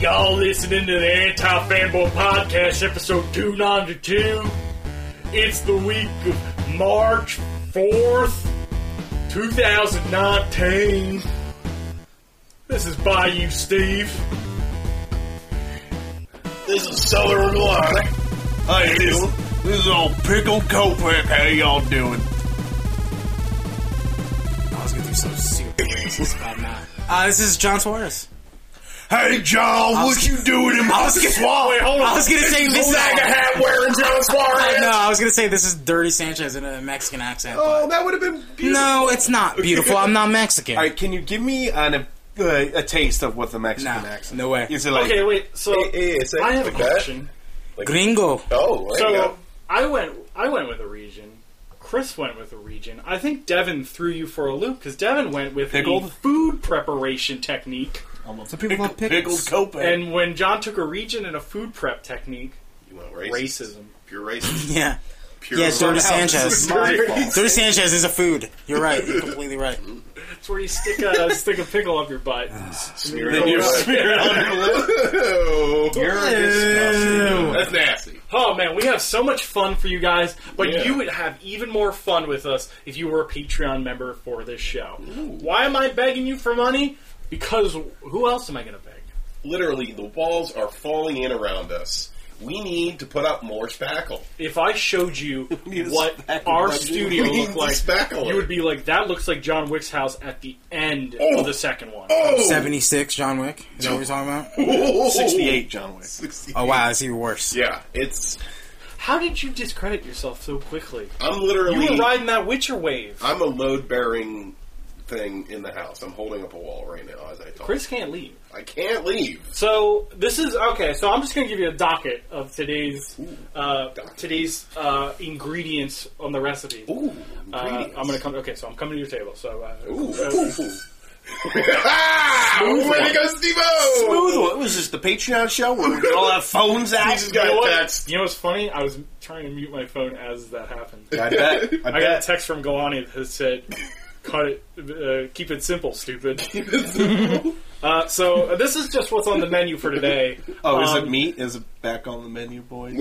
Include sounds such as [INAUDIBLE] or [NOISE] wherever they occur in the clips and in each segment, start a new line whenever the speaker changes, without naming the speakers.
Y'all listening to the Anti Fanboy Podcast, episode 292. It's the week of March 4th, 2019. This is Bayou Steve.
This is Southern Water. Hey, this, this is old Pickle Kopic. How y'all doing?
I was gonna do some super racist, but I'm not. Uh, this is John Suarez.
Hey, John,
I was-
what you doing in my
was gonna-
swamp?
Oh, Wait, hold on.
I was gonna say this is.
Bag of hat wearing John Suarez.
No, I was gonna say this is Dirty Sanchez in a Mexican accent.
Oh, that would have been
but-
beautiful.
no, it's not beautiful. I'm not Mexican.
All right, can you give me an, uh, a taste of what the Mexican
No,
accent?
no way.
Is it like
Okay, wait, so
Hey, hey, it's
I have a
like that.
question.
Gringo.
Oh, there you
So
go.
I went, I went with a region. Chris went with a region. I think Devin threw you for a loop because Devin went with a
Pickled?
food preparation technique.
So people
Pickled
love pickles.
Kopic.
And when John took a region and a food prep technique,
you want racist?
racism.
Pure racist.
Yeah,
Pure
Yeah, Dirty
racist.
Sanchez.
My
Dirty-
fault.
Dirty Sanchez is a food. You're right. You're completely right.
That's where you stick a [LAUGHS] stick a pickle up your
[LAUGHS]
butt.
Smear it
Then
on
you
your
[LAUGHS]
lip.
smear it on your lip.
You're disgusting. That's nasty.
Oh man, we have so much fun for you guys, but
Yeah.
you would have even more fun with us if you were a Patreon member for this show. Why am I begging you for money? Because who else am I going to beg?
Literally, the walls are falling in around us. We need to put up more spackle.
If I showed
[LAUGHS]
you
Need a
what
spackle
our
budget.
studio
We need
looked like,
the spackle.
you would be like, "That looks like John Wick's house at the end
Oh.
of the second one."
Oh!
Seventy six. John Wick. Is that what you're talking about?
Ooh.
68 John Wick?
68.
Oh wow, is even worse?
Oh. Yeah, it's.
How did you discredit yourself so quickly?
I'm
You
literally.
were riding that Witcher wave.
I'm a load bearing thing in the house. I'm holding up a wall right now as I talk.
Chris can't leave.
I can't leave.
So this is okay. So I'm just going to give you a docket of today's uh,
docket.
today's uh, ingredients on the recipe.
Ooh.
Uh,
ingredients.
I'm going to come. Okay, so I'm coming to your table. So uh,
Ooh.
uh,
ah! [LAUGHS] Way to go, Steve-O!
Smooth one. It was just the Patreon show where we all have phones out.
We just got
you know
a
what?
text.
You know what's funny? I was trying to mute my phone as that happened.
I bet. I
I got a
bet.
text from Galani that said, "Cut it. Uh, keep it simple,
[LAUGHS]
stupid." uh, so uh, this is just what's on the menu for today.
Oh, is
Um,
it meat? Is it back on the menu, boys?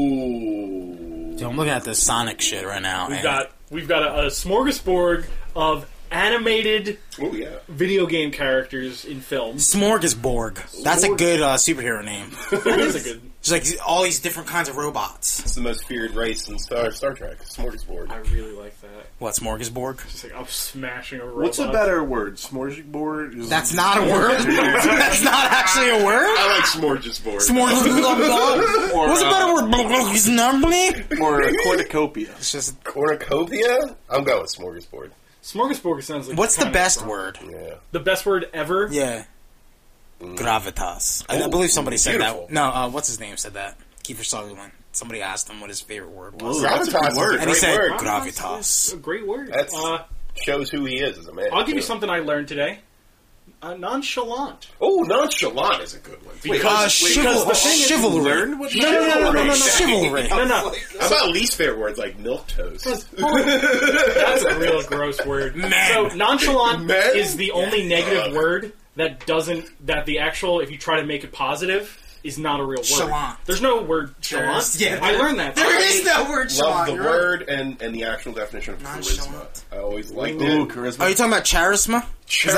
Ooh.
Dude, I'm looking at the Sonic shit right now.
We've
and
got we've got a, a smorgasbord of animated
Oh yeah.
video game characters in films.
Smorgasborg. That's a good uh, superhero name.
That is a good.
It's like all these different kinds of robots.
It's the most feared race in Star, Star Trek. Smorgasbord.
I really like that.
What Smorgasborg?
Just like I'm smashing a robot.
What's a better word? Smorgasbord? Is-
That's not a word. That's not actually a word.
I like smorgasbord.
Smorgasbord.
or,
What's a
uh,
better word? Snumbly?
Or a cornucopia.
It's just
Cornucopia? I'm going with smorgasbord.
Smorgasbord sounds like.
what's the
kinda-
best word?
Yeah.
The best word ever.
Yeah, gravitas. I, I believe somebody said
beautiful.
that. No, uh, what's his name said that? Kiefer Sutherland. Somebody asked him what his favorite word was,
Ooh,
Gravitas
Oh, that's a good
is a
word.
and he
great
said
word.
Gravitas is
gravitas.
a great word.
That's-
Uh,
Shows who he is as a man.
I'll give you
too.
something I learned today. Uh, nonchalant.
Oh, nonchalant is a good one.
Uh,
Because,
chival-
because the thing is,
chivalry.
Learned what
No, no, no, no, no, no, no, chivalry.
Chivalry.
no, no,
How about least favorite words like milk toast?
that's a real gross word.
Man.
So nonchalant
Man?
is the only negative word that doesn't that the actual if you try to make it positive is not a real word.
Chalant.
There's no word chalant.
There's- yeah,
I
there-
learned that.
There is no word.
Love
Shalon,
the
you're right.
word and, and the actual definition of
Nonchalant.
charisma. I always liked
Ooh,
it.
Are
charisma.
you talking about charisma? Is that-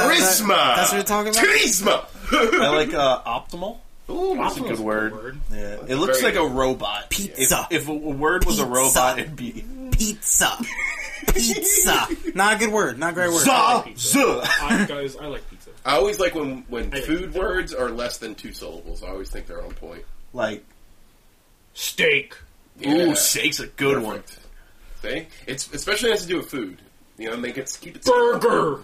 Charisma!
that- that's what you're talking
[LAUGHS]
about?
Charisma!
I like uh, optimal.
Ooh, that's
a good word. Yeah. It looks
Very-
like a robot.
Pizza.
If, if a word was a
Pizza.
robot, it'd be.
Pizza. Pizza. Not a good word. Not a great word.
Za!
like pizza.
Za!
I, guys, I like pizza.
I always like when, when
I like
food
that.
words are less than two syllables. I always think they're on point.
Like,
Steak.
Yeah.
ooh, steak's a good one.
Perfect. See? It's especially has to do with food. You know, make it keep it
Burger.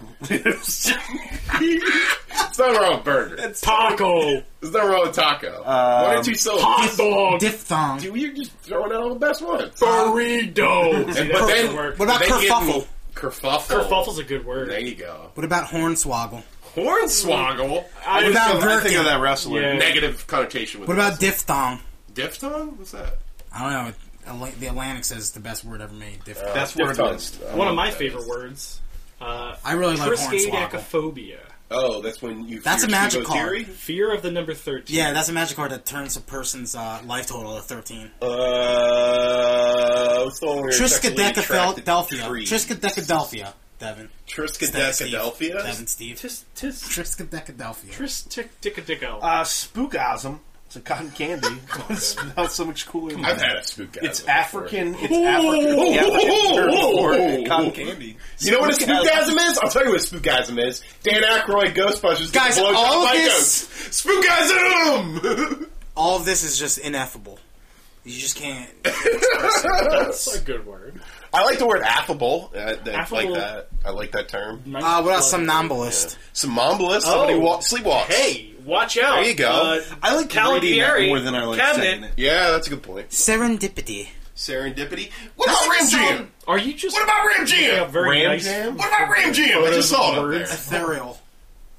It's not wrong with burger.
Taco.
It's not wrong with taco. One or two syllables.
Hot dog.
Diphthong.
Dude, You're just throwing out all the best ones.
Burrito. [LAUGHS] See,
And-
that's
but
a
then-
word.
What about
They give
kerfuffle?
me Kerfuffle.
Kerfuffle's a good
There
word.
you go.
What about hornswoggle?
Hornswoggle.
I
I
was-
about
think of- I think
gherkin?
of that wrestler.
Yeah.
Negative connotation with
What
it.
about diphthong?
diphthong? What's that?
I don't know. Atla- The Atlantic says it's the best word ever made. Diphthong.
That's word
Diphthong.
list.
One
I
of
love
my
that.
favorite words. Uh,
I really like hornswoggle.
Triskaidekaphobia.
Oh, that's when you.
That's
fear
a magic
Shivo
card.
Theory?
Fear of the number 13.
Yeah, that's a magic card that turns a person's uh, life total to 13.
Oh, Uh, what's the one where you're sexually attracted to
Triskaidekadelphia.
trees?
Triskaidekadelphia, Devin.
Triskaidekadelphia.
Devin, Steve.
Tis, tis,
Triskaidekadelphia.
tris, tick, tick, tick, oh.
Uh, spookasm. It's a cotton candy. [LAUGHS] it smells so much cooler. than
I've
that.
had a spook.
It's African. It's
Ooh,
African.
ooh,
the African
ooh,
term
ooh,
for
ooh, ooh.
cotton candy.
You know what a spookasm is? I'll tell you what a spookasm is. Dan Aykroyd, Ghostbusters,
Guys,
gets blown
all
up
of
by
this-
ghosts. Spookasm.
All of this is just ineffable. You just can't. uh,
That's a good word.
[LAUGHS] I like the word affable. I, I
Affable.
like that. I like that term.
My-
Uh, what else? Somnambulist.
Somnambulist. Somebody
Oh.
walk, sleepwalks.
Hey, watch out.
There you go.
Uh,
I like reading that
Calipari,
more than I like
cabinet.
saying it.
Yeah, that's a good point.
Serendipity.
Serendipity. What about Ram Jam?
Are you just
What about Ram
Yeah,
Jam?
very
Ram
nice.
Jam?
What about Ram Jam? I just saw it up there.
Ethereal.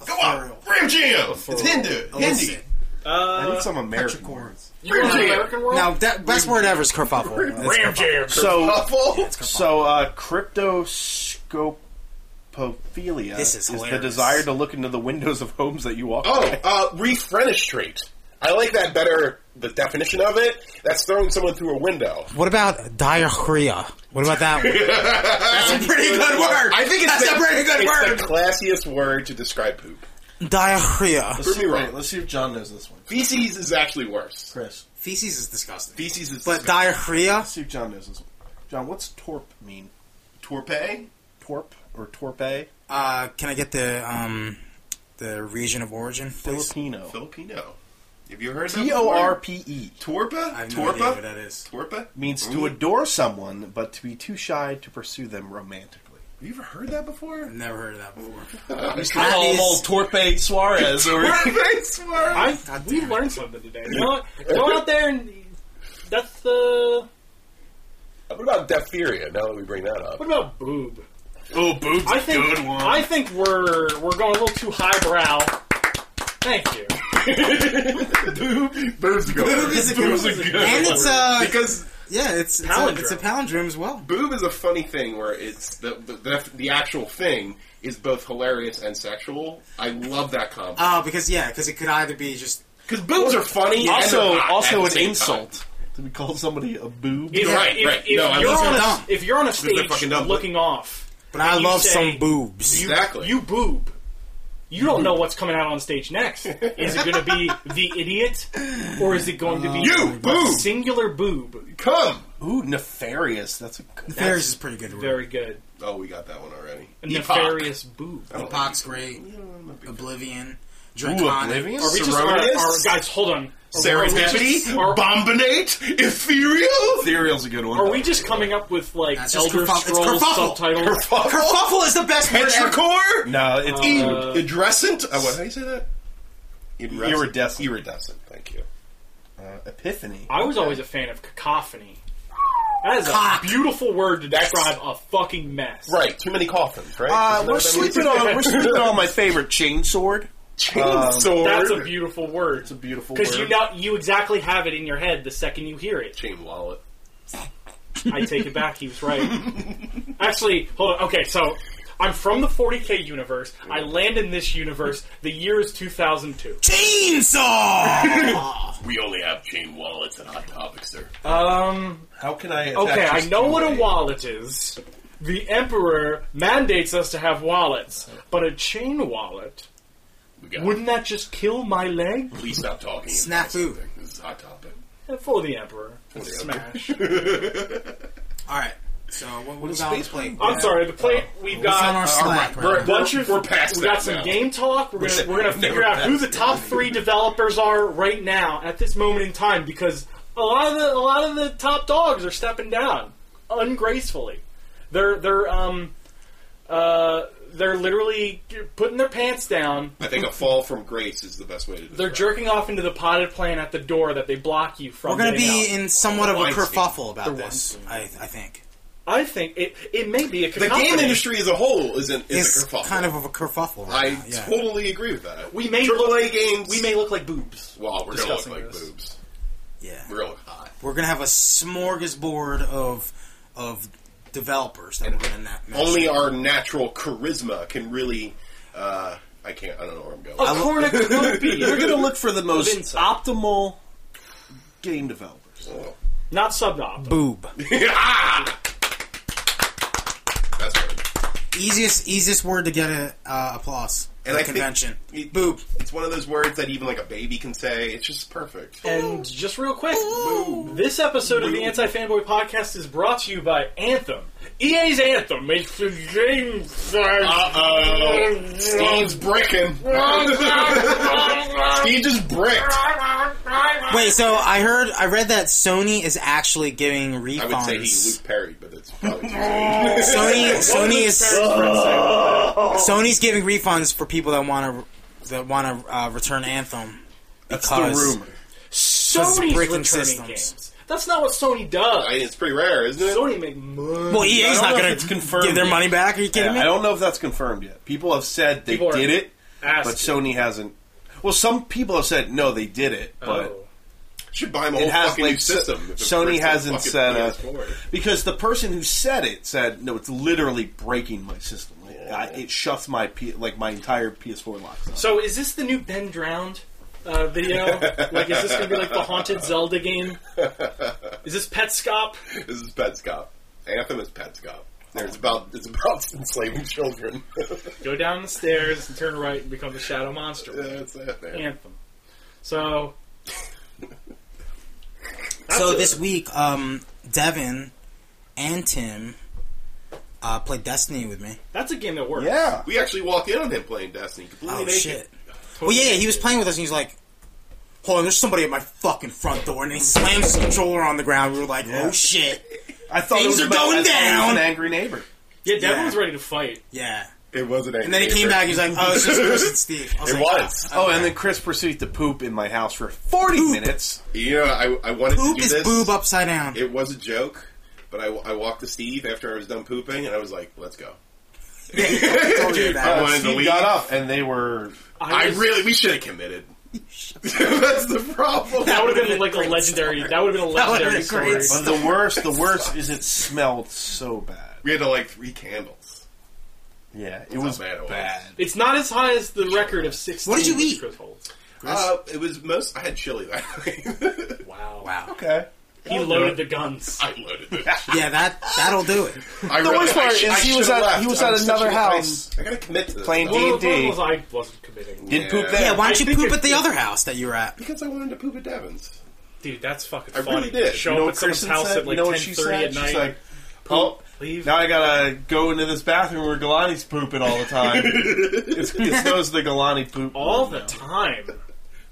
Come on, Ram Jam. It's Hindu. Hindi.
Illicit.
I need
Uh,
some American
Petrichor.
words.
Ram Jam.
American world?
Now, that, best word ever is kerfuffle. That's
Ram
kerfuffle.
Jam.
So,
[LAUGHS]
Awful.
so uh, cryptoscopophilia
This is
is the
hilarious.
desire to look into the windows of homes that you walk.
Oh,
by.
uh, refenestrate. I like that better. The definition of it. That's throwing someone through a window.
What about diarrhea? What about
[LAUGHS]
that one? [LAUGHS] That's a pretty good word.
I think it's
That's
the,
a pretty good
it's
word.
the classiest word to describe poop.
diarrhea.
Prove me
Wait,
wrong.
let's see if John knows this one.
Feces is actually worse.
Chris,
Feces is disgusting.
Feces is
But diarrhea?
let's see if John knows this one. John, what's torp mean?
torpe.
Torp or torpe?
Uh, can I get the um, the region of origin, please?
Filipino.
Filipino. Have you heard that?
T O R P E
before? Torpa.
I have no idea what
Torpa.
that is.
Torpa. Have
means to adore someone, but to be too shy to pursue them romantically.
you ever heard that before?
I've never heard of that before.
Come on,
is-
old Torpe
[LAUGHS]
Suarez over here.
I,
God
we
damn it.
learned something today. You know what? Go out there and that's uh, the.
What about diphtheria? Now that we bring that up,
What about boob?
Oh, boob's
I think
a good one.
I think we're we're going a little too highbrow. Thank you.
[LAUGHS] boobs go.
Boob is a good
Boob's
one. And it's, uh,
because
Yeah, it's it's a,
Palindrome.
it's a palindrome as well.
boob is a funny thing where it's the the, the, the actual thing is both hilarious and sexual. I love that combo
Oh, because yeah, because it could either be just
because boobs are funny. and they're
also,
not
also
at
an
the same
insult to be called somebody a boob.
If,
right,
if,
right.
If,
No, I
you're
listen.
on a,
They're dumb.
if you're on a
they're
stage
fucking dumb.
looking off,
But I
You
love
say-
some boobs.
Time. Exactly.
you boob. You don't know what's coming out on stage next. Is it going to be the idiot, or is it going to be
You
the
boob.
singular boob?
come.
Ooh, nefarious. That's a good
Nefarious is a pretty good.
[LAUGHS]
Word.
Very good.
Oh, we got that one already.
Nefarious boob.
Epoc's great. Oblivion. Draconic.
Oblivion?
Are we just are,
Seronius?
are- guys? Hold on. Are we
Serendipity,
just- Are,
bombinate, ethereal.
Ethereal's a good one.
are we just coming up with like
That's just
Elder
kerfuffle. It's
Scrolls
kerfuffle.
subtitles?
Kerfuffle is the [LAUGHS] best word ever.
Petrichor,
No, it's
e-
uh,
iridescent. Oh, what? How do you say that?
Iridescent.
Iridescent. Thank you.
Uh, epiphany.
I was always a fan of cacophony. That is
Cock.
a beautiful word to
That's-
describe a fucking mess.
Right. Too many coffins. Right.
Uh,
Isn't that
we're
what that means?
sleeping on we're sleeping on my favorite chainsword.
Chainsword.
That's a beautiful word. It's a
beautiful
because you
word.
know you exactly have it in your head the second you hear it.
chain wallet.
I take it back. He was right. Actually, hold on. Okay, so I'm from the 40k universe. I land in this universe. The year is 2002.
Chainsaw.
We only have chain wallets and hot topics, sir.
Um.
How can I?
Okay, I know what a wallet is. The emperor mandates us to have wallets, but a chain wallet.
We got
Wouldn't that just kill my leg?
Please stop talking.
Snafu.
This is a hot topic.
For the emperor. Smash.
All right. So what, what about the plate?
I'm sorry. The plate we've
What's on
got.
our Slack? right
We're,
a bunch of
we're past
we
that
got some
now.
game talk. We're gonna, we're gonna
Never
figure out who
passed
the top three developers are right now at this moment in time because a lot of the a lot of the top dogs are stepping down ungracefully. They're they're um uh they're literally putting their pants down.
I think a fall from grace is the best way to do it.
They're jerking off into the potted plant at the door that they block you from.
We're going to
getting
be
out.
in somewhat of a
Weinstein.
kerfuffle about
The
this, I, I think.
I think it it may be a
The
cacophony.
game industry as a whole is, an, is
It's
a kerfuffle.
kind of a kerfuffle right
I
now, yeah.
totally agree with that.
We may
Triple
look-
A games.
We may look like boobs.
Well, we're gonna look
discussing
like
this.
boobs.
yeah.
We're gonna look hot.
We're going to have a smorgasbord of of developers that we're going to
Only our natural charisma can really, uh, I I can't. I don't know where I'm going.
Oh.
[LAUGHS]
A
We're
cornucopia,
going to look for the most
insight.
optimal game developers.
not subnob.
[LAUGHS]
Boob.
Ah! That's good.
Easiest easiest word to get a uh, applause.
And
at a
I think-
convention.
it-
Boob.
It's one of those words that even like a baby can say. It's just perfect.
And just real quick, this episode of the Anti Fanboy Podcast is brought to you by Anthem. EA's Anthem makes the game.
Uh oh. Steve's bricking. [LAUGHS] Steve just bricked.
Wait, so I heard I read that Sony is actually giving refunds.
I would say he Luke Perry, but it's probably too soon. [LAUGHS]
Sony
What
Sony
does
is
Perry's friend say about that?
Sony's giving refunds for people that want to that want to uh, return Anthem.
That's the rumor.
Sony's
bricking
returning
systems.
games. That's not what Sony does.
I mean, it's pretty rare, isn't it?
Sony make money.
Well, E EA's
I don't know
not
if
going
it's
to
confirmed
give their
yet.
money back. Are you kidding
I
me?
don't know if that's confirmed yet. People have said they
People are
did it,
Ask
but
it.
Sony hasn't. Well, some people have said no, they did it, but
Oh.
Should buy him a
it
whole
has
fucking
like
new system. if it
Sony
breaks the
hasn't
fucking
said uh,
PS4.
because the person who said it said no, it's literally breaking my system. Like, I, it shuts my P, like my entire PS4 locks. Off.
So is this the new Ben Drowned uh, video? like, is this gonna be like the haunted Zelda game? Is this Petscop?
This is Petscop. Anthem is Petscop. There's about it's about [LAUGHS] enslaving children.
Go down the stairs and turn right and become the shadow monster.
That's it, man.
Anthem. So
So this week, um, Devin and Tim uh, played Destiny with me.
that's a game that works.
Yeah,
We actually walked in on him playing Destiny completely
Oh
naked.
shit! Well, yeah, he was playing with us, and he's like, "Hold on, there's somebody at my fucking front door," and he slams his controller on the ground. We were like, "Oh shit!"
I thought
Things
it was
are
about-
going
I thought it was
down.
An angry neighbor.
Yeah, Devin
Yeah.
was ready to fight.
Yeah.
It wasn't.
And then he came back. He's like, "Oh, it's just Chris and Steve." I
It
like,
was.
Oh, and then Chris proceeded to poop in my house for forty minutes.
You know, I, I wanted
"Poop
to do
is
this.
boob upside down."
It was a joke, but I, I walked to Steve after I was done pooping, and I was like, "Let's go."
I told you that.
I wanted to
He
leave.
got up, and they were.
I
was-
really, we should
[LAUGHS]
have committed. [LAUGHS] That's the problem.
that would have
would've
been like a
been a great
legendary.
story.
That would have been a
That
legendary
would've been a
story.
great
But [LAUGHS] the worst, the worst is it smelled so bad.
we had to like three candles.
Yeah, it was
bad it was.
bad.
It's not as high as the record of sixteen.
What did you
which
eat?
Chris holds.
Uh, it was most. I had chili that [LAUGHS] night.
Wow.
Wow.
Okay.
He loaded the guns.
I loaded it.
Yeah, that that'll do it.
I
The worst
really- I
part
sh-
is
I
he was
should've
at-
left.
he was
I'm
at
such
another
a-
house
I gotta commit to this.
Playing
Well,
Well, the
D&D.
problem was I wasn't committing.
Did poop
Yeah.
there.
Yeah, why
I
don't you
think
poop
it-
at the other house that you were at?
because I wanted to poop at Devon's.
Dude, that's fucking
I
funny.
really did.
Show
You know
up
what
at someone's
Kristen
house
said?
at like
You know what she
ten thirty at
said?
night.
She's like,
Poop,
oh,
leave.
now I gotta go into this bathroom where Galani's pooping all
[LAUGHS]
the time. it's, it snows the Galani poop.
all the time.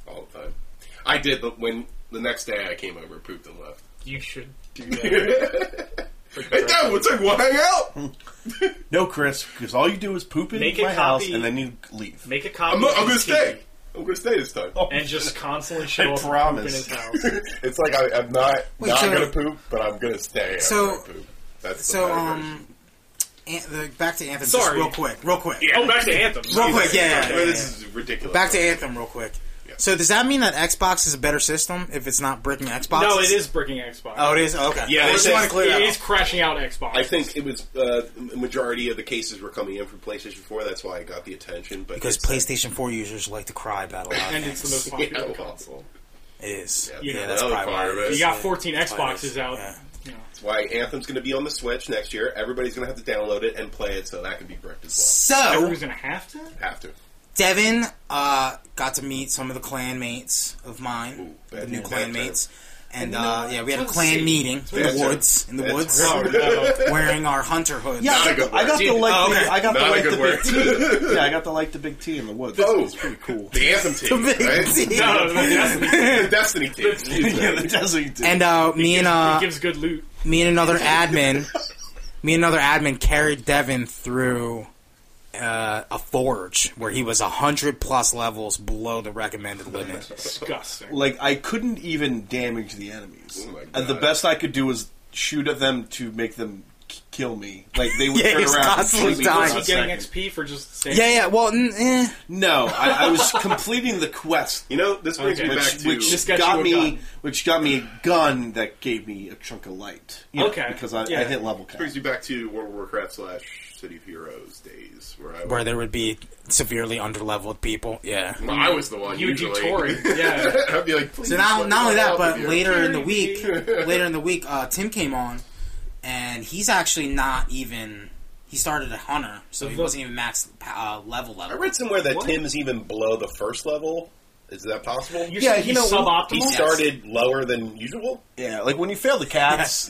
all the time. I did, but when the next day I came over, pooped and left.
You should do that.
Hey, Dad, what's up? Wanna hang
[LAUGHS]
out?
No, Chris, because all you do is poop in
Make a
my house
copy.
and then you leave.
Make a copy.
I'm, not-
of
I'm gonna
his
stay.
TV
I'm gonna stay this time.
Oh.
And just constantly show
I
up and poop
promise.
in his
[LAUGHS]
house.
[LAUGHS] It's like I, I'm not
Wait,
not
so-
gonna poop, but I'm gonna stay. after
So-
I poop. That's the
So,
better
um,
version.
an- the, back to Anthem.
Sorry.
Just real quick, real quick.
Oh, back to Anthem.
Real quick, yeah, yeah, yeah,
I mean,
yeah.
this is ridiculous.
Back to Anthem, real quick. So does that mean that Xbox is a better system if it's not bricking Xbox?
No, it is breaking Xbox.
Oh, it is. Okay.
Yeah,
I
they
just
said-
want to clear
It
that.
is
up.
crashing out Xbox.
I think it was uh, m- majority of the cases were coming in from PlayStation 4. That's why I got the attention. But
Because
it's- uh,
PlayStation Four users like to cry about a lot. of
and it's the
things.
most popular
Yeah,
console.
well,
It is.
Yeah,
Yeah,
that's
that's
another
probably why
part of
it
it.
is.
You got 14
That's why it is.
Xboxes out.
Yeah.
You know.
that's why Anthem's going to be on the Switch next year. Everybody's going to have to download it and play it, so that can be bricked as
So
Everyone's gonna have to.
well. Have to.
Devin uh, got to meet some of the clan mates of mine,
Ooh,
the
bad
new
news.
clan
Bad
mates, and uh, yeah, we had a
Let's
clan
see.
meeting in the
Bad
woods. In the
That's
woods,
Oh [LAUGHS] no.
wearing our hunter hoods.
Yeah,
Not
I got,
a good
the, I got to
word.
like
Oh, okay.
the, I got
Not a
to like
good
the
word.
big [LAUGHS] T. Yeah, I got to like the big T in the woods.
Oh.
it's pretty cool.
The Anthem team. right?
No,
[LAUGHS]
that's-
the Destiny team. Excuse
[LAUGHS]
me.
yeah, the desert. T.
And uh, me and uh,
it gives good loot.
me and another admin, me and another admin carried Devin through uh, a forge where he was hundred plus levels below the recommended limit.
Disgusting.
like I couldn't even damage the enemies.
Oh my
and the
God.
best I could do was shoot at them to make them kill me. Like they would
Yeah,
turn
he's
around
constantly
and shoot me
dying.
Was
for
he
a
getting
second.
XP for just saying?
Yeah, yeah. Well, n- eh.
No, I, I was completing the quest,
[LAUGHS]
[LAUGHS]
You know, this brings
Okay.
me back
which,
to
which
This got
got,
you a
me,
gun.
which got me a gun that gave me a chunk of light. You know,
Okay,
because I,
yeah.
I hit level cap.
brings you back to World of Warcraft slash City of Heroes days, where I
where
was,
there would be severely underleveled people. Yeah.
well, I was the one
You would do
usually. [LAUGHS]
Tory, yeah.
I'd be like, please.
So not
let
not only
me
that,
help
but
with you. [LAUGHS]
later in the week, later in the week, uh, Tim came on, and he's actually not even. He started a hunter, so he
The-
wasn't even max uh, level
I
level.
read somewhere that
What?
Tim's even below the first level. Is that possible?
You're
Yeah,
saying
you
he's
know,
suboptimal.
he started lower than usual.
Yeah, like when you fail the cats,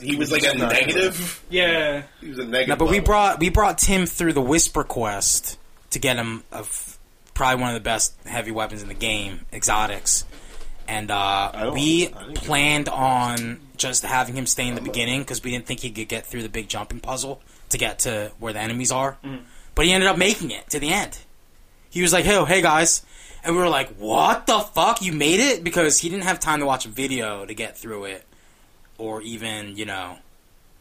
[LAUGHS] He was like a negative.
yeah,
He was a negative.
No, but we
level.
brought we brought Tim through the whisper quest to get him of probably one of the best heavy weapons in the game, exotics, and uh,
don't-
we
I didn't-
planned on just having him stay in the beginning because we didn't think he could get through the big jumping puzzle to get to where the enemies are.
Mm.
But he ended up making it to the end. He was like, "Hey, oh, hey guys." And we were like, "What the fuck? You made it?" Because he didn't have time to watch a video to get through it, or even you know,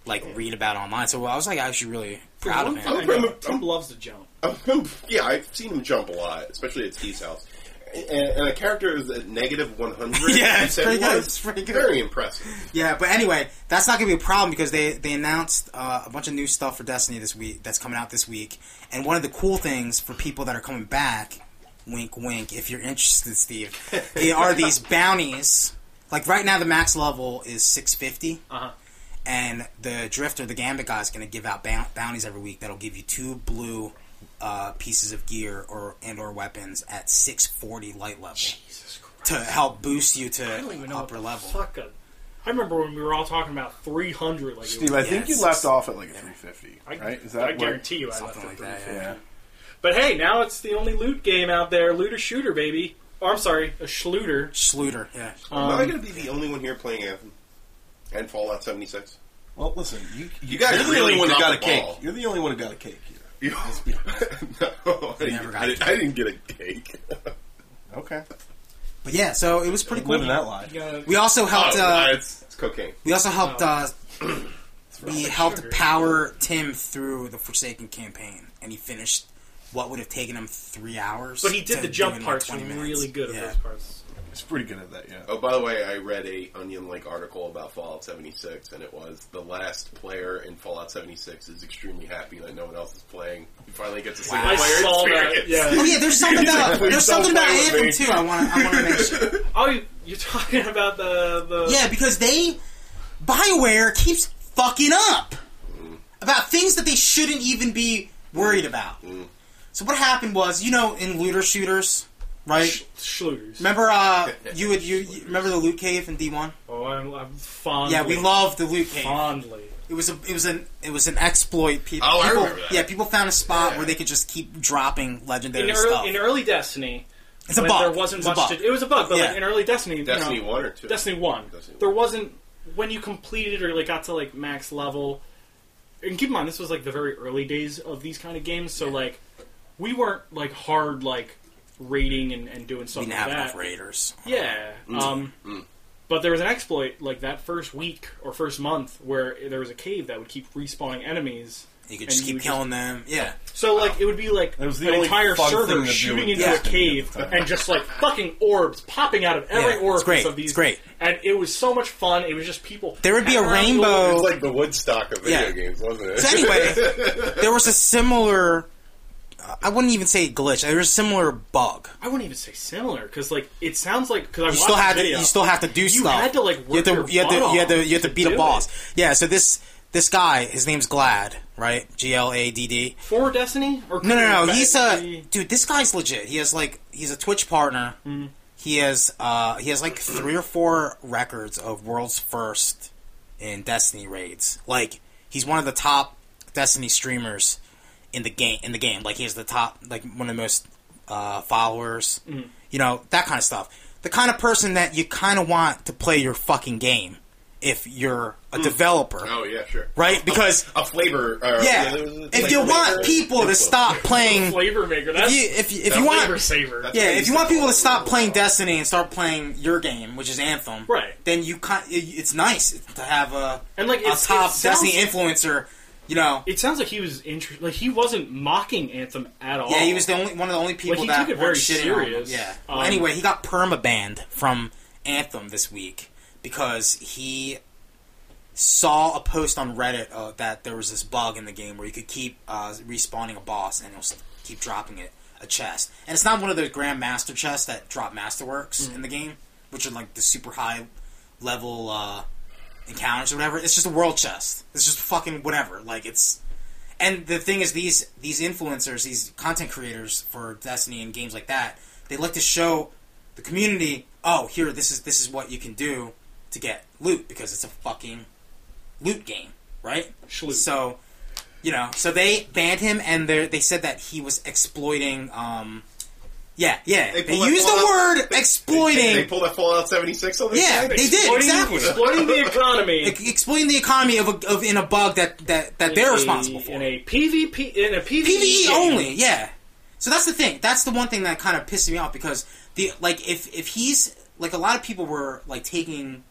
like read about it online. So I was like, actually really proud of
One
him.
thing I know, Tim loves to jump.
Um, yeah, I've seen him jump a lot, especially at Steve's house. And, and a character is at negative 100.
[LAUGHS] Yeah,
you
it's
said
pretty
he
good,
was,
it's pretty good.
Very impressive.
Yeah, but anyway, that's not gonna be a problem because they they announced uh, a bunch of new stuff for Destiny this week that's coming out this week. And one of the cool things for people that are coming back, wink wink, if you're interested, Steve,
[LAUGHS]
they are these bounties. Like right now, the max level is six fifty.
Uh-huh.
and the drifter, the gambit guy, is going to give out bou- bounties every week that'll give you two blue uh, pieces of gear or and or weapons at 640 light level to help boost you to upper level.
Fuck a- I remember when we were all talking about 300. Like, it
Steve,
was,
I think
Yes.
you left off at like a 350,
I,
right? Is
I
that where-
guarantee you, I left
Something
it
like
for
that. Yeah.
Yeah.
But hey, now it's the only loot game out there. Looter shooter, baby. Or I'm sorry, a schluter.
Schluter, yeah.
Am I going to be the only one here playing Anthem and Fallout 76?
Well, listen, you you
guys
are the
really
only one that got a
dropped the
cake.
ball.
You're the only one that got a cake here.
[LAUGHS] no, I
never
didn't,
got
I,
a
didn't- I didn't get a cake. [LAUGHS]
Okay,
But yeah, so it was pretty cool.
living that lie.
You gotta-
We also helped.
Oh,
uh,
it's, it's cocaine.
we also helped. Uh, [CLEARS THROAT] we helped power Tim through the Forsaken campaign, and he finished what would have taken him three hours.
but he did the
to do in,
jump
like,
parts
20 minutes.
really good at
Yeah.
those parts.
It's pretty good at that, yeah.
Oh, by the way, I read a Onion Link article about Fallout 76, and it was the last player in Fallout 76 is extremely happy that no one else is playing. He finally gets a single
I
player
saw
experience.
that. Yeah. [LAUGHS]
Oh yeah, there's something about
Exactly.
there's something about
Don't play
Anthem
with me.
too. I want to I want to
[LAUGHS]
mention.
Oh, you- you're talking about the the
Yeah, because they Bioware keeps fucking up about things that they shouldn't even be worried about. So what happened was, you know, in looter shooters, right?
Sch- schluters.
Remember, uh, you would you, you remember the loot cave in D one?
Oh, I'm, I'm fondly.
Yeah, we loved the loot cave.
fondly.
It was a it was an it was an exploit. Pe- People,
Oh, I remember that.
Yeah, people found a spot where they could just keep dropping legendary
In
stuff.
early, in early Destiny,
it's a
when
bug.
there wasn't
It's a
much
bug.
to it was a bug, but
Yeah.
like in early Destiny,
Destiny
you know,
1 or 2?
Destiny one,
Destiny one.
there wasn't when you completed or like got to like max level. And keep in mind, this was like the very early days of these kind of games, so like we weren't like hard like raiding and, and doing
we
something
didn't
like
have
that.
enough raiders.
Yeah.
Mm.
Um, But there was an exploit like that first week or first month where there was a cave that would keep respawning enemies.
You could
And
just
you
keep
would just-
killing them. Yeah.
So like it would be like
was the
an
only
entire
fun thing
server
to do
shooting
with
into a
Destiny
cave and just like fucking orbs popping out of every
Yeah, it's
orifice
great,
of these.
it's great.
And it was so much fun. It was just people.
There would be a
hacking around the
rainbow-
It
orbs.
was like the Woodstock of video
Yeah.
games, wasn't it?
So
[LAUGHS]
anyway, there was a similar. I wouldn't even say glitch. There was a similar bug.
I wouldn't even say similar because like it sounds like because I
You
watched
still
the
had to.
video.
You still have to do stuff.
had to, like,
You had
work
to. You
your
had to.
butt
You had to,
off
you had to
to
beat
do
a
it.
boss. Yeah. So this this guy, his name's Glad, right? G L A D D.
for Destiny or
No, no, no. He's a dude. This guy's legit. He has like he's a Twitch partner. He has uh he has like three or four records of world's first in Destiny raids. Like he's one of the top Destiny streamers in the game. In the game, like he has the top like one of the most uh, followers. You know that kind of stuff. The kind of person that you kind of want to play your fucking game if you're a developer,
Oh, yeah, sure.
right? Because
A flavor. Uh,
yeah,
there was a
if you
flavor
want
maker.
people to
Influence.
stop
[LAUGHS]
playing
flavor maker. That's
you- if you- if
the
you want-
flavor saver.
That's-
Yeah,
They
if
used
you
to
want people
call
to
it
stop
World
playing
War.
Destiny and start playing your game, which is Anthem,
Right.
Then you kind, it- it's nice to have a
And, like,
a
it's-
top
it sounds-
Destiny influencer You know,
It sounds like he was interested. Like he wasn't mocking Anthem at all.
yeah, he was the only one of the only people
he
that
took it
were
very
shitting
serious.
On him. Yeah.
Um,
well, anyway, he got permabanned from Anthem this week because he saw a post on Reddit uh, that there was this bug in the game where you could keep uh, respawning a boss and it'll s- keep dropping it a chest. And it's not one of those Grand Master chests that drop masterworks
Mm.
in the game, which are like the super high level uh, encounters or whatever. It's just a world chest. It's just fucking whatever. Like it's and the thing is these these influencers these content creators for destiny and games like that they like to show the community oh here this is this is what you can do to get loot because it's a fucking loot game right
Shloot.
so you know so they banned him and they they said that he was exploiting um yeah yeah they,
pull that
used the
Fallout-
word
They,
exploiting
they pulled that Fallout 76 on this
yeah
guy?
they did
Exploiting-
exactly
Exploiting the economy.
Ex- explain the economy of, a, of in a bug that that, that [LAUGHS] they're
in a-
responsible for
in a PvP in a PvE,
PVE
game.
E only, yeah. So that's the thing. That's the one thing that kind of pissed me off because the like if if he's like a lot of people were like taking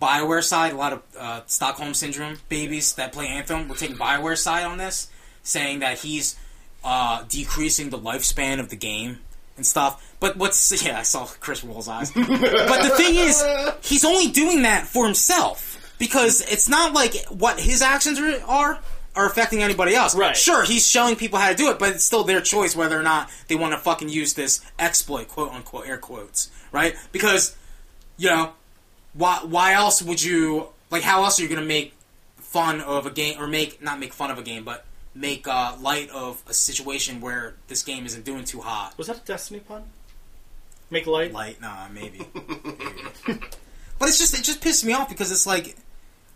Bioware side, a lot of uh, Stockholm syndrome babies that play Anthem were taking Bioware side on this, saying that he's uh, decreasing the lifespan of the game and stuff. But what's [LAUGHS] yeah, I saw Chris Roll's eyes. but the thing is, he's only doing that for himself because it's not like what his actions are are, are affecting anybody else.
Right.
Sure, he's showing people how to do it, but it's still their choice whether or not they want to fucking use this exploit, quote unquote, air quotes, right? Because you know why why else would you like how else are you going to make fun of a game or make not make fun of a game but make uh, light of a situation where this game isn't doing too hot
Was that a Destiny pun? Make light.
light nah maybe, Maybe. but it's just it just pissed me off because it's like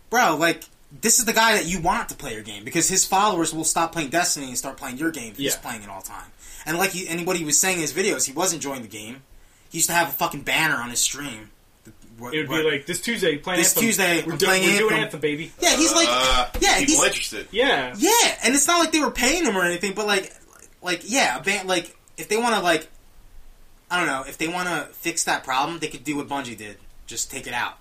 bro like this is the guy that you want to play your game because his followers will stop playing destiny and start playing your game if he's
Yeah.
playing it all the time and like he, and what he was saying in his videos he was enjoying the game he used to have a fucking banner on his stream What-
It would
what-
be like this Tuesday playing
This
Anthem.
Tuesday,
we're,
I'm
do-
playing
we're doing
Anthem.
Anthem, baby.
yeah he's like
Uh,
yeah
people
he's
interested.
Yeah.
yeah, and it's not like they were paying him or anything, but like, like yeah, a band, like if they want to like, I don't know, if they want to fix that problem, they could do what Bungie did, just take it out.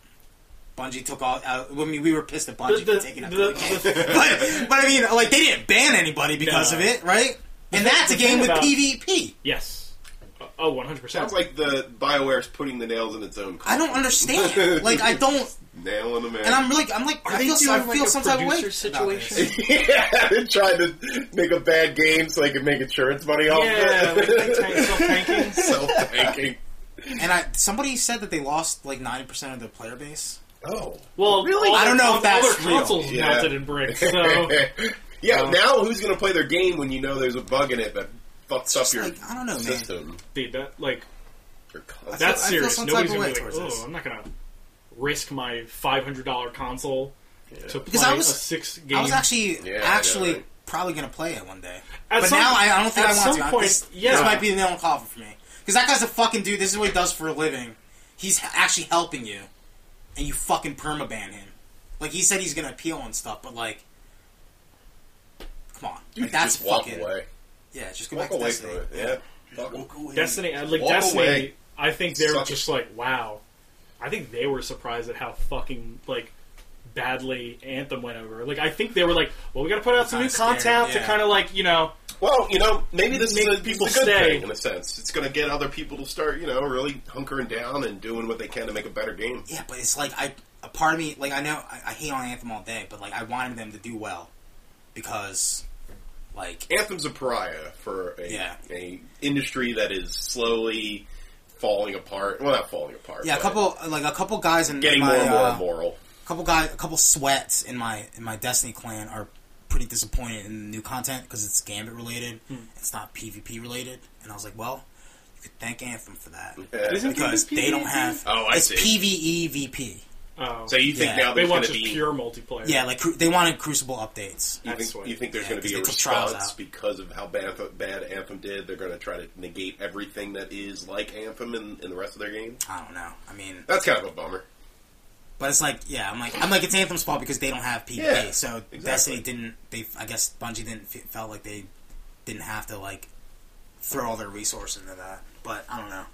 Bungie took all. out I mean, we were pissed at Bungie
The- the-
for taking out
the-
the,
[LAUGHS]
game. but, but I mean, like they didn't ban anybody because
No.
of it, right? And that's a
the thing
game with
about-
PvP.
Yes. Oh, 100 percent.
Sounds like the BioWare's putting the nails in its own
I don't understand. like I don't,
nail in the man.
and I'm like, I'm like, I
they
feel, I
doing, like,
feel
a
some type of way.
producer
about this.
situation?
[LAUGHS] yeah, they're trying to make a bad game so they can make insurance money off
[LAUGHS] Yeah,
it.
like, like tank-
[LAUGHS]
self-tanking.
Self-tanking.
And I, somebody said that they lost like ninety percent of their player base.
Oh.
Well, really,
I don't know if that's
other
real.
consoles
Yeah.
melted in bricks. So
[LAUGHS]
[LAUGHS]
yeah, now who's going to play their game when you know there's a bug in it that fucks up
It's
your
like, I don't know, man.
system?
dude, that like
Your console?
that's
I feel
serious.
some
Nobody's
type of
gonna be
way
like,
towards this.
oh, I'm not gonna risk my $500 console to play
Because I was-
a six game.
I was actually
Yeah, I know,
actually
right?
probably gonna play it one day.
At
but
some-
now I, I don't think
at
I want
some
to. I-
point,
this,
yeah.
this might be the nail in the coffin for me because that guy's a fucking dude. This is what he does for a living. He's h- actually helping you, and you fucking permaban him. Like he said, he's gonna appeal and stuff, but like, come on, like,
You
that's
just walk
fucking
away.
yeah. Just go
Walk
back to
away
Destiny.
from it. Yeah. Fuck it.
Destiny, I- like
Walk
Destiny,
away.
I think they were
Suck it.
just like, wow. I think they were surprised at how fucking like badly Anthem went over. Like, I think they were like, well, we got to put out some new
Kinda scared,
content to
yeah.
kind of like you know,
Well, you know, maybe this
Make
is a, people
people
good
stay.
thing in a sense. It's going to get other people to start, you know, really hunkering down and doing what they can to make a better game.
Yeah, but it's like I a part of me like I know I, I hate on Anthem all day, but like I wanted them to do well because like
Anthem's a pariah for a,
Yeah.
a industry that is slowly falling apart. Well, not falling apart.
yeah, a
but
couple like a couple guys in
getting
my,
more and more
uh,
immoral.
couple guys, a couple sweats in my in my Destiny clan are pretty disappointed in the new content because it's Gambit related. It's not PvP related, and I was like, well, you could thank Anthem for that
Yeah.
isn't
because
PvP?
they don't have.
Oh, I
it's E
see.
PVE VP.
Oh,
So you think
Yeah.
now
they
there's going
want
to
just
be
pure multiplayer?
Yeah, like cru- they wanted Crucible updates.
you
That's what-
think, you think there's
yeah,
going to be a
'cause they took trials
response
out.
because of how bad, bad Anthem did. They're going to try to negate everything that is like Anthem in, in the rest of their game.
I don't know. I mean,
That's kind of a bummer.
but it's like, yeah, I'm like, I'm like, it's Anthem's fault because they don't have PvP.
Yeah,
so
exactly.
Destiny didn't. They, I guess, Bungie didn't fe- felt like they didn't have to like throw all their resource into that. But I don't know.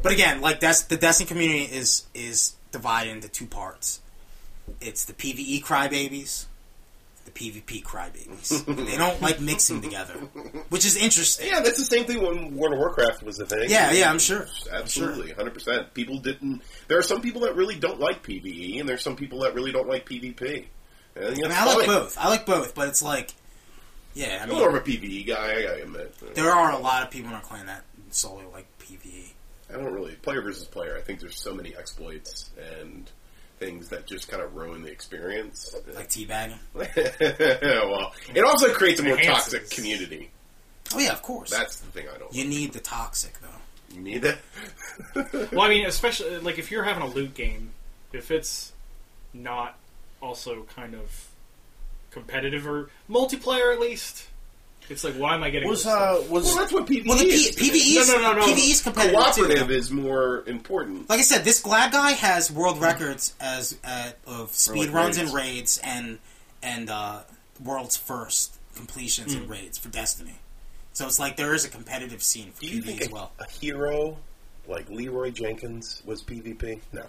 But again, like that's the Destiny community is is divided into two parts. It's the PVE E crybabies, the
[LAUGHS]
PvP crybabies. they don't like mixing together, which is interesting.
Yeah, that's the same thing when World of Warcraft was a thing.
Yeah, yeah, I'm sure.
Absolutely, hundred percent. People didn't. There are some people that really don't like
E,
PVE, and there's some people that really don't like PvP. And, you
I mean,
know, it's
I like
fine.
both. I like both, but it's like, yeah, I
I'm more
mean,
of a PVE guy. I gotta admit,
there are a lot of people in our clan that solely like E, PvE.
I don't really player versus player. I think there's so many exploits and things that just kind of ruin the experience. [LAUGHS]
like teabagging.
well, it also creates a more
Enhances.
toxic community.
Oh yeah, of course.
That's the thing I don't.
you
like.
need the toxic though.
You need [LAUGHS] that.
Well, I mean, especially like if you're having a loot game, if it's not also kind of competitive or multiplayer at least, it's like why am I getting
Was
this stuff?
uh was
Well, that's what PVE
Well, the P-
E is.
PvE is
No, no, no, no.
PvE is
E
competitive too.
Cooperative
though.
is more important.
Like I said, this glad guy has world records as uh, of speed runs and raids and and uh, world's first completions and raids for Destiny. So it's like there is a competitive scene for
Do you
PvE
think
E as
a,
well.
a hero like Leroy Jenkins was PvP? No.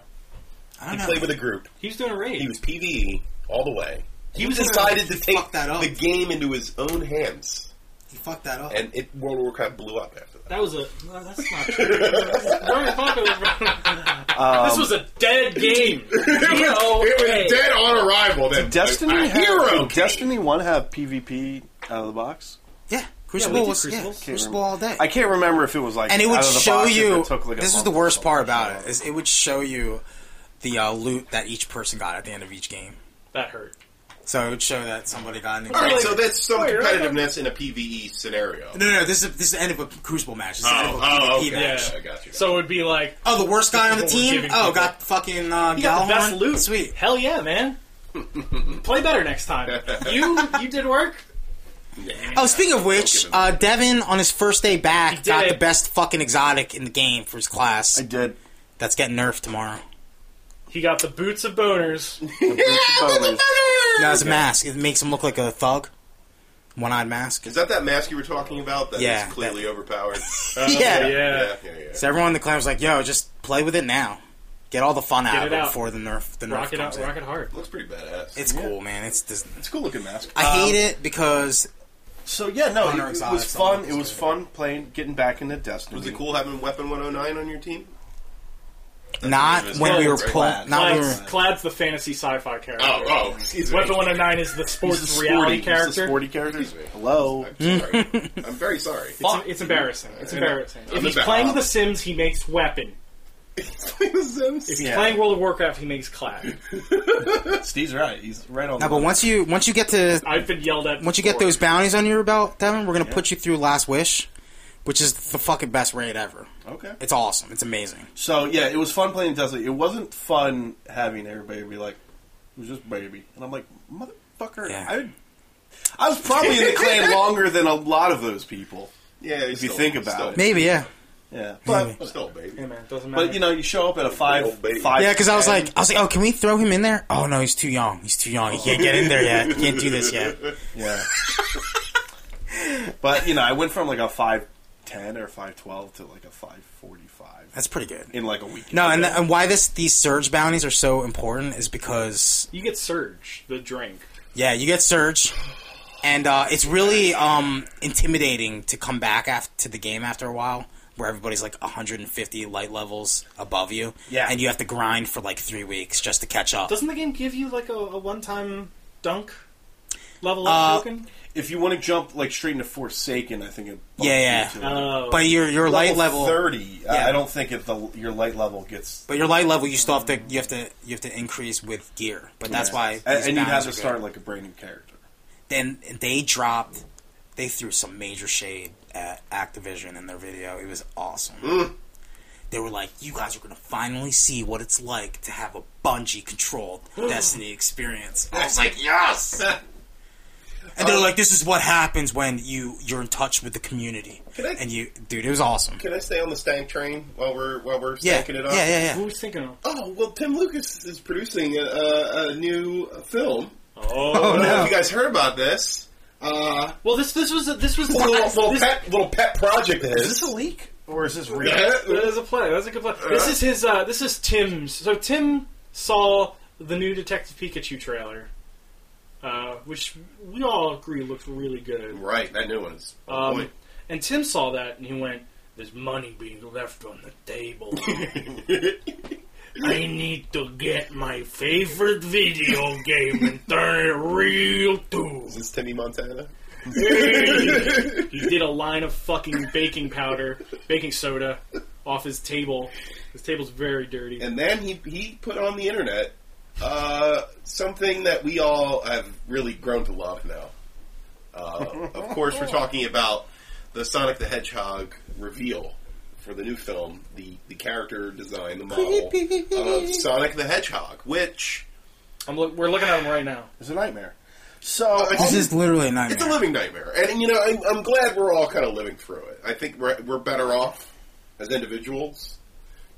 I
He
don't know.
played with a group.
He's doing a raid.
He was PvE all the way. He was
He
decided to take
fucked that up.
the game into his own hands,
he fucked that up.
and it World of Warcraft blew up after that.
that was a no, that's not true. Very popular, bro. [LAUGHS] this was a dead game.
Um, [LAUGHS] It
DOA.
was dead on arrival. Then
Destiny
a
have,
hero.
did Destiny One have PvP out of the box?
yeah,
we
Crucible
did
was
Crucibles.
yeah,
Can't
Crucible
remember.
all day.
I can't remember if it was like
and it would
out of the
show
box, if
you.
It took, like, a
this is
month
the
or
worst
something.
part about it is it would show you the uh, loot that each person got at the end of each game.
That hurt.
So it would show that somebody got an.
All right,
Like-
so that's some
Wait, right?
competitiveness in a PvE scenario.
No, no, this is this is the end of a crucible match. This is the end of a
Oh,
PvP
okay.
match.
Yeah.
I got you.
So it would be like
Oh, the worst guy on the
People were
team.
giving
Oh,
people-
got fucking uh,
you got the
Gjalmar?
best loot.
Sweet.
Hell yeah,
[LAUGHS]
man. Play better next time. You you did
[LAUGHS]
work.
Oh, speaking of which,
give him-
uh, Devin on his first day back
did
got
it.
the best fucking exotic in the game for his class.
I [LAUGHS] did.
That's getting nerfed tomorrow.
He got the boots of boners.
Boners.
No, it's a mask. It makes him look like a thug. One-eyed mask.
Is that that mask you were talking about? That is
Yeah,
clearly overpowered.
[LAUGHS] yeah.
yeah.
yeah, yeah.
So everyone in the clan was like, "Yo, just play with it now. Get all the fun out
it
of it
out.
before the nerf. The nerf
Rock it
comes
out,
in.
rock it hard.
Looks pretty badass.
It's cool, man. It's just, um,
It's a cool looking mask. Um,
I hate it because
So yeah, no,
Honor
it, it
Exotic
was fun.
Summons.
It was fun playing, getting back into Destiny.
was it cool having Weapon 109 on your team?
not
That's
when we were
Clad's, right?
pulling. Not when we
Clad's,
were.
Clad's the fantasy sci-fi character.
Oh, oh, excuse me.
Weapon 109 is the
Oh,
He's
sports
the sporty,
reality
he's the
character.
sporty character.
Excuse me.
Hello.
I'm sorry.
[LAUGHS]
I'm very sorry. [LAUGHS]
It's, it's embarrassing. It's embarrassing.
I'm
If he's
embarrassed.
playing The Sims, he makes Weapon. If he's
Yeah.
playing World of Warcraft, he makes Clad.
Steve's right. He's right on.
No, but once you once you get to
I've been yelled at.
once you get
before.
those bounties on your belt, Devin, we're gonna put you through Last Wish, which is the fucking best raid ever.
Okay.
It's awesome. It's amazing.
So yeah, it was fun playing Destiny. It wasn't fun having everybody be like, "It was just baby," and I'm like, "Motherfucker,
Yeah.
I." I was probably in the [LAUGHS] clan longer than a lot of those people.
Yeah,
If you think about it.
Maybe, yeah,
Yeah, but
Still, still, baby.
Yeah, man, doesn't matter.
but you know, you show up at a five,
old baby.
five,
yeah. Because I was
ten,
like, I was like, oh, can we throw him in there? Oh no, he's too young. He's too young. He can't get in there yet. He can't do this
[LAUGHS]
yet.
Yeah.
[LAUGHS]
but you know, I went from like a five ten or five twelve to like a five forty five
That's pretty good.
in like a week.
No, and, and why this these surge bounties are so important is because
you get Surge, the drink.
yeah, you get surge, and uh, it's really um, intimidating to come back after to the game after a while, where everybody's like 150 light levels above you,
Yeah.
and you have to grind for like three weeks just to catch up.
Doesn't the game give you like a, a one-time dunk level
Uh,
up token?
if you want to jump like straight into Forsaken, I think it. bumps
Yeah, yeah.
you to, like,
Uh,
Oh,
But your your light level,
thirty.
Yeah.
I I don't think if the your light level gets.
but your light level, you still have to you have to you have to increase with gear. But that's why
And-
these
and you
bounties
have
are
to
good.
start like a brand new character.
Then they dropped, they threw some major shade at Activision in their video. It was awesome.
Mm.
They were like, "You guys are gonna finally see what it's like to have a Bungie
[GASPS]
controlled Destiny
[LAUGHS]
experience." I was like, "Yes!" and they're like, "This is what happens when you you're in touch with the community."
Can I-
and you, dude, it was awesome.
Can I stay on the stank train while we're while we're
Yeah,
stanking
yeah,
it up?
yeah, yeah.
who's thinking of?
Oh well, Tim Lucas is producing a, a, a new film.
Oh,
I don't know if you guys heard about this. Uh,
well, this this was a, this was
little,
this,
little pet little pet project of
Is
his.
this a leak or is this real?
Yeah.
That is a play. That's a good play. This is his. Uh, this is Tim's. So Tim saw the new Detective Pikachu trailer. uh, which we all agree looks really good.
Right, that new one is. on
Um,
point.
and Tim saw that and he went, "There's money being left on the
[LAUGHS]
table. I need to get my favorite video game and turn it real too."
Is this Timmy Montana?
He did a line of fucking baking powder, baking soda, off his table. His table's very dirty.
And then he he put on the internet uh, something that we all have really grown to love now. Uh, of course, we're talking about the Sonic the Hedgehog reveal for the new film, the the character design, the model of Sonic the Hedgehog, which
I'm look, we're looking at him right now.
It's a nightmare. So
it's
This is literally a nightmare.
It's a living nightmare, and you know I'm, I'm glad we're all kind of living through it. I think we're we're better off as individuals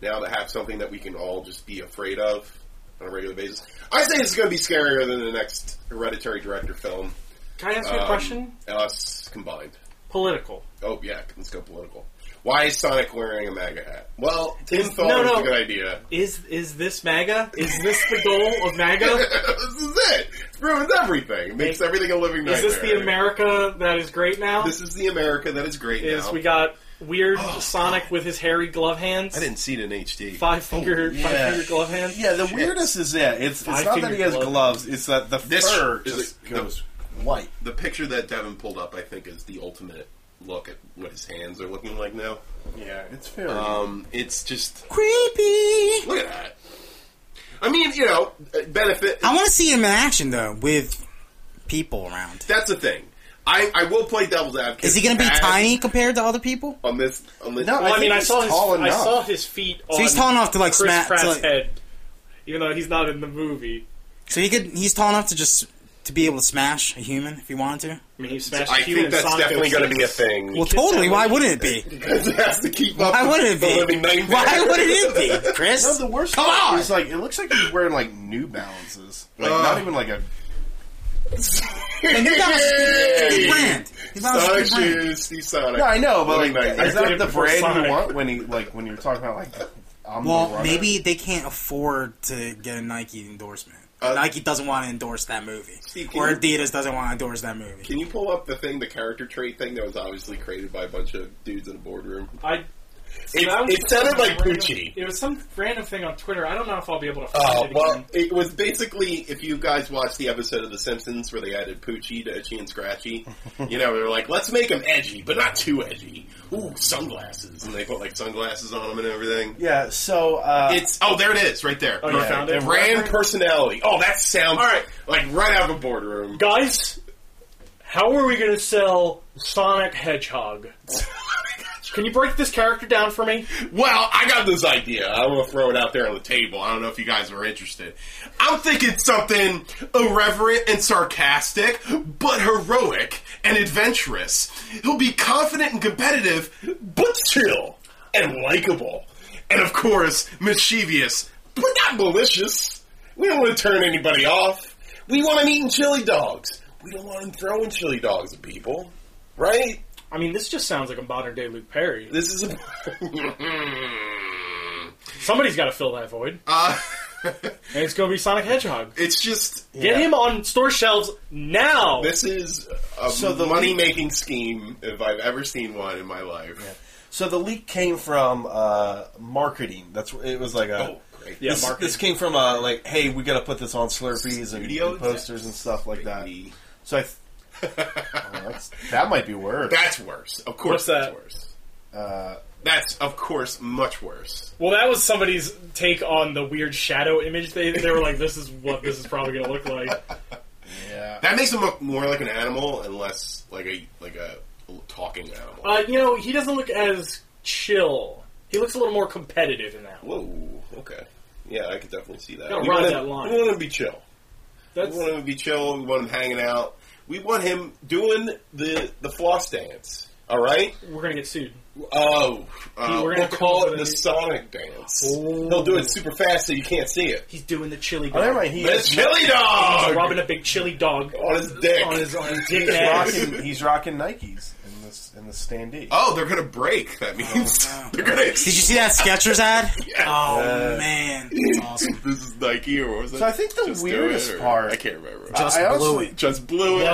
now to have something that we can all just be afraid of on a regular basis. I say it's going to be scarier than the next Hereditary director film.
Can I ask you a
Um,
question?
Us combined.
Political.
Oh yeah, let's go political. Why is Sonic wearing a MAGA hat? Well, Tim
Is-
thought
no,
it was
no.
a good idea.
Is is this MAGA? Is this the goal of
[LAUGHS]
MAGA?
this is it. It ruins everything. It makes everything a living
Is
nightmare.
this the America that is great now?
This is the America that is great
is
now.
we got weird Sonic with his hairy glove hands,
I didn't Oh, see it in HD.
five finger five
yeah.
finger glove hands.
yeah, the weirdness is that it's, it's not that
Five-finger
he has
glove.
gloves; it's that the
This
fur
is
just
a-
goes white.
the picture that Devin pulled up, I think, is the ultimate look at what his hands are looking like now.
Yeah, it's fair.
Um, it's just
creepy.
look at that. I mean, you know, benefit.
I want to see him in action though, with people around.
That's the thing. I, I will play devil's advocate.
Is he going to be
as-
tiny compared to other people?
on this? On this
No,
Well, I,
think
mean, I
he's
saw his
tall
I
enough.
saw his feet. On
So he's tall enough to like
Chris
smash.
Pratt's
To, like,
head, even though he's not in the movie.
so he could. He's tall enough to just to be able to smash a human if he wanted to.
I mean, he smashed.
I
Human
think that's definitely going to be a thing. [LAUGHS]
Well, totally. Why wouldn't it be?
because it has to keep up.
Why
with
wouldn't it
the
be?
living nightmare.
Why wouldn't it
[LAUGHS]
be,
No,
Chris?
the worst
Come
part
on!
is like it looks like he's wearing like New Balances, like
Uh.
not even like a.
And you got a
Hey!
good brand. You got a
Sonic
good brand.
shoes, Steve Sonic.
No, I know, but
Living
like,
nightmare.
is that
Did it
the
before
brand
Sonic.
you want when he like when you're talking about like? I'm the
Well,
runner?
maybe they can't afford to get a Nike endorsement.
Uh,
Nike doesn't want to endorse that movie,
Steve, can
or
you-
Adidas doesn't want to endorse that movie.
Can you pull up the thing, the character trait thing that was obviously created by a bunch of dudes in a boardroom?
I.
It,
that was
it sounded like
random-
Poochie.
It was some random thing on Twitter. I don't know if I'll be able to find
Oh
it
well,
again.
it was basically if you guys watched the episode of The Simpsons where they added Poochie to Itchy
[LAUGHS]
and Scratchy, you know they were like, let's make him edgy, but not too edgy. Ooh, sunglasses, and they put like sunglasses on him and everything.
Yeah. So uh,
It's oh, there it is, right there.
Oh, you
Perfect.
found it?
Brand personality. Oh, that sounds all right, like right out of a boardroom.
Guys, how are we going to sell Sonic Hedgehog? Can you break this character down for me?
Well, I got this idea. I'm gonna throw it out there on the table. I don't know if you guys are interested. I'm thinking something irreverent and sarcastic, but heroic and adventurous. He'll be confident and competitive, but chill and likable. And of course, mischievous, but not malicious. We don't want to turn anybody off. We want him eating chili dogs. We don't want him throwing chili dogs at people. Right?
I mean, this just sounds like a modern day Luke Perry.
This is a.
Somebody's got to fill that void.
Uh,
And it's going to be Sonic Hedgehog.
it's just
Get him on store shelves now.
this is a
So the-
money making scheme if I've ever seen one in my life.
so the leak came from uh, marketing. That's wh- it was like a.
Oh, great!
yeah,
this,
Mark.
this came from uh, like, hey, we gotta put this on Slurpees and,
Studio
and posters and stuff like that.
Maybe.
So I, th- oh, that's, that might be worse.
That's worse. Of
What's
course, that's
that?
worse.
Uh,
That's of course much worse.
Well, that was somebody's take on the weird shadow image. They, they were like, this is what this is probably going to look like.
yeah.
That makes him look more like an animal and less like a like a talking animal.
Uh, you know, he doesn't look as chill. He looks a little more competitive in that.
Whoa. Okay. Yeah, I could definitely see that.
Gotta
We
ride
want him-
that line.
We want him to be chill.
That's,
We want him to be chill. We want him hanging out. We want him doing the the floss dance. All right.
we're going to get sued.
Oh,
we're
uh,
gonna
we'll
have to
call
come up
it the
with a-
Sonic Dance.
Ooh.
He'll do it super fast so you can't see it.
He's doing the chili
Oh,
dog.
never mind. He
But it's
is
Chili Dog
He's Oh, rubbing a big chili dog
on his dick.
on his, on his
[LAUGHS]
dick
he's
ass.
rocking, he's rocking Nikes in this in the standee.
oh, they're gonna break. That means
Oh, no.
[LAUGHS] they're gonna.
Did you see that Skechers ad?
[LAUGHS] Yeah. Uh,
Oh man, that's awesome.
is this is Nike or what was that?
So I think the
Just Do
weirdest
It or-
part-
I can't remember.
Just
I
[LAUGHS]
blew
honestly-
it.
Just blew it.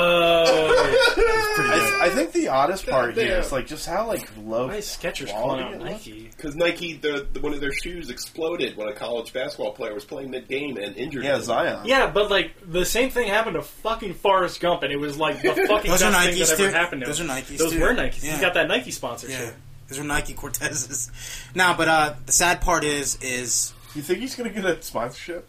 I, I think the oddest part here
damn.
is like just how like low.
Why is Skechers calling
quality
out
it was.
Nike?
Because Nike, the, the- one of their shoes exploded when a college basketball player was playing mid game and injured.
Yeah,
him.
Zion.
Yeah, but like the same thing happened to fucking Forrest Gump, and it was like the fucking
Those
best
are
thing
Nikes,
that ever
dude.
happened to
Those
him.
are Nikes,
Those
dude.
were Nikes.
Yeah.
He's got that Nike sponsorship.
Yeah, those are Nike Cortezes. Now, but uh, the sad part is, is
You think he's gonna get a sponsorship?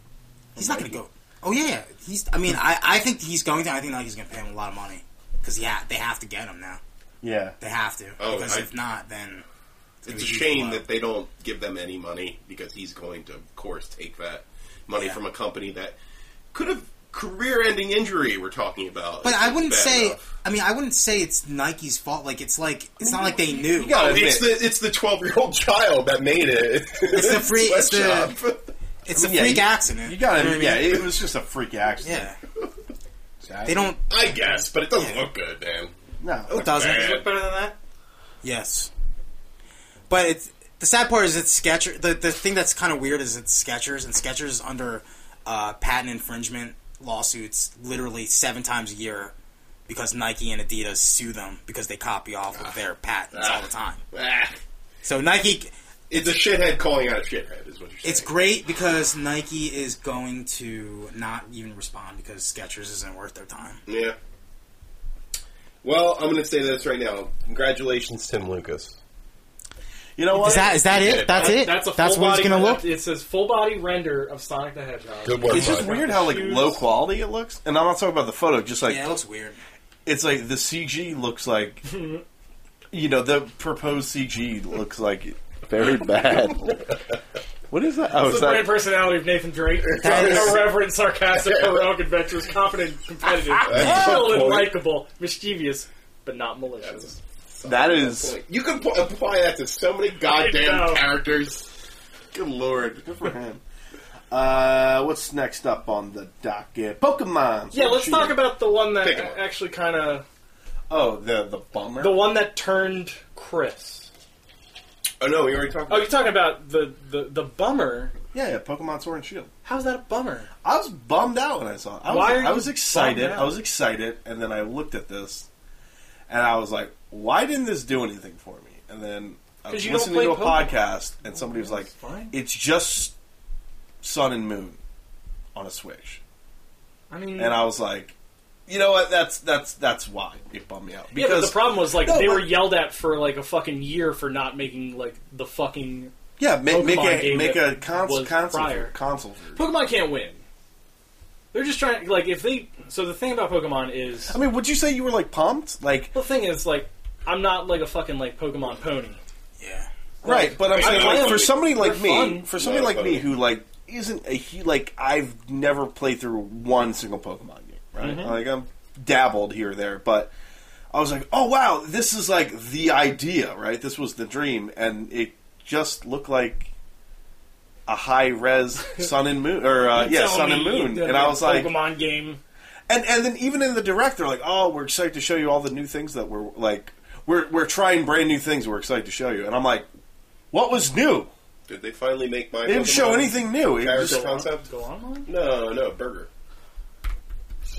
he's not going to go. Oh yeah, he's. I mean, I, I think he's going to. I think Nike's going to pay him a lot of money because yeah, they have to get him now.
Yeah.
They have to
Oh,
because
I-
if not, then
It's
It
a
was
shame
wild.
that they don't give them any money because he's going to, of course, take that money
Yeah.
from a company that could have career-ending injury. We're talking about,
But
It's
I wouldn't
bad
say.
enough.
I mean, I wouldn't say it's Nike's fault. Like it's like it's not like they knew.
Oh,
gotta
it's the
admit-
it's the twelve year old child that
[LAUGHS]
made it. It's
the free- it's the-
sweatshop.
It's a
yeah,
freak
you-
accident.
You got
know
it.
what I
Yeah,
mean?
it was just a freak accident.
yeah.
Yeah.
They don't.
I guess, but it doesn't
Yeah.
look good, man.
No.
It doesn't.
bad.
Look better than that.
Yes. But it's the sad part is it's Skechers. The the thing that's kind of weird is it's Skechers, and Skechers is under uh, patent infringement lawsuits literally seven times a year because Nike and Adidas sue them because they copy off of their patents all the time.
Ah,
So Nike,
it's a shithead calling out a shithead, is what you're saying.
it's great because Nike is going to not even respond because Skechers isn't worth their time.
Yeah. Well, I'm going to say this right now. Congratulations, Tim Lucas.
You know what?
Is that is that it? That's it.
That's a full
That's what
body.
it's gonna look.
It says full body render of Sonic the Hedgehog.
Good work.
it's just
bud.
weird how like
Shoes.
low quality it looks, and I'm not talking about the photo. Just like
Yeah, it looks weird.
it's like the CG looks like,
[LAUGHS]
you know, the proposed CG looks like [LAUGHS] very bad. what is that? Oh,
It's
is
the brand
that?
personality of Nathan Drake. Irreverent, sarcastic, heroic, adventurous, confident, competitive, chill and likable, mischievous, but not malicious.
That is.
You can po- apply that to so many
I know.
goddamn characters. Good lord.
for him. Uh, what's next up on the docket? Pokemon.
Yeah, let's talk about the one that
Pick 'em up.
actually kind of
Oh, the the bummer.
the one that turned Chris.
Oh no, we already
Oh,
talked about
you're talking about the the, the bummer.
yeah, yeah, Pokemon Sword and Shield.
How's that a bummer?
I was bummed out when I saw it. I was,
Why are
I was
you
excited.
bummed out?
I was excited, and then I looked at this, and I was like, "Why didn't this do anything for me?" And then I was
'Cause you don't
listening to a
play Pokemon.
podcast, and somebody was like,
That's fine.
"It's just Sun and Moon on a Switch,"
I mean,
and I was like, "You know what? That's that's that's why it bummed me out
yeah, but the
because
problem was like
No,
they
but-
were yelled at for like a fucking year for not making like the fucking
yeah, make,
Pokemon
make a
game
make a
that
cons-
was
console
prior.
console." version.
Pokemon can't win. They're just trying like if they. So the thing about Pokemon is
I mean, would you say you were like pumped? Like,
the thing is like I'm not like a fucking like Pokemon pony.
Yeah.
Right, but I'm
I
saying
play
like,
them.
for somebody like
They're
me,
fun.
for somebody
They're
like me
fun.
who like isn't a hu- like I've never played through one single Pokemon game, right? Like I'm dabbled here or there, but I was like, oh wow, this is like the idea, right? This was the dream, and it just looked like a high res Sun and Moon, or uh, yeah,
Tell
Sun
me
and Moon,
the-
and I
the
was like,
Pokemon game.
and and then even in the direct, they're like, "Oh, we're excited to show you all the new things that we're like, we're we're trying brand new things. We're excited to show you." And I'm like, "What was new?
Did they finally make my
Oh. They didn't show anything new. It
character
was just,
concept?
Go on, Mike.
No, no, burger.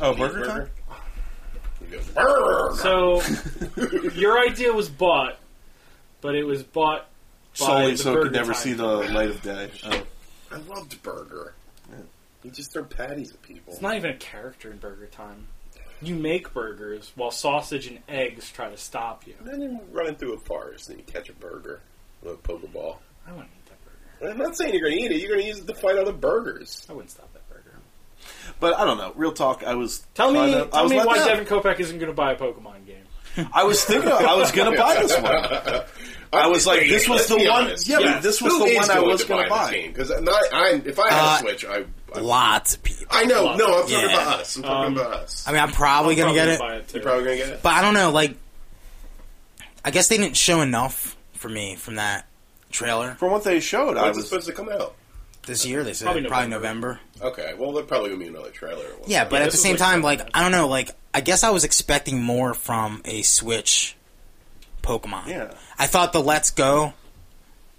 oh, Burger Time.
He goes, burger.
So your idea was bought, but it was bought by
Solely
the
so it
Burger
could never
Time.
see the light
[LAUGHS]
of day. Oh.
I loved burger. He just threw patties at people.
It's not even a character in Burger Time. You make burgers while sausage and eggs try to stop you.
Then you're running through a forest and you catch a burger, a little pokeball.
I wouldn't eat that burger.
And I'm not saying you're going to eat it. You're going to use it to fight other burgers.
I wouldn't stop that burger.
But I don't know. Real talk. I was
Tell me,
kinda- I
tell
was
me
let
why
down.
Devin Kopeck isn't going to buy a Pokemon game.
I was thinking I was going to buy this
[LAUGHS]
one. I was like, this was
Let's
the
be
one.
honest.
Yeah,
Yeah.
but this was
Who
the
is
one I
going
was going to
this
buy.
game? Because I, if I had
Uh,
a Switch, I, I,
Lots of people.
I know. No, I'm
Yeah.
talking
Um,
about us. I'm talking about us.
I mean, I'm probably gonna
Probably
get it.
buy it too.
You're probably going to get it.
But I don't know, like, I guess they didn't show enough for me from that trailer
From what they showed, I
When's it
was
supposed to come out?
this year. They said
Probably
probably,
November.
November.
Okay, well, there's probably going to be another trailer. or
Yeah, but at
this
the
was,
same
like,
time, like,
September.
I don't know, like, I guess I was expecting more from a Switch Pokemon.
Yeah.
I thought the Let's Go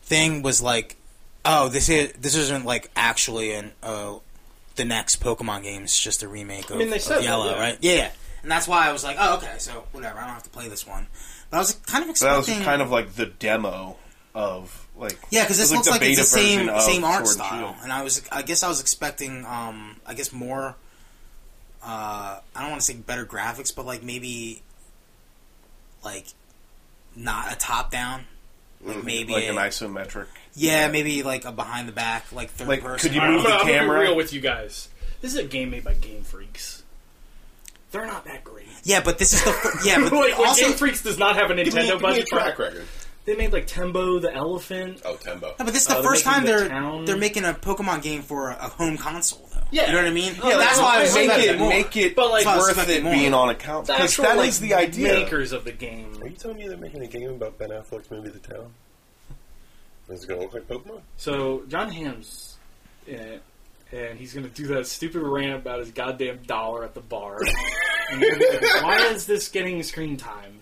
thing was like oh, this is this isn't like actually an uh, the next Pokemon game. It's just a remake of,
mean, they
of
said that,
Yellow,
yeah.
right? Yeah, yeah. And that's why I was like, oh, okay, so whatever. I don't have to play this one. But I was kind of
That was
expecting.
kind of like the demo of like
Yeah, because this
it was
looks like it's
beta
the same
version of
same art
Sword and
style,
Shield.
and I was I guess I was expecting um I guess more. Uh, I don't want to say better graphics, but like maybe, like, not a top down. Like maybe
like an
a-
isometric.
yeah, maybe like a behind the back, like third
Like,
person.
could you
I'm
move
gonna-
the
I'm gonna
camera?
Be real with you guys. This is a game made by Game Freaks. They're not that great.
yeah, but this is the fir-
[LAUGHS]
yeah,
[LAUGHS]
but
like, when
also
Game Freaks does not have a
Give me,
Nintendo
give me a
budget.
track record.
They made like Tembo the Elephant.
Oh, Tembo.
No, but this is the
Oh, they're
first
making
time
the
they're
town-
they're making a Pokemon game for a, a home console, though.
Yeah.
you know what I mean.
Yeah,
that's
like,
why I was
Oh, make
expecting
it
more.
make it
But, like,
That's why I was
worth it
expecting
being
more.
on account
The
because
actual,
that
like,
is the idea.
Makers of the game.
Are you telling me they're making a game about Ben Affleck's movie The Town? Is it going to look like Pokemon?
So John Hamm's in it, and he's gonna do that stupid rant about his goddamn dollar at the
[LAUGHS]
bar. And you're gonna be like, Why is this getting screen time?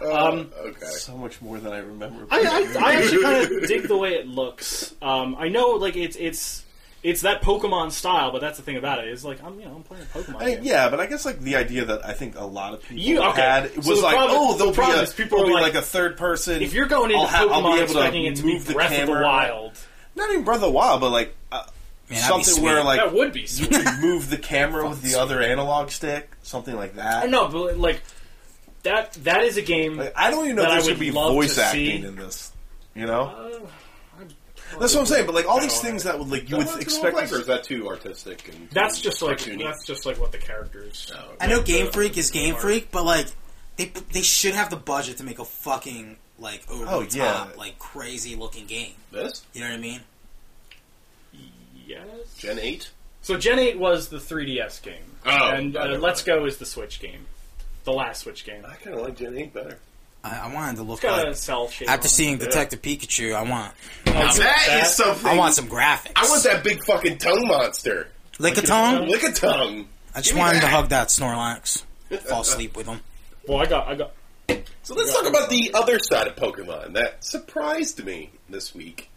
Uh,
Um,
Okay.
So much more than I remember.
I, I, I actually kind
[LAUGHS]
of dig the way it looks. Um, I know, like it's it's it's that Pokemon style, but that's the thing about it is like I'm you know I'm playing a Pokemon.
I
game.
mean, yeah, but I guess like the idea that I think a lot of people
You- okay.
had was
So the
like,
problem-
oh,
the
there'll be
problem
a,
is people
there'll
are
be
like,
like, a third person.
If you're going into
I'll ha- I'll be
Pokemon
able
expecting it to be
move the
Breath of
camera.
the Wild,
not even Breath of the Wild, but like uh,
Man, that'd be
something where
sweet.
like
that would be.
you [LAUGHS]
Sweet.
could move the camera with the other analog stick, something like that.
no, but like that that is a game.
Like, I don't even know
That I
if there's
would
going to be
love
voice
to
acting
see.
in this. You know,
Uh,
that's what I'm saying. But like all these
don't
things that would like you
What's
would
it gonna look
expect.
like, or is that too artistic? And too
that's just like
cartoony?
that's just like what the characters.
Oh, okay.
I know Game Freak is Game Freak, but like they they should have the budget to make a fucking like over
Oh,
the
yeah.
top like crazy looking game.
This
You know what I mean?
Yes.
Gen Eight.
So Gen Eight was the 3DS game,
Oh,
and
I
uh,
don't
Let's
know.
Go is the Switch game, the last Switch game.
I kind of like Gen Eight better.
I, I wanted to
It's
look
got a
like
cell shape. on
after
it.
seeing Detective Pikachu, I want
Now that
that-
is something.
I want some graphics.
I want that big fucking tongue monster.
lick a tongue.
Lick a tongue.
I
Give
just
me
wanted to
that.
hug that
[LAUGHS]
Snorlax, fall asleep with him.
well, I got, I got.
So let's talk about the other side of Pokemon that surprised me this week.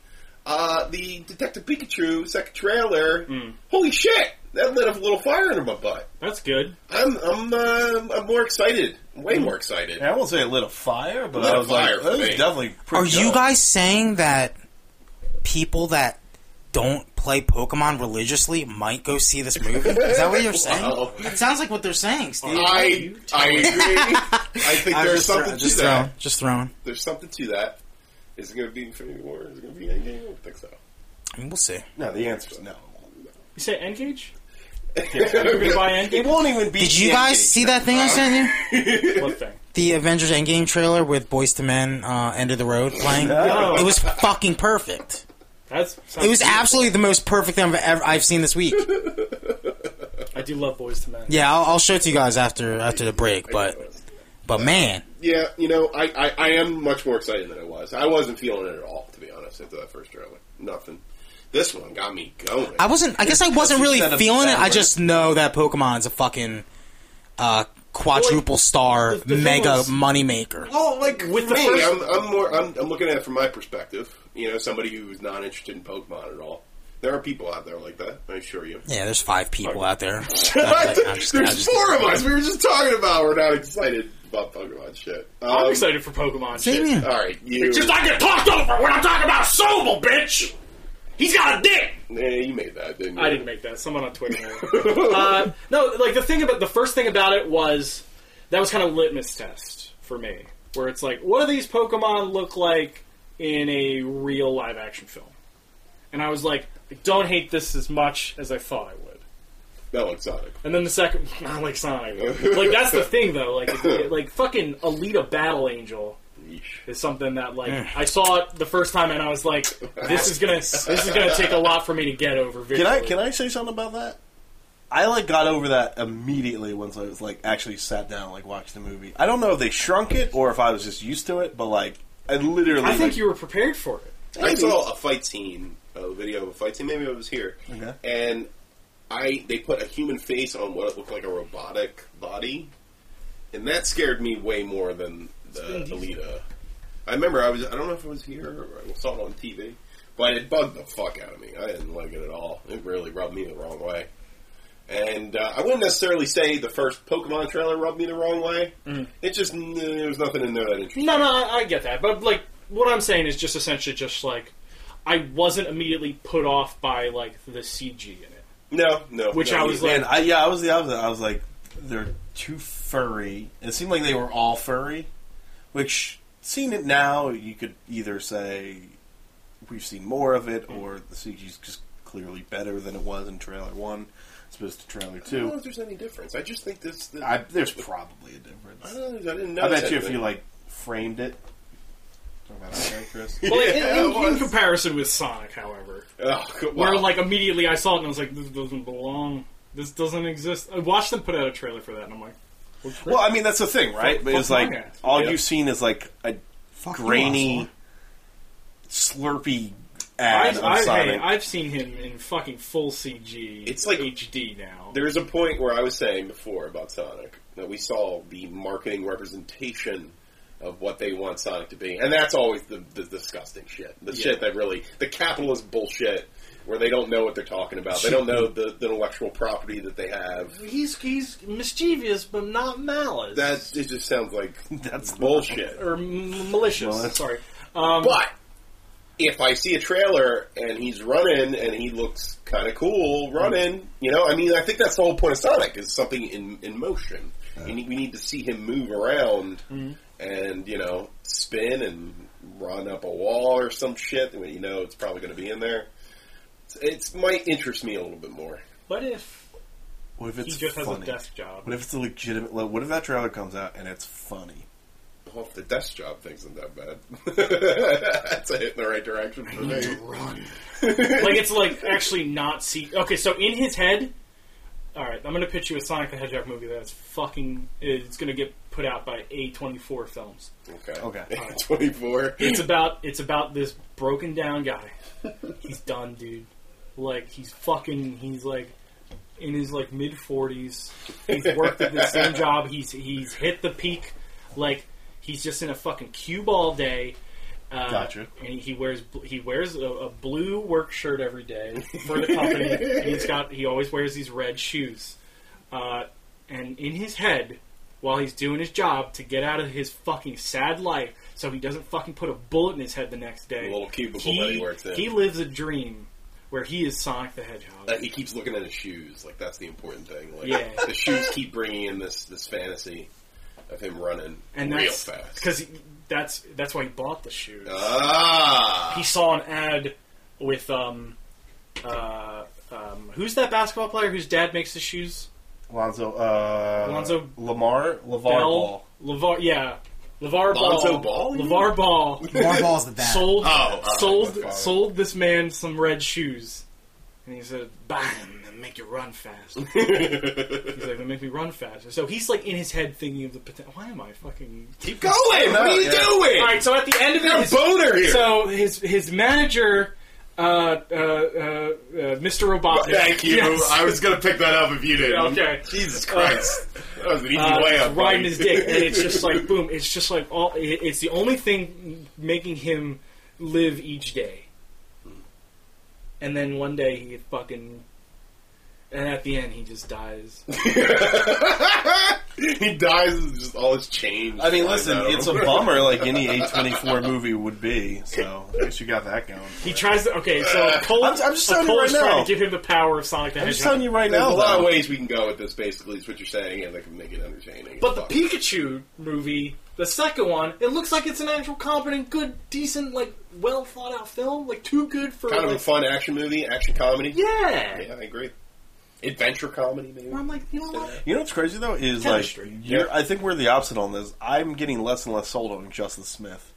Uh, the Detective Pikachu second trailer. Holy shit! That lit a little fire under my butt.
That's good.
I'm I'm uh, I'm more excited. Way more excited.
Yeah, I won't say it lit a fire, but
Lit
I
a
was
fire
like,
for
that was
me.
definitely.
Are
Pretty
you
good.
guys saying that people that don't play Pokemon religiously might go see this movie? Is that what you're saying?
[LAUGHS] Wow.
That sounds like what they're saying, Steve.
I I agree. I think
I'm
there's
just thro-
something
just
to
throwing,
that.
just throwing.
There's something to that. Is it going to be Infinity War? Is it going to be Endgame? I don't think so.
I mean, we'll see.
No, the answer's no.
You say
[LAUGHS]
Engage? You're gonna buy
It
Engage?
won't even be.
Did you
the
guys
ending.
see that thing I sent you?
what thing?
The Avengers Endgame trailer with Boys to Men, uh, End of the Road playing.
No.
It was fucking perfect.
That's
It was
absolutely.
absolutely the most perfect thing I've ever I've seen this week.
I do love Boys to Men.
Yeah, I'll, I'll show it to you guys after after the break. But but man,
Yeah, you know, I, I, I am much more excited than I was. I wasn't feeling it at all, to be honest, after that first trailer. Nothing. This one got me going.
I wasn't. I guess I wasn't really
instead of
feeling it. I
Batman.
just know that Pokemon's a fucking uh, quadruple star
the thing
mega
was-
moneymaker.
Well, like
With the
Hey,
first,
I'm, I'm more. I'm, I'm looking at it from my perspective. You know, somebody who's not interested in Pokemon at all. There are people out there like that. I
[LAUGHS]
assure you.
Yeah, there's five people out there. I'm
There's
just- I'm just-
four of us. We were just talking about we're not excited about Pokemon shit. Um,
I'm excited for Pokemon. Shit.
Same here.
All right, you.
Just I get talked over when I'm talking about Sobel, bitch. He's got a dick.
Yeah, eh, you made that, didn't you?
I didn't make that. Someone on Twitter. made
[LAUGHS]
it. uh, no, like the thing about the first thing about it was that was kind of a litmus test for me, where it's like, what do these Pokemon look like in a real live action film? And I was like, I don't hate this as much as I thought I would.
That looks exotic.
And then the second, [LAUGHS] I like Sonic. Like that's the thing though. Like it- it- like fucking Alita Battle Angel is something that like I saw it the first time and I was like, this is gonna this is gonna take a lot for me to get over. Visually.
Can I can I say something about that? I like got over that immediately once I was like actually sat down and, like watched the movie. I don't know if they shrunk it or if I was just used to it, but like I literally
I think
like,
you were prepared for it.
I saw a fight scene, a video of a fight scene. Maybe it was here,
Okay.
and I they put a human face on what looked like a robotic body, and that scared me way more than the Alita. I remember I was I don't know if it was here or I saw it on TV, But it bugged the fuck out of me. I didn't like it at all. It really rubbed me the wrong way. And uh, I wouldn't necessarily say the first Pokemon trailer rubbed me the wrong way.
Mm.
It just n- there was nothing in there that interested.
No, no, I, I get that, but like what I'm saying is just essentially just like I wasn't immediately put off by like the CG in it,
No, no.
which
no,
I was like,
And I, yeah, I was the opposite. I was like, they're too furry. It seemed like they were all furry, which seeing it now, you could either say we've seen more of it, or the CG's just clearly better than it was in trailer one, as opposed to trailer
I don't know
two.
if there's any difference. I just think this. The, I,
I, there's probably a difference.
don't know, I didn't know.
I bet you if you like framed it. Talk about that, right, Chris.
[LAUGHS] well, in-
yeah,
in,
it
in
was.
comparison with Sonic, however,
oh, good-
where
wow.
like immediately I saw it and I was like, this doesn't belong, this doesn't exist. I watched them put out a trailer for that, and I'm like,
Well, I mean that's the thing, right?
Fuck-
But it's
fuck
like
my ass.
all
Yeah.
you've seen is like a grainy, slurpy ad of
I, I, hey,
Sonic.
I've seen him in fucking full CG.
It's like-
HD now.
There's a point where I was saying before about Sonic that we saw the marketing representation of what they want Sonic to be, and that's always the, the disgusting shit. The shit that really the capitalist bullshit where they don't know what they're talking about. They don't know the, the intellectual property that they have.
He's he's mischievous, but not malice
That it just sounds like
That's
bullshit.
or m- malicious.
Malice.
Sorry.
But if I see a trailer and he's running and he looks kind of cool running, you know, I mean, I think that's the whole point of Sonic is something in in motion. You need, we need to see him move around and you know spin and run up a wall or some shit. When you know it's probably going to be in there. It's, it's might interest me a little bit more.
What if
What if
he
it's
just has
funny?
a desk job?
What if it's a legitimate? Like, what if that trailer comes out and it's funny?
Well, if the desk job thing isn't that bad, [LAUGHS] that's a hit in the right direction for me. [LAUGHS]
like it's like actually not see. Okay, so in his head. All right, I'm gonna pitch you a Sonic the Hedgehog movie that's fucking. It's gonna get put out by A24 Films.
Okay,
Okay.
twenty four.
It's about it's about this broken down guy. He's done, dude. Like he's fucking. He's like in his like mid forties. He's worked at the same job. He's he's hit the peak. Like he's just in a fucking cube all day. Uh,
Gotcha.
And he wears bl- he wears a, a blue work shirt every day for the company. and he's got he always wears these red shoes. Uh, and in his head, while he's doing his job to get out of his fucking sad life, so he doesn't fucking put a bullet in his head the next day.
The little cubicle
he,
that he works in.
he lives a dream where he is Sonic the Hedgehog.
Like he keeps looking at his shoes. Like that's the important thing. Like
Yeah.
the shoes keep bringing in this this fantasy of him running
and
real
that's
fast. Uh.
because that's that's why he bought the shoes.
Ah,
he saw an ad with um, uh, um, who's that basketball player whose dad makes the shoes?
Lonzo. Uh,
Lonzo-
Lamar. Lavar
Bell,
Ball.
Levar, yeah, Levar Ball,
Lonzo Ball, you
Levar Ball
Marbal's the bad.
sold
Oh, oh,
sold
that's fine.
sold this man some red shoes, and he said, "Buy them and make you run
[LAUGHS]
fast." he's like, "They make me run faster." So he's like in his head thinking of the potential. Why am I fucking?
keep going! What are you doing?
All right, so at the end of it,
You're a
his-
boner here.
So his his manager, uh, uh, uh, uh, Mr. Robotnik.
Thank you.
Yes.
I was gonna pick
[LAUGHS]
that up if you didn't.
okay.
Jesus Christ. that was an easy
Uh,
way
it's
up.
riding
buddy.
his dick, and it's just like boom. It's just like all. It, it's the only thing making him live each day. And then one day he fucking, and at the end he just dies.
[LAUGHS] he dies and just all his change.
I mean, listen,
know. [LAUGHS]
it's a bummer. Like any A24 movie would be. So I guess you got that going.
He tries to. Okay, so Cole,
I'm- I'm just
so
telling you
Cole's
right
trying
now.
to give him the power of Sonic the
I'm
Hedgehog.
just telling you right
There's
now.
a lot of
though.
ways we can go with this. Basically, is what you're saying, and I can make it entertaining.
But the
Fuck.
Pikachu movie, the second one, it looks like it's an actual competent, good, decent, like well thought out film, like too good for
kind of a
like,
fun action movie, action comedy.
yeah.
yeah, I agree. Adventure comedy, maybe.
Where I'm like, you know what?
You know what's crazy though is
Chemistry.
like you're, I think we're the opposite on this. I'm getting less and less sold on Justin Smith.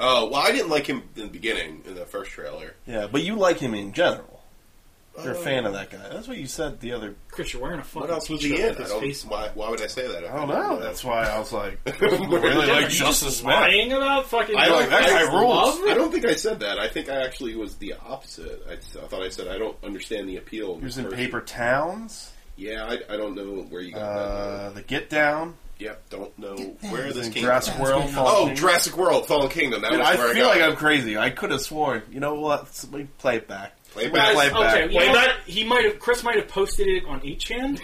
Oh well, I didn't like him in the beginning in the first trailer.
Yeah, but you like him in general. You're a fan of that guy. That's what you said the other.
Chris, you're wearing a fucking
What else was
t-shirt
he in?
with
I
his
don't-
face
why, why would I say that? if
I don't
didn't
know. That's why I was [LAUGHS] like,
really
Yeah,
like
but you
Justin
just
Smith.
lying about fucking.
I like that
guy
love
rules.
it?
I don't think I said that. I think I actually was the opposite. I, s- I thought I said I don't understand the appeal. of
He was
this
in
person."
Paper Towns,
Yeah, I, I don't know where you got
uh, The Get Down.
Yep, don't know where this came
Jurassic
from.
World. Fallen
Oh,
Kingdom.
Jurassic World, Fallen Kingdom. That
Dude,
was
I
where I
feel
got
like I'm crazy. I could have sworn. You know what? Somebody play it back.
Play it
Somebody
back.
Play it
Okay,
back.
you know
back.
what? He might have Chris might have posted it on 8chan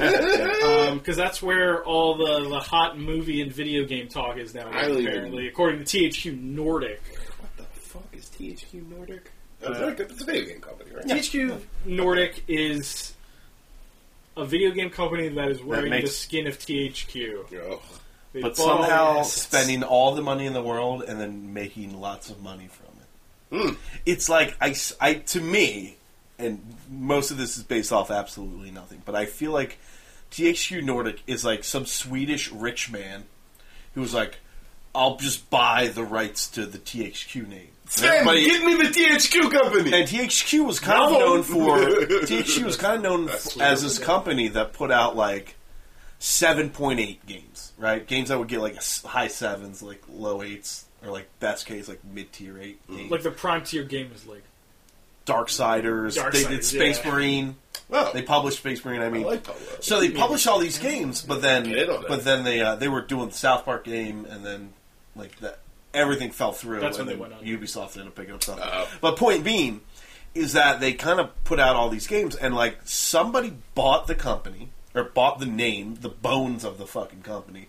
because that's where all the, the hot movie and video game talk is now.
I don't even-
Apparently, according to THQ Nordic,
What the fuck is THQ Nordic?
Uh,
Oh, it's like- it's a video game company, right?
THQ Nordic is a video game company that is wearing
makes-
the skin of THQ.
Oh,
They
But
bought all the
somehow
assets.
spending all the money in the world and then making lots of money from it. It's like I, s- I- to me, and most of this is based off absolutely nothing. But I feel like THQ Nordic is like some Swedish rich man who was like, "I'll just buy the rights to the THQ name." And
Sam,
everybody-
give me the THQ company.
And THQ was kind of
No.
known for THQ was kind of known f- as this company that put out like seven point eight games, right? Games that would get like s- high sevens, like low eights, or like best case like mid tier eight. games.
like the prime tier game is like
Darksiders, they did
Darksiders,
Space
yeah.
Marine.
Oh.
[LAUGHS] They published Space Marine. I mean,
like Polo.
so they published all these games, but then
Get on it.
but then they uh, they were doing the South Park game, and then like that everything fell through.
That's
and
when they
then
went on.
Ubisoft ended up picking up something.
Oh.
But point being is that they kind of put out all these games, and like somebody bought the company or bought the name, the bones of the fucking company.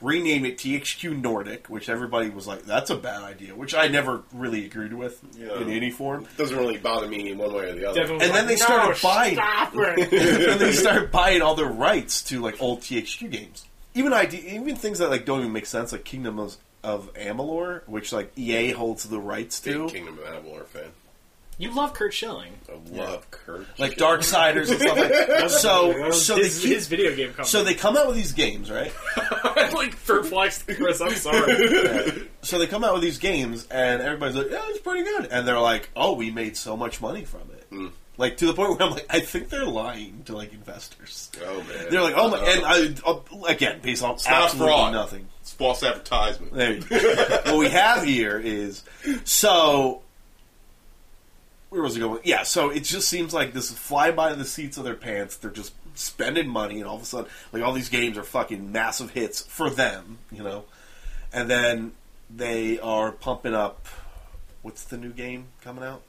Renamed it THQ Nordic, which everybody was like, "That's a bad idea," which I never really agreed with
Yeah.
in any form.
doesn't really bother me in one way or the other.
Devin was
And then
like,
they started
"No,
buying-
Stop it.
and they start buying all their rights to like old THQ games, even ID, even things that like don't even make sense, like Kingdom of, of Amalur, which like EA holds the rights
Big
to,
Kingdom of Amalur fan.
You love Kurt Schilling.
I love Kurt.
like
Schilling.
Darksiders and stuff like that.
[LAUGHS]
So,
That was
so they
his,
keep,
his video game company.
so they come out with these games, right?
[LAUGHS] like third flags to Chris. I'm
[LAUGHS]
sorry.
So they come out with these games, and everybody's like, "Yeah, it's pretty good," and they're like, "Oh, we made so much money from it."
Hmm.
Like to the point where I'm like, I think they're lying to like investors.
Oh man,
They're like, "Oh my!"
Uh,
And I, uh, again, based on
not
absolutely
fraud.
nothing.
It's false advertisement.
There you go. what we have here is so. Where was it going? Yeah, so it just seems like this fly by the seats of their pants. They're just spending money, and all of a sudden, like all these games are fucking massive hits for them, you know. And then they are pumping up. What's the new game coming out?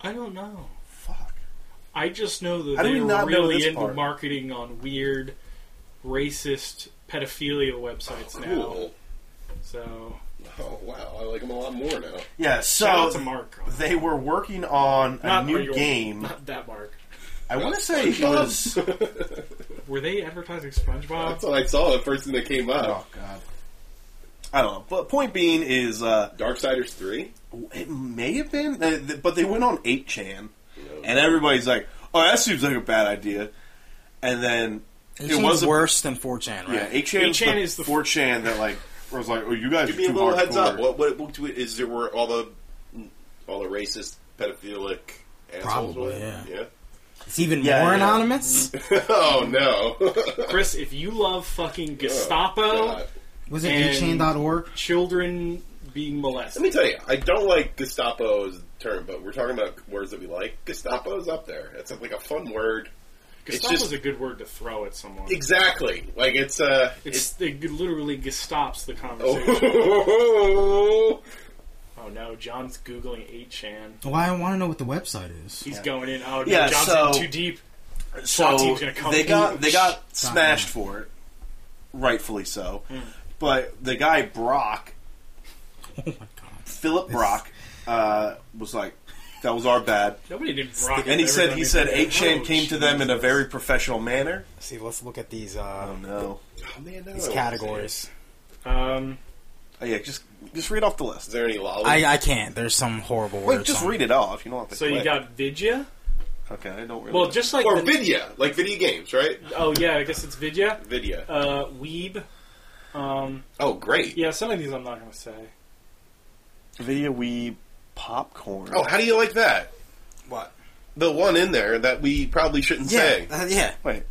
I don't know.
Fuck.
I just know that
How do
they're
we not know
really
this
into
part?
marketing on weird, racist, pedophilia websites now.
cool.
So
Oh wow, I like him a lot more now.
Yeah,
shout out
so
to Mark.
they were working on a
Not
new
Mark,
game.
Not that Mark.
I want to say it
[LAUGHS]
was.
Were they advertising
That's
[LAUGHS]
SpongeBob?
what I saw the first thing that came up.
Oh god. I don't know. But point being is uh
Darksiders three.
it may have been uh, th- but they went on 8chan and everybody's like, "Oh, that seems like a bad idea." And then it was a-
worse than 4chan, right?
yeah, 8chan,
8chan
is
is
the
the-
4chan that like was like, "Oh, you guys
Give
are
me a
too
little heads
hardcore."
up. What what, what do it, is there were all the all the racist, pedophilic assholes?
Probably,
with?
yeah.
yeah. [LAUGHS]
It's even
Yeah, Mm-hmm.
more
yeah.
anonymous.
Oh no. [LAUGHS]
Chris, if you love fucking Gestapo,
God.
Was it
And-
8chan.org?
children being molested.
Let me tell you, I don't like Gestapo as a term, but we're talking about words that we like. Gestapo is up there. It's like a fun word.
Gestapo's
just-
a good word to throw at someone.
Exactly. Like it's uh it's,
It's, it literally Gestapo's the
[LAUGHS]
conversation.
oh.
Oh, no, John's googling 8chan.
Well, I want to know what the website is.
He's going in. Oh, no,
Yeah,
John's
so-
in too deep. SWAT
So
team's gonna come
they
in.
got they got
Stop
smashed
that.
for it. Rightfully so.
Hmm.
But the guy Brock
Oh my god.
Philip Brock uh, was like, "That was our bad."
[LAUGHS] Nobody did rock.
And he said he said 8chan came to them in a very professional manner.
See, let's look at these
Oh
uh,
no.
oh man, no.
these categories.
Um,
Oh, yeah, just just read off the list.
Is there any lolly?
I, I can't. There's some horrible
Wait,
words.
just
on
read it off. You don't have to.
so you
click.
got Vidya.
okay. I don't really.
Well, just like
or
the-
Vidya, like video games, right?
oh yeah, I guess it's Vidya.
Vidya.
Uh, Weeb. Um,
oh, great.
yeah, some of these I'm not gonna say.
via we popcorn.
Oh, how do you like that?
What?
The one in there that we probably shouldn't
Yeah,
say.
uh, yeah.
wait,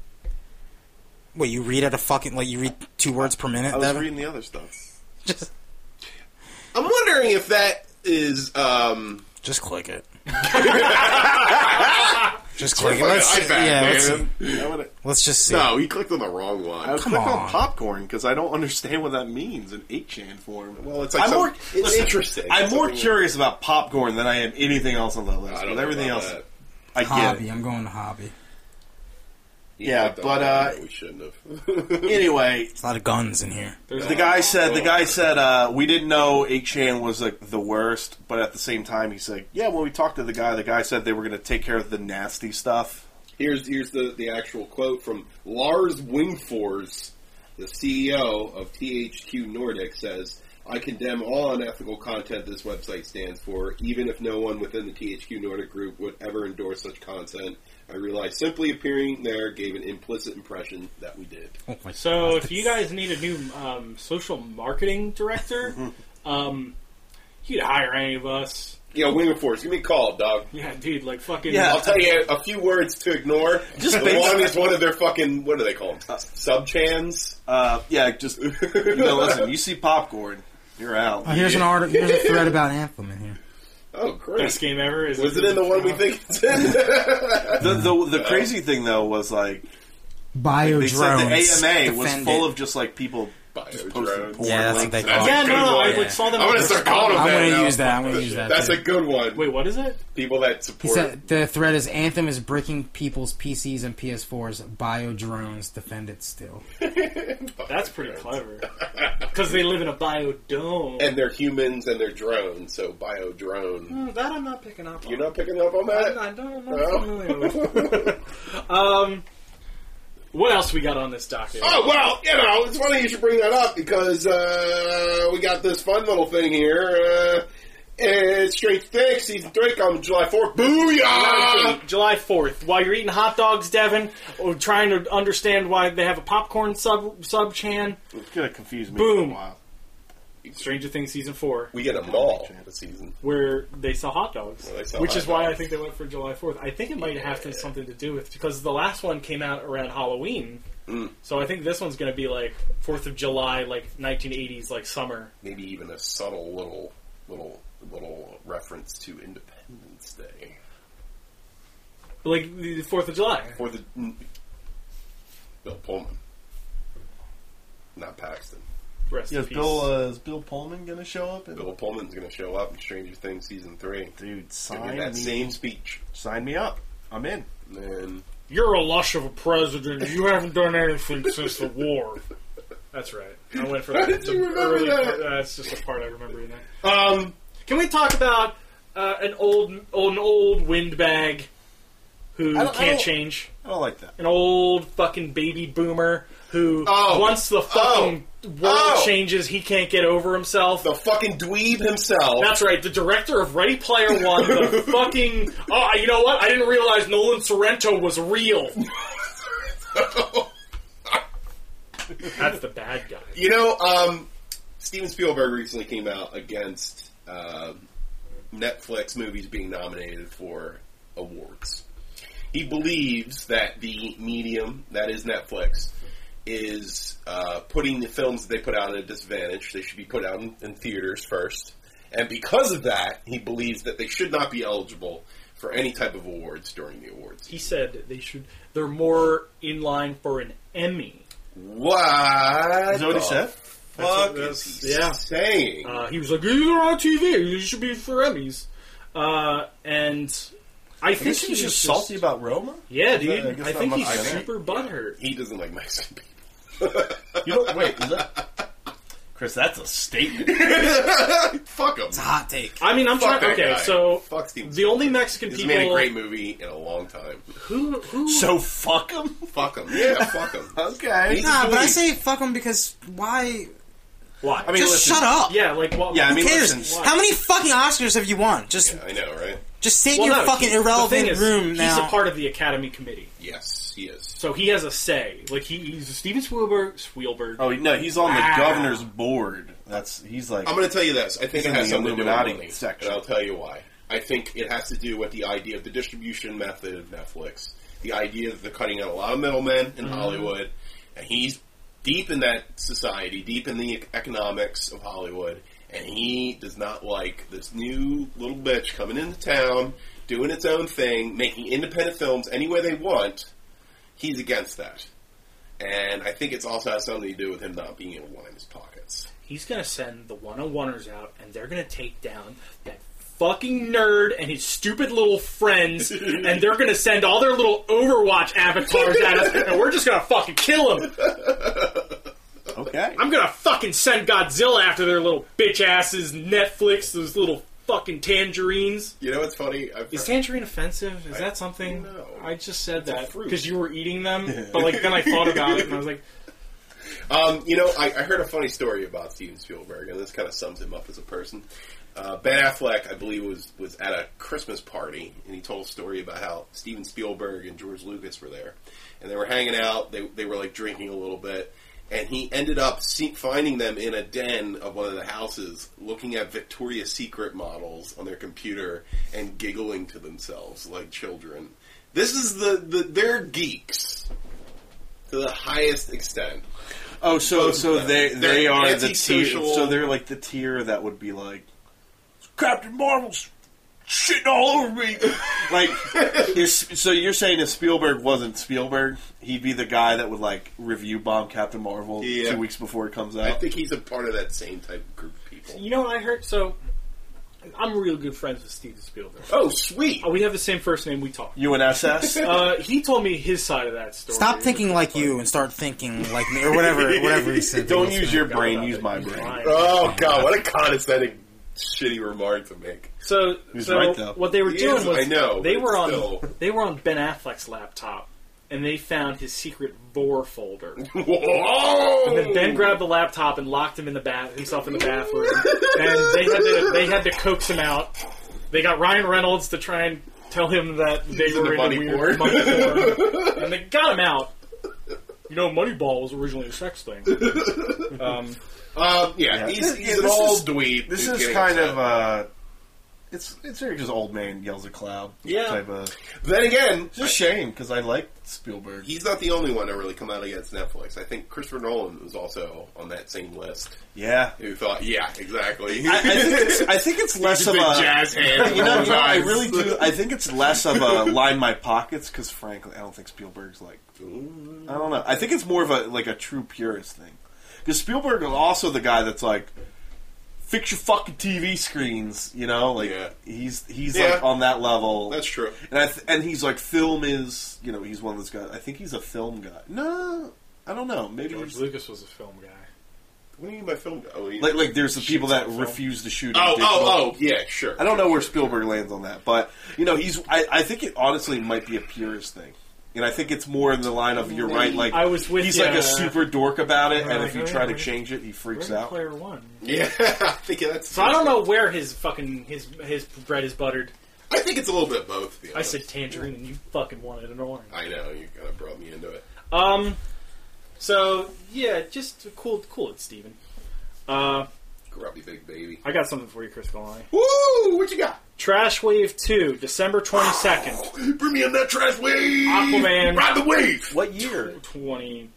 Wait, you read at a fucking like you read two words per minute.
I was
Devin?
reading the other stuff.
Just,
I'm wondering if that is um
just click it. [LAUGHS] Just
Sort
click
of
it.
like an
Let's,
iPad,
yeah, let's,
man.
I would,
let's just see.
No, he clicked on the wrong one.
I would
Come
click on,
on.
popcorn because I don't understand what that means in 8chan form.
Well, it's like
I'm
some-
more,
[LAUGHS] it's
listen,
interesting.
I'm
It's
more
something-
curious about popcorn than I am anything else on that list.
I don't
With
know
everything
about
else,
that.
I get
hobby.
it.
I'm going to hobby.
Yeah,
Clicked on
but
that.
uh,
we shouldn't have. [LAUGHS]
anyway,
There's a lot of guns in here.
There's
the
a-
Oh,
guy said the guy said uh, we didn't know 8chan was like the worst, but at the same time, he's like, yeah. When we talked to the guy, the guy said they were going to take care of the nasty stuff.
Here's here's the, the actual quote from Lars Wingfors, the CEO of THQ Nordic says, I condemn all unethical content this website stands for, even if no one within the THQ Nordic group would ever endorse such content. I realize simply appearing there gave an implicit impression that we did.
Oh my
So
God.
if you guys need a new um, social marketing
[LAUGHS]
director,
Mm-hmm.
um, you could hire any of us.
Yeah, Wingfors, give me a call, dog.
Yeah, dude, like fucking.
I'll tell you a few words to ignore.
Just Uh,
the
based-
one is one of their fucking what do they call them? Subchans.
Uh, yeah, just you know, listen. You see popcorn, you're out.
Oh, here's an article. Here's a thread about Anthem in here.
Oh, great!
Best game ever. Is Uh,
Was it in the one we think it's in?
The, the, the crazy thing though was like
Bio
they said
drones.
the AMA was
Defend
full
it.
of just like people [LAUGHS] just posting
Bio-drones.
porn.
Yeah, that's what
links.
they
That's
call
Yeah,
it.
a
no,
good
no,
one.
I like saw them.
I'm gonna
on
start
their
calling
spot.
them
I'm
that
gonna
now.
use that. I'm gonna use that.
That's
too.
a good one.
Wait, what is it?
People that
He
support.
said the thread is Anthem is breaking people's PCs and PS4s. Bio drones defend it still.
That's
[LAUGHS]
pretty clever. Because they live in a biodome.
and they're humans and they're drones, so bio drone.
Oh, that I'm not picking up on.
You're not picking up on
I'm
that?
not, I'm not
No.
familiar with [LAUGHS] Um, what else we got on this docket?
Oh, well, you know, it's funny you should bring that up because uh, we got this fun little thing here. Uh, it's Strange Things, Season 3 coming July 4th. Booyah!
July 4th. While you're eating hot dogs, Devin, or trying to understand why they have a popcorn sub sub chan,
It's gonna confuse me
Boom.
for a while.
Stranger Things season 4,
We get a mall this season.
where they sell hot dogs.
Well, they sell
which
hot
is why I
dogs.
think they went for July 4th. I think it might have to, something to do with because the last one came out around Halloween.
Mm.
So I think this one's going to be like 4th of July, like 1980s, like summer.
Maybe even a subtle little, little, little reference to Independence Day.
Like the 4th of July.
For the mm, Bill Pullman, not Paxton.
Rest
Yeah,
in
is
peace.
Bill uh, is Bill Pullman gonna show up? And,
Bill Pullman's going to show up in Stranger Things season three.
dude,
Gonna
sign
do that
me,
same speech,
sign me up. I'm in.
and then
You're a lush of a president. You haven't done anything since the war. That's right. I went for that.
[LAUGHS] did
the
you remember
early
that?
part- uh, that's just a part I remember in there.
um,
Can we talk about uh, an old, an old windbag who
I don't- I
can't
don't-
change?
I don't like that.
An old fucking baby boomer who
Oh.
once the fucking world
Oh.
changes, he can't get over himself.
the fucking dweeb himself.
That's right, the director of Ready Player One, the fucking. Oh, you know what? I didn't realize Nolan Sorrento was real. That's the bad guy.
you know, um, Steven Spielberg recently came out against uh, Netflix movies being nominated for awards. He believes that the medium that is Netflix is uh, putting the films that they put out at a disadvantage. They should be put out in, in theaters first, and because of that, he believes that they should not be eligible for any type of awards during the awards.
He said they should. They're more in line for an Emmy.
What?
Is that what he
the
said?
Fuck
That's-
is he
yeah.
saying?
Uh, he was like, "These are on TV. These should be for Emmys." Uh, and I
I
think
guess
he
he was just
just-
salty about Roma.
Yeah,
I
dude.
guess
I
that
think
must
he's
be it.
super butthurt.
he doesn't like Mexican people.
You don't wait. Is that... Chris, that's a statement.
Fuck him.
It's a hot take.
I mean, I'm
Fuck
trying.
that
Okay,
guy.
so
Fuck Steven
the only Mexican
He's
people
made a great movie in a long time.
who who
so fuck him.
Fuck him. Yeah, fuck him.
Okay.
He's
Nah,
a
but I
dweeb.
say fuck them because why?
why?
I mean,
Just
listen,
shut up.
yeah, like well,
Yeah, I
Who
mean,
cares?
listen.
How many fucking Oscars have you won? Just,
I know, right?
just sit in
Well,
your
no,
fucking
he- the
irrelevant
thing is,
room
he's
now.
a part of the Academy Committee,
Yes, he is.
so he has a say. Like he, he's Steven Spielberg. Spielberg.
Oh no, he's on
Wow.
the governor's board. That's he's like
I'm going to tell you this. I think it
in
has
the
something to do with
Illuminati
money,
section.
and I'll tell you why. I think it has to do with the idea of the distribution method of Netflix, the idea that they're cutting out a lot of middlemen in Hollywood, and he's deep in that society, deep in the e-, economics of Hollywood, and he does not like this new little bitch coming into town doing its own thing, making independent films any way they want, he's against that. And I think it's also has something to do with him not being able to line his pockets.
He's gonna send the one on oneers out, and they're gonna take down that fucking nerd and his stupid little friends, and they're gonna send all their little Overwatch avatars at us, and we're just gonna fucking kill them.
[LAUGHS]
Okay.
I'm gonna fucking send Godzilla after their little bitch asses. Netflix, those little fucking tangerines.
You know what's funny? I've
Is tangerine offensive? Is that something?
No.
I just said that
fruit.
because you were eating them, but like then I thought about it and I was like,
Um, you know, I, I heard a funny story about Steven Spielberg, and this kind of sums him up as a person. Uh, ben Affleck, I believe, was was at a Christmas party, and he told a story about how Steven Spielberg and George Lucas were there, and they were hanging out. They they were like drinking a little bit, and he ended up see, finding them in a den of one of the houses, looking at Victoria's Secret models on their computer and giggling to themselves like children. This is the, the they're geeks to the highest extent.
Oh, so so they
They're
they are the tier.
antisocial.
So they're like the tier that would be like Captain Marvel's shitting all over me. like, is, so you're saying if Spielberg wasn't Spielberg, he'd be the guy that would like review bomb Captain Marvel
Yeah.
two weeks before it comes
I
out.
think he's a part of that same type of group of people.
you know what I heard? So I'm real good friends with Steven Spielberg.
Oh, sweet.
Oh, we have the same first name. We talk.
UNSS.
Oh,
Uh, he told me his side of that story.
Stop thinking like you and start thinking like me
[LAUGHS]
or whatever whatever he said.
Don't use your
Forgot
brain.
about
Use
it.
my
He's
brain.
lying.
Oh god, what a condescending, shitty remark to make. [LAUGHS]
So,
He's
so
right, though.
what they were
He
doing
is,
was
I know,
they
but
were on
still.
they were on Ben Affleck's laptop, and they found his secret vor folder.
Whoa!
And then Ben grabbed the laptop and locked him in the bath himself in the bathroom, and they had to they had to coax him out. They got Ryan Reynolds to try and tell him that they
in
were
the
in
money
a weird
board.
money board, and they got him out. You know, Moneyball was originally a sex thing. Um,
Um,
Yeah.
yeah, he's,
Yeah,
he's an
this
old
is-
dweeb.
This
who's
is
getting
kind
upset.
of uh, it's it's very just old man yells at cloud.
Yeah.
Type of.
Then again,
It's a shame because I like Spielberg.
he's not the only one to really come out against Netflix. I think Christopher Nolan was also on that same list.
Yeah.
Who thought? Yeah, exactly.
I, I think
[LAUGHS]
it's, I think [LAUGHS] it's less
He's a
of
big
a
jazz
[LAUGHS]
hand.
You know, you know, I
Nice.
really do. I think it's less of [LAUGHS] a line my pockets because, frankly, I don't think Spielberg's like. I don't know. I think it's more of a like a true purist thing because Spielberg is also the guy that's like, fix your fucking TV screens. You know, like
Yeah.
he's he's
Yeah.
like on that level.
That's true.
And I th- and he's like film is you know he's one of those guys. I think he's a film guy. No, I don't know. Maybe
George
he's-
Lucas was a film guy.
What do you mean by film? Oh, he-
like like there's the people that
on film.
refuse to shoot. in
oh,
digital.
oh, oh, yeah, sure.
I don't know where Spielberg lands on that, but you know, he's. I, I think it honestly might be a purist thing, and I think it's more in the line of you're right. Like
I was with
he's
ya.
like a super dork about it, and
Uh,
if you
yeah,
try to
right.
change it, he freaks
Ready
out.
Player One.
Yeah, [LAUGHS] I think that's.
So I don't know where his fucking his his bread is buttered.
I think it's a little bit of both. to be
I
honest.
said tangerine, and you fucking wanted an orange.
I know you kind of brought me into it.
Um, so yeah, just cool, cool it, Steven. Uh,
Grubby big baby.
I got something for you, Chris Galani.
Woo! What you got?
Trash Wave Two, December twenty second,
Bring me in that trash wave.
Aquaman.
Ride the wave. [LAUGHS]
What year?
twenty.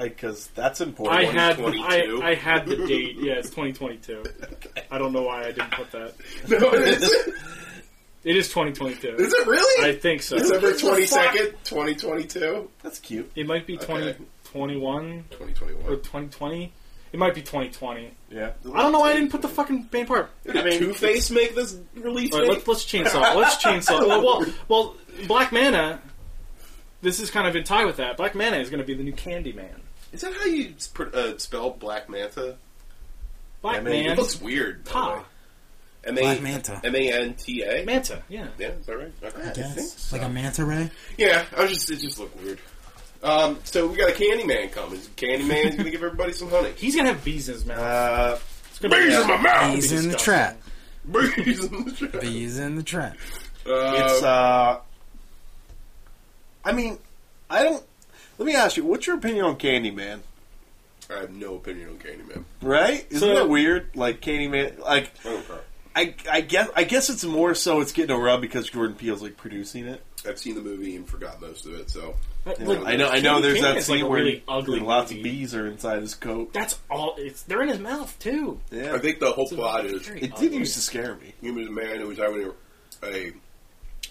Because that's important.
I had I,
2022.
I had the date. Yeah, it's twenty twenty two. I don't know why I didn't put that.
No, it isn't.
It is twenty twenty two.
Is it really?
I think so.
December twenty second, twenty twenty two,
that's cute.
It might be twenty twenty one
twenty twenty
or
one.
twenty twenty. It might be twenty twenty.
Yeah.
I don't know why I didn't put the fucking main part.
Did Two Face make this release
All right,
date?
let's, let's chainsaw. Let's chainsaw. Well, well, well, Black Mana. This is kind of in tie with that. Black Mana is going to be the new Candyman.
Is that how you sp- uh, spell Black Manta?
Black
M-A-
Man,
It looks weird. by the
Ta.
way. M
Black
A
manta.
M A N T A.
Manta. Yeah.
Yeah, is that right? Okay. I think
Yes. Like a manta ray.
Yeah, I was just it just looked weird. Um, so we got a Candyman coming. Candyman's gonna give everybody some honey.
He's going to have bees in his mouth.
Uh,
it's going
Bees in
to
my mouth.
Bees in the
disgusting.
trap.
[LAUGHS] Bees in the trap.
Bees in the trap.
it's. Uh,
Uh,
I mean, I don't. Let me ask you. What's your opinion on Candyman?
I have no opinion on Candyman.
Right? Isn't
So-
that weird? Like Candyman. Like
I don't care.
I, I guess. I guess it's more so. It's getting a rub because Jordan Peele's like producing it.
I've seen the movie and forgot most of it. So
be.
Yeah, I know. I know. There's that
Candyman's like
scene
a
where
really ugly
lots
movie.
of bees are inside his coat.
That's all. It's they're in his mouth too.
Yeah,
I think the whole
It's a
plot is
very
it
ugly-
did used to scare me.
he was a man who was having a, a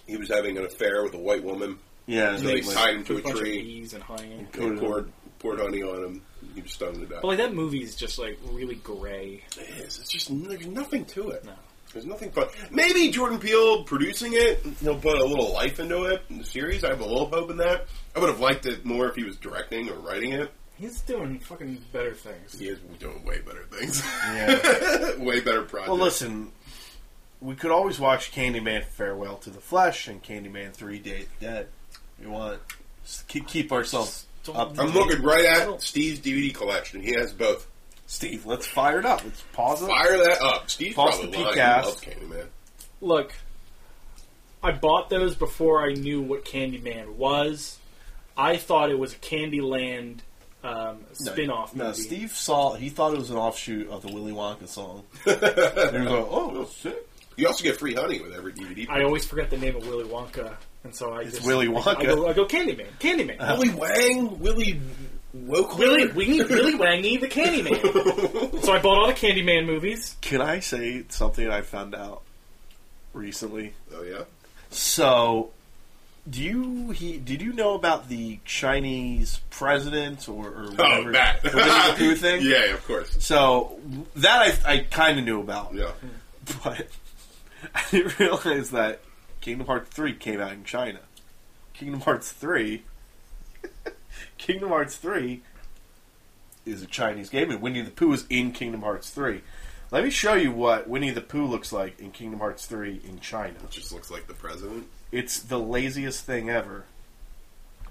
He was having an affair with a white woman.
Yeah,
So they tied him to a
bunch of
tree.
bees and honey.
and poured poured honey on him. He was stung to die.
But like that movie's just like really gray.
It is. It's just there's nothing to it.
No.
There's nothing fun. Maybe Jordan Peele producing it, he'll put a little life into it in the series. I have a little hope in that. I would have liked it more if he was directing or writing it.
He's doing fucking better things.
He is doing way better things. [LAUGHS] way better projects.
Well, listen, we could always watch Candyman Farewell to the Flesh and Candyman Three Day of the Dead. We want just keep, keep ourselves
Don't-
up.
I'm looking right at Steve's DVD collection. He has both.
Steve, let's fire it up. Let's pause it.
Fire that up. Steve
Pause
probably
the
lying. He
Pcast.
loves Candyman.
Look, I bought those before I knew what Candyman was. I thought it was a Candyland um, spin-off
No,
movie.
Steve saw. He thought it was an offshoot of the Willy Wonka
[LAUGHS]
song. and he was like, "Oh, sick!
You also get free honey with every DVD.
I always forget the name of Willy Wonka, and so I
It's
just
Willy
I
Wonka."
go, I go Candyman, Candyman,
[LAUGHS] Willie Wang, Willie Woke,
Willy, Willy, Willy Wangy the Candyman. so I bought all the Candyman movies.
Can I say something I found out recently?
[LAUGHS] Oh yeah.
So, do you he did you know about the Chinese president or, or whatever
Oh, that.
the Winnie the
[LAUGHS]
Pooh thing?
Yeah, of course.
So that I, I kind of knew about,
Yeah.
[LAUGHS] but I didn't realize that Kingdom Hearts three came out in China. Kingdom Hearts three, [LAUGHS] Kingdom Hearts three is a Chinese game, and Winnie the Pooh is in Kingdom Hearts three. Let me show you what Winnie the Pooh looks like in Kingdom Hearts three in China.
Just looks like the president.
It's the laziest thing ever.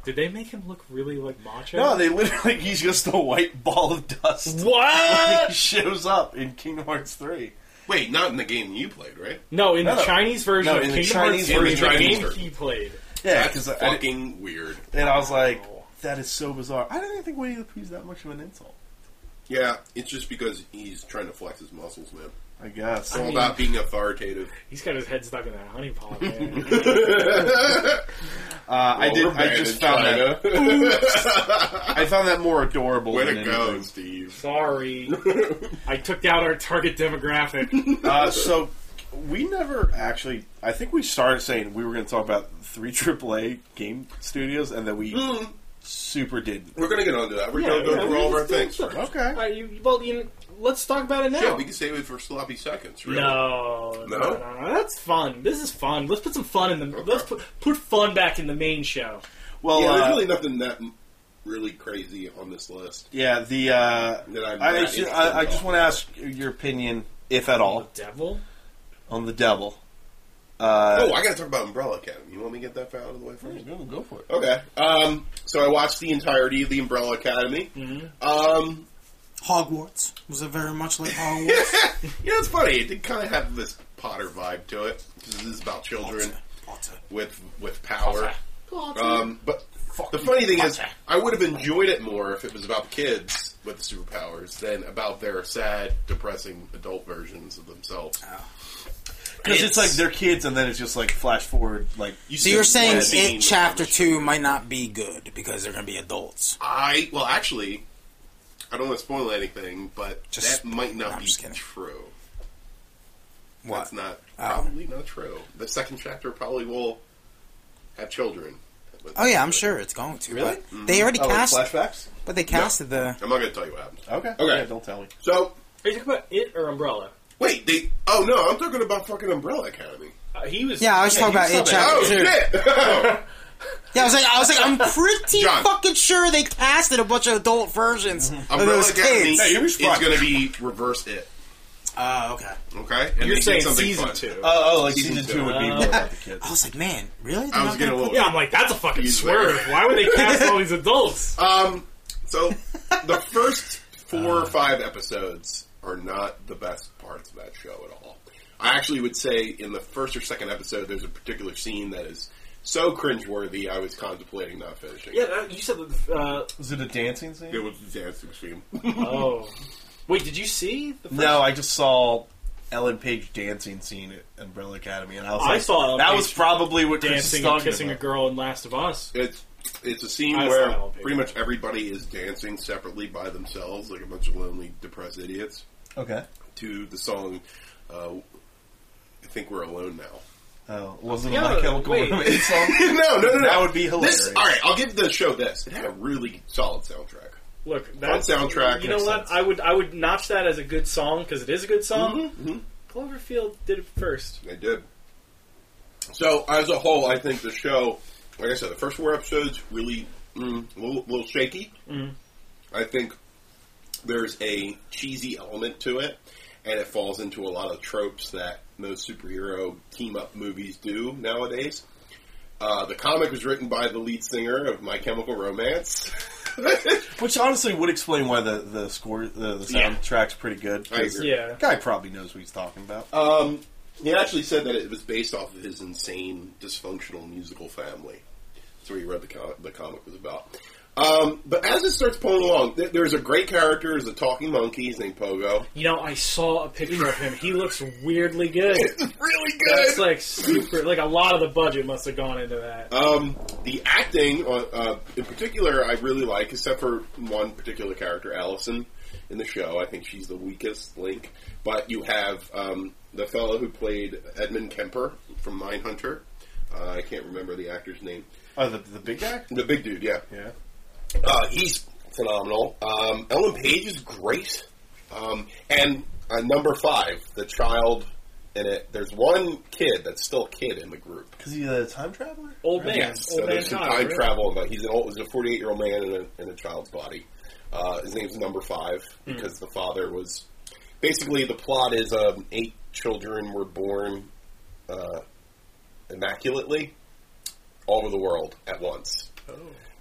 Did they make him look really like macho?
No, they literally [LAUGHS] he's just a white ball of dust. [LAUGHS]
what?
He shows up in Kingdom Hearts three.
Wait, not in the game you played, right?
No, in
No,
the
no.
Chinese version
No,
of
in the
Kingdom
Chinese
Hearts
version.
three, the
Chinese
game
version.
he played.
Yeah,
That's
because I,
fucking weird.
and I was like, that is so bizarre. I didn't think Winnie the Pooh's that much of an insult.
Yeah, it's just because he's trying to flex his muscles, man.
I guess.
It's all about being authoritative.
He's got his head stuck in that honey pot,
[LAUGHS]
man.
Uh, I did. I just found that. I found that more adorable.
Way
than
to go,
anything.
Steve.
Sorry, I took out our target demographic.
Uh, so we never actually. I think we started saying we were going to talk about three [LAUGHS] AAA game studios, and that we
Hmm.
super did.
We're gonna get onto that. We're gonna go
yeah,
through
we
all of our
just did
things.
some-
first.
Okay.
All right, you, well, you, let's talk about it now.
Yeah, we can save it for sloppy seconds. Really.
no, no,
No?
no, no, that's fun. This is fun. Let's put some fun in the. Let's put put fun back in the main show.
Well,
Yeah,
uh,
there's really nothing that m- really crazy on this list.
yeah. The uh,
That I'm
I,
not
actually- I, I
interested
just
in.
want to ask your opinion, if at all,
Devil.
on the devil. Uh,
Oh, I gotta talk about Umbrella Academy. You want me to get that out of the way first?
go for it.
Okay. Um, so I watched the entirety of the Umbrella Academy.
Mm-hmm.
Um, [LAUGHS]
Hogwarts was it very much
[LAUGHS]
like Hogwarts?
yeah, it's funny. It did kind of have this Potter vibe to it because it is about children
Potter.
with with power. Um, but
Fuck
the
you,
funny thing is,
Potter.
I would have enjoyed it more if it was about kids with the superpowers than about their sad, depressing adult versions of themselves.
Because it's, like they're kids, and then it's just like flash forward, like
You
So
see
you're
one
saying
scene
it
with
chapter
them.
two might not be good because they're going to be adults.
I well, actually, I don't want to spoil anything, but
Just-
that might
no, I'm
not be
just kidding.
true.
What?
That's not
Oh.
probably not true. The second chapter probably will have children.
Oh yeah, I'm sure it's going to.
Really?
But
Mm-hmm.
they already
Oh, like
cast,
flashbacks.
but they casted the.
I'm not going to tell you what happened.
Okay.
Okay.
Yeah, don't tell me.
So
Are you talking about it or Umbrella?
wait, they? Oh no, I'm talking about fucking Umbrella Academy.
Uh, he was.
Yeah, I was talking about
he
it chapter
Oh
two. [LAUGHS]
shit! Oh,
Yeah, I was like, I was like,
[LAUGHS]
I'm pretty
John. Mm-hmm.
fucking sure they casted a bunch of adult versions of
Umbrella
those
Academy
kids.
Hey, you're
is
smart.
going to be reverse it.
Oh, okay.
Okay,
You're
and they did
saying
something
season
fun.
two.
Oh, oh, like
Season
season,
two.
two, would be
Oh.
more
[LAUGHS]
about the kids.
I was like, man, really? They're
I
not
was getting a
gonna
little.
yeah, I'm like that's a fucking
He's
swerve.
right.
Why would they cast all these [LAUGHS] adults?
Um, so the first four
Uh.
or five episodes are not the best parts of that show at all. I actually would say in the first or second episode, there's a particular scene that is so cringeworthy. I was contemplating not finishing.
Yeah, that, you said that. Uh,
Is it a dancing
It
scene?
was the dancing scene.
oh, wait, did you see? The first
No, I just saw Ellen Page dancing scene at Umbrella Academy, and I was
I
like,
saw Ellen
that
Page
was probably what Chris
dancing
was
and
talking
kissing a
about.
girl in Last of Us.
It's it's a scene
I
where
saw that on paper.
pretty much everybody is dancing separately by themselves, like a bunch of lonely, depressed idiots,
Okay.
to the song. Uh, I think we're alone now.
Oh, wasn't
Yeah,
a My Chemical [LAUGHS]
wait. [LAUGHS]
Romance song?
[LAUGHS] no, no, no, no.
That would be hilarious.
This, all right, I'll give the show this. It had a really solid soundtrack.
Look, that
soundtrack
You know
makes
what?
sense.
I would I would notch that as a good song because it is a good song.
Mm-hmm.
Cloverfield did it first.
They did. So as a whole, I think the show, like I said, the first four episodes really mm, a little, little shaky.
Mm-hmm.
Mhm.
I think there's a cheesy element to it, and it falls into a lot of tropes that most superhero team up movies do nowadays. Uh, the comic was written by the lead singer of My Chemical Romance. [LAUGHS]
Which honestly would explain why the, the score, the, the
Yeah.
soundtrack's pretty good.
I agree.
Yeah.
guy probably knows what he's talking about. Oh,
Um, he actually said that it was based off of his insane, dysfunctional musical family. That's what he read the, com- the comic was about. Um, but as it starts pulling along, th- there's a great character, is a talking monkey, his name Pogo.
You know, I saw a picture of him. He looks weirdly good.
Really
[LAUGHS] That's
good!
like super. Like a lot of the budget must have gone into that.
um, the acting, on, uh, in particular, I really like, except for one particular character, Allison, in the show. I think she's the weakest link. But you have um, the fellow who played Edmund Kemper from Mindhunter. Uh, I can't remember the actor's name.
Oh, the, the big guy?
The big dude, yeah.
Yeah.
Uh, he's phenomenal. Um, Ellen Page is great. Um, and uh, number five, the child in it. There's one kid that's still a kid in the group.
Because he's a uh, time traveler?
Old man,
Yes, so
old man
there's some
Todd.
time
right?
travel, but he's an old, he's a 48 year old man in a, in a child's body. Uh, his name's number five
Hmm.
because the father was basically the plot is um, eight children were born uh, immaculately all over the world at once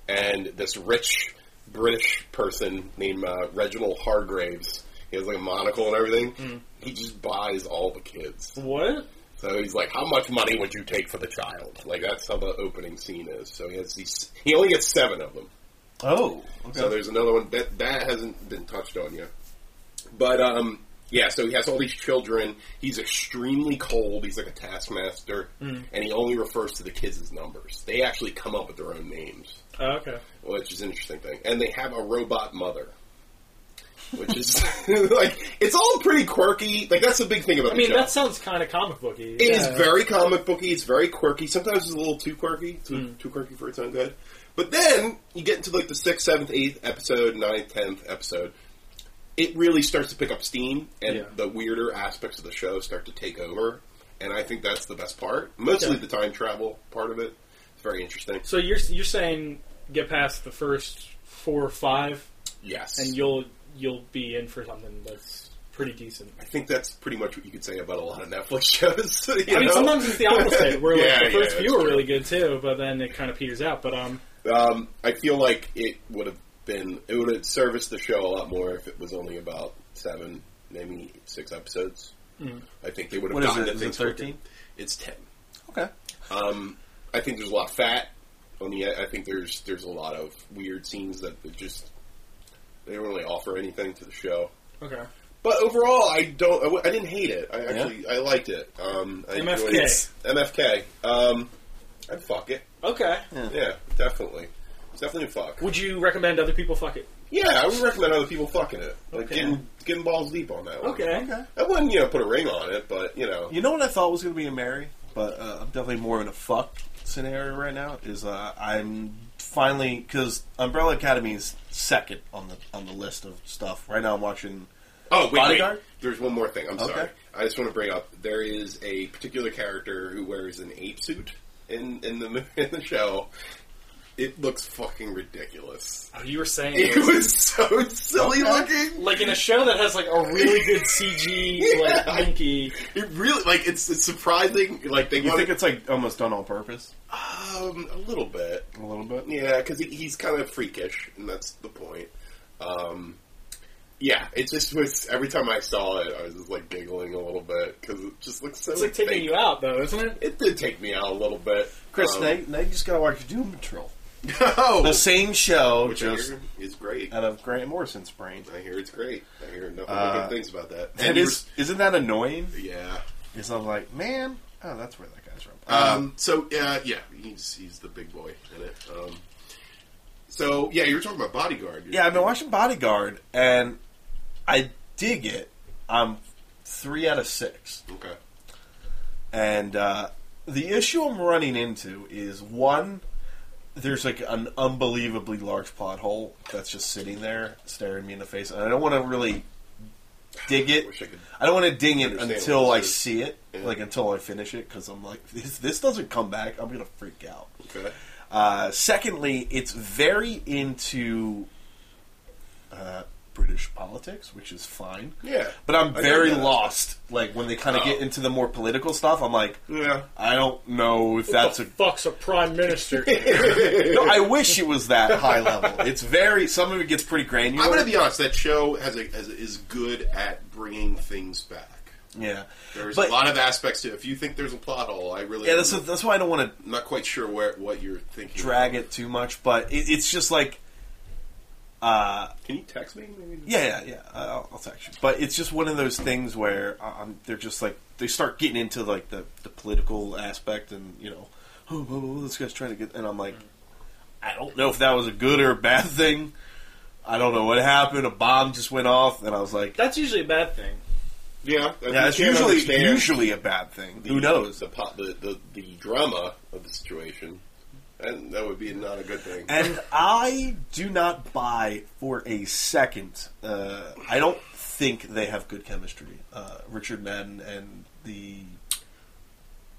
and this rich British person named uh, Reginald Hargraves. He has like a monocle and everything. He just buys all the kids.
What?
So he's like, "How much money would you take for the child?" Like that's how the opening scene is. So he has these. He only gets seven of them.
Oh, okay.
So there's another one that that hasn't been touched on yet. But um, yeah. So he has all these children. He's extremely cold. He's like a taskmaster, and he only refers to the kids as numbers. They actually come up with their own names
Oh, okay.
which is an interesting thing. And they have a robot mother,
[LAUGHS]
which is [LAUGHS] like it's all pretty quirky. Like that's the big thing about
I mean,
the show.
that sounds kind of comic booky.
It is
Yeah.
very comic booky. It's very quirky. Sometimes it's a little too quirky, too,
Hmm.
too quirky for its own good. But then you get into like the sixth, seventh, eighth episode, ninth, tenth episode. It really starts to pick up steam, and
Yeah.
the weirder aspects of the show start to take over. And I think that's the best part. Mostly
Okay.
the time travel part of it. It's very interesting.
So you're you're saying get past the first four or five,
Yes,
and you'll you'll be in for something that's pretty decent.
I think that's pretty much what you could say about a lot of Netflix [LAUGHS] shows. you
I mean,
know?
sometimes it's the opposite, where like,
[LAUGHS] Yeah,
the first
yeah,
few
that's
are really good too, but then it kind of peters out. But um,
Um, I feel like it would have been it would have serviced the show a lot more if it was only about seven, maybe six episodes.
Hmm.
I think they would have
What is
gotten
it?
to
Is it
things
13?
quicker. It's ten.
Okay.
Um, I think there's a lot of fat on the. I think there's there's a lot of weird scenes that that just they don't really offer anything to the show.
okay,
But overall, I don't. I, w- I didn't hate it. I actually I liked it. Um, I
MFK.
enjoyed it. MFK. Um, I'd fuck it.
okay.
Yeah, definitely. It's definitely a fuck.
Would you recommend other people fuck it?
Yeah, I would recommend other people fucking it. Like
Okay.
getting getting balls deep on that one.
Okay.
I wouldn't you know put a ring on it, but you know.
You know what I thought was going to be a Mary, but uh, I'm definitely more in a fuck scenario right now. Is uh, I'm finally because Umbrella Academy is second on the on the list of stuff right now. I'm watching.
Oh wait,
Bodyguard?
wait. There's one more thing. I'm
Okay.
sorry. I just want to bring up there is a particular character who wears an ape suit in in the [LAUGHS] mo- in the show. It looks fucking ridiculous.
Oh, you were saying
It
it
[LAUGHS]
was-
was so silly looking.
like in a show that has like a really good CG like
Yeah.
monkey.
It really like it's, it's surprising. Like they
You
want
think it's like almost done on purpose?
um a little bit,
A little bit.
yeah, because he, he's kind of freakish, and that's the point. Um, yeah, it just was. Every time I saw it, I was just like giggling a little bit because it just looks so.
It's like taking
fake.
you out though, isn't it?
It did take me out a little bit,
Chris,
Um,
now, now you just got to watch Doom Patrol.
[LAUGHS] no,
The same show,
which I
just
hear is great.
out of Grant Morrison's brain.
I hear it's great. I hear nothing
Uh,
but good things about that.
And
you
is isn't that annoying?
were- yeah.
Because I'm like, man, oh, that's where that guy's from.
Um, so uh, yeah, he's he's the big boy in it. Um, so yeah, you were talking about bodyguard.
Yeah, I've been watching Bodyguard, and I dig it. I'm three out of six,
Okay.
and uh, the issue I'm running into is one, there's like an unbelievably large plot hole that's just sitting there staring me in the face, and I don't want to really dig it.
Wish I could-
I don't want to ding it
understand
until
what
I
this is.
see it,
Yeah.
like until I finish it, because I'm like, if this doesn't come back, I'm gonna freak out.
Okay.
Uh, secondly, it's very into uh, British politics, which is fine.
Yeah.
But I'm
I
very
know that.
lost. Like when they kind of
Oh.
get into the more political stuff, I'm like,
Yeah.
I don't know if that's
the
a.
fuck's a prime
[LAUGHS]
minister.
No, I wish it was that high level. It's very. Some of it gets pretty granular.
I'm going to be honest. That show has a, has, is good at bringing things back.
yeah.
There's
But-
a lot of aspects to it. If you think there's a plot hole, I really
Yeah, that's
I'm
that's why I don't want to
not quite sure where what you're thinking.
drag it too much. But it, it's just like
Can you text me? Maybe?
Yeah, yeah, yeah. I- I'll, I'll text you. But it's just one of those things where um, they're just like they start getting into like the, the political aspect, and you know, oh, blah, blah, blah, this guy's trying to get, and I'm like, I don't know if that was a good or a bad thing. I don't know what happened. A bomb just went off, and I was like,
That's usually a bad thing.
Yeah,
yeah, it's
You can't
usually
understand
usually a bad thing.
the-
Who knows?
the, po- the the the drama of the situation, and that would be not a good thing.
And I do not buy for a second. Uh, I don't think they have good chemistry. Uh, Richard Madden and the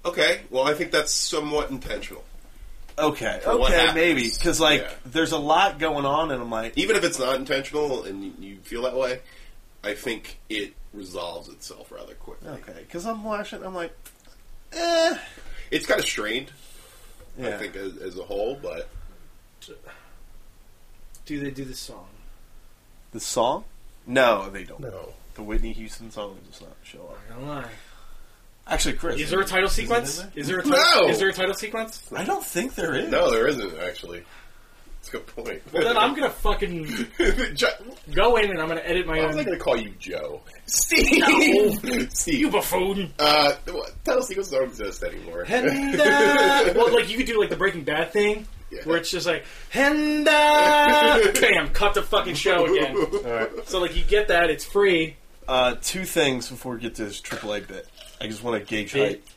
Okay, well, I think that's somewhat intentional.
Okay,
for what
okay,
happens.
maybe because like
Yeah.
there's a lot going on, and I'm like,
Even if it's not intentional and you- you feel that way, I think it resolves itself rather quickly.
okay, because I'm watching, I'm like, eh,
It's kind of strained, I
yeah.
think, as, as a whole, but
Do they do the song?
The song? No, they don't.
no.
The Whitney Houston song does not show up.
I don't lie.
Actually, Chris,
Is there a title
it
sequence?
in there?
Is there a
No!
title, is there a title sequence?
I don't think there is.
No, there isn't, actually. That's a good point.
Well,
[LAUGHS]
then I'm gonna fucking
Jo-
go in and I'm gonna edit my
Why was I
own.
going to call you Joe? [LAUGHS] Steve!
You
Steve. [LAUGHS]
buffoon!
Uh, what- title sequels don't exist anymore.
Henda. well, like you could do like the Breaking Bad thing,
Yeah.
where it's just like
[LAUGHS]
Henda. Bam! Cut the fucking show again. So like you get that, it's free.
Uh, two things before we get to this AAA bit. I just want to gauge
Bit.
hype.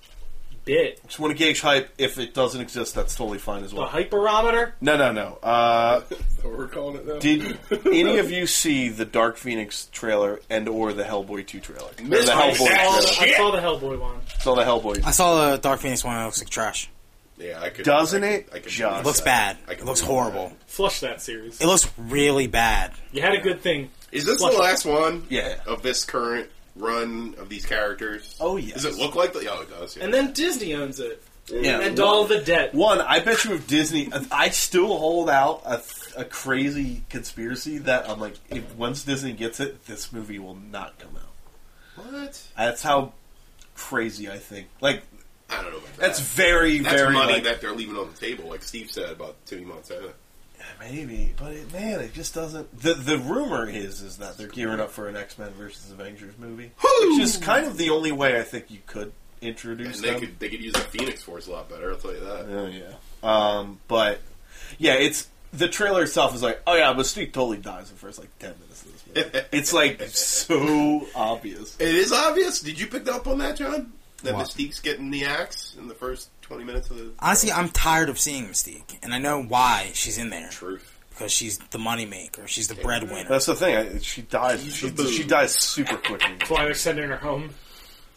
Bit
Just want to gauge hype. If it doesn't exist, that's totally fine as
the
well.
hyperometer.
No, no, no. Uh,
That's what we're calling it now. [LAUGHS]
did any of you see the Dark Phoenix trailer and or the Hellboy two trailer? Or
Missed
the
my
I
Hellboy.
saw,
trailer.
the, I saw the Hellboy one.
Saw the Hellboy.
I saw the Dark Phoenix one. It looks like trash.
Yeah, I could.
Doesn't
I
it
could, I could
just-
It looks bad.
I
It
can
looks
believe
horrible.
Flush that series.
It looks really bad.
You had a good thing.
Is this
Flush
the
it.
last one?
Yeah.
Of this current run of these characters?
Oh, yes.
Does it look like the? Oh, it does. Yeah.
And then Disney owns it.
Yeah.
And all the debt.
One, I bet you if Disney, I still hold out a, a crazy conspiracy that I'm like, if once Disney gets it, this movie will not come out.
what?
That's how crazy I think. Like
I don't know about that.
that's very,
That's
very
money
like,
that they're leaving on the table, like Steve said about Timmy Montana.
maybe, but it, man, it just doesn't. The the rumor is is that they're gearing up for an X Men versus Avengers movie, which is kind of the only way I think you could
And
introduce
they
them.
could they could use the Phoenix Force a lot better. I'll tell you that.
Oh yeah. Um, but yeah, it's the trailer itself is like, oh yeah, Mystique totally dies the first like ten minutes of this movie. it's like so obvious.
It is obvious. Did you pick up on that, John? That
What?
Mystique's getting the axe in the first twenty minutes of the
Honestly, I'm tired of seeing Mystique, and I know why she's in there
truth.
because she's the moneymaker. She's the breadwinner.
That's the thing. I, she dies. She,
the boo.
she dies super quickly.
That's why they're sending her home.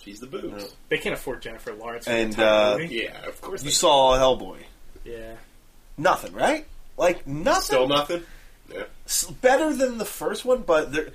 She's the boobs.
They can't afford Jennifer Lawrence. For
And,
the entire
uh,
movie.
Yeah, of course.
You
They
saw Hellboy.
yeah.
Nothing, right? Like nothing.
still nothing. Yeah.
S- better than the first one, but there,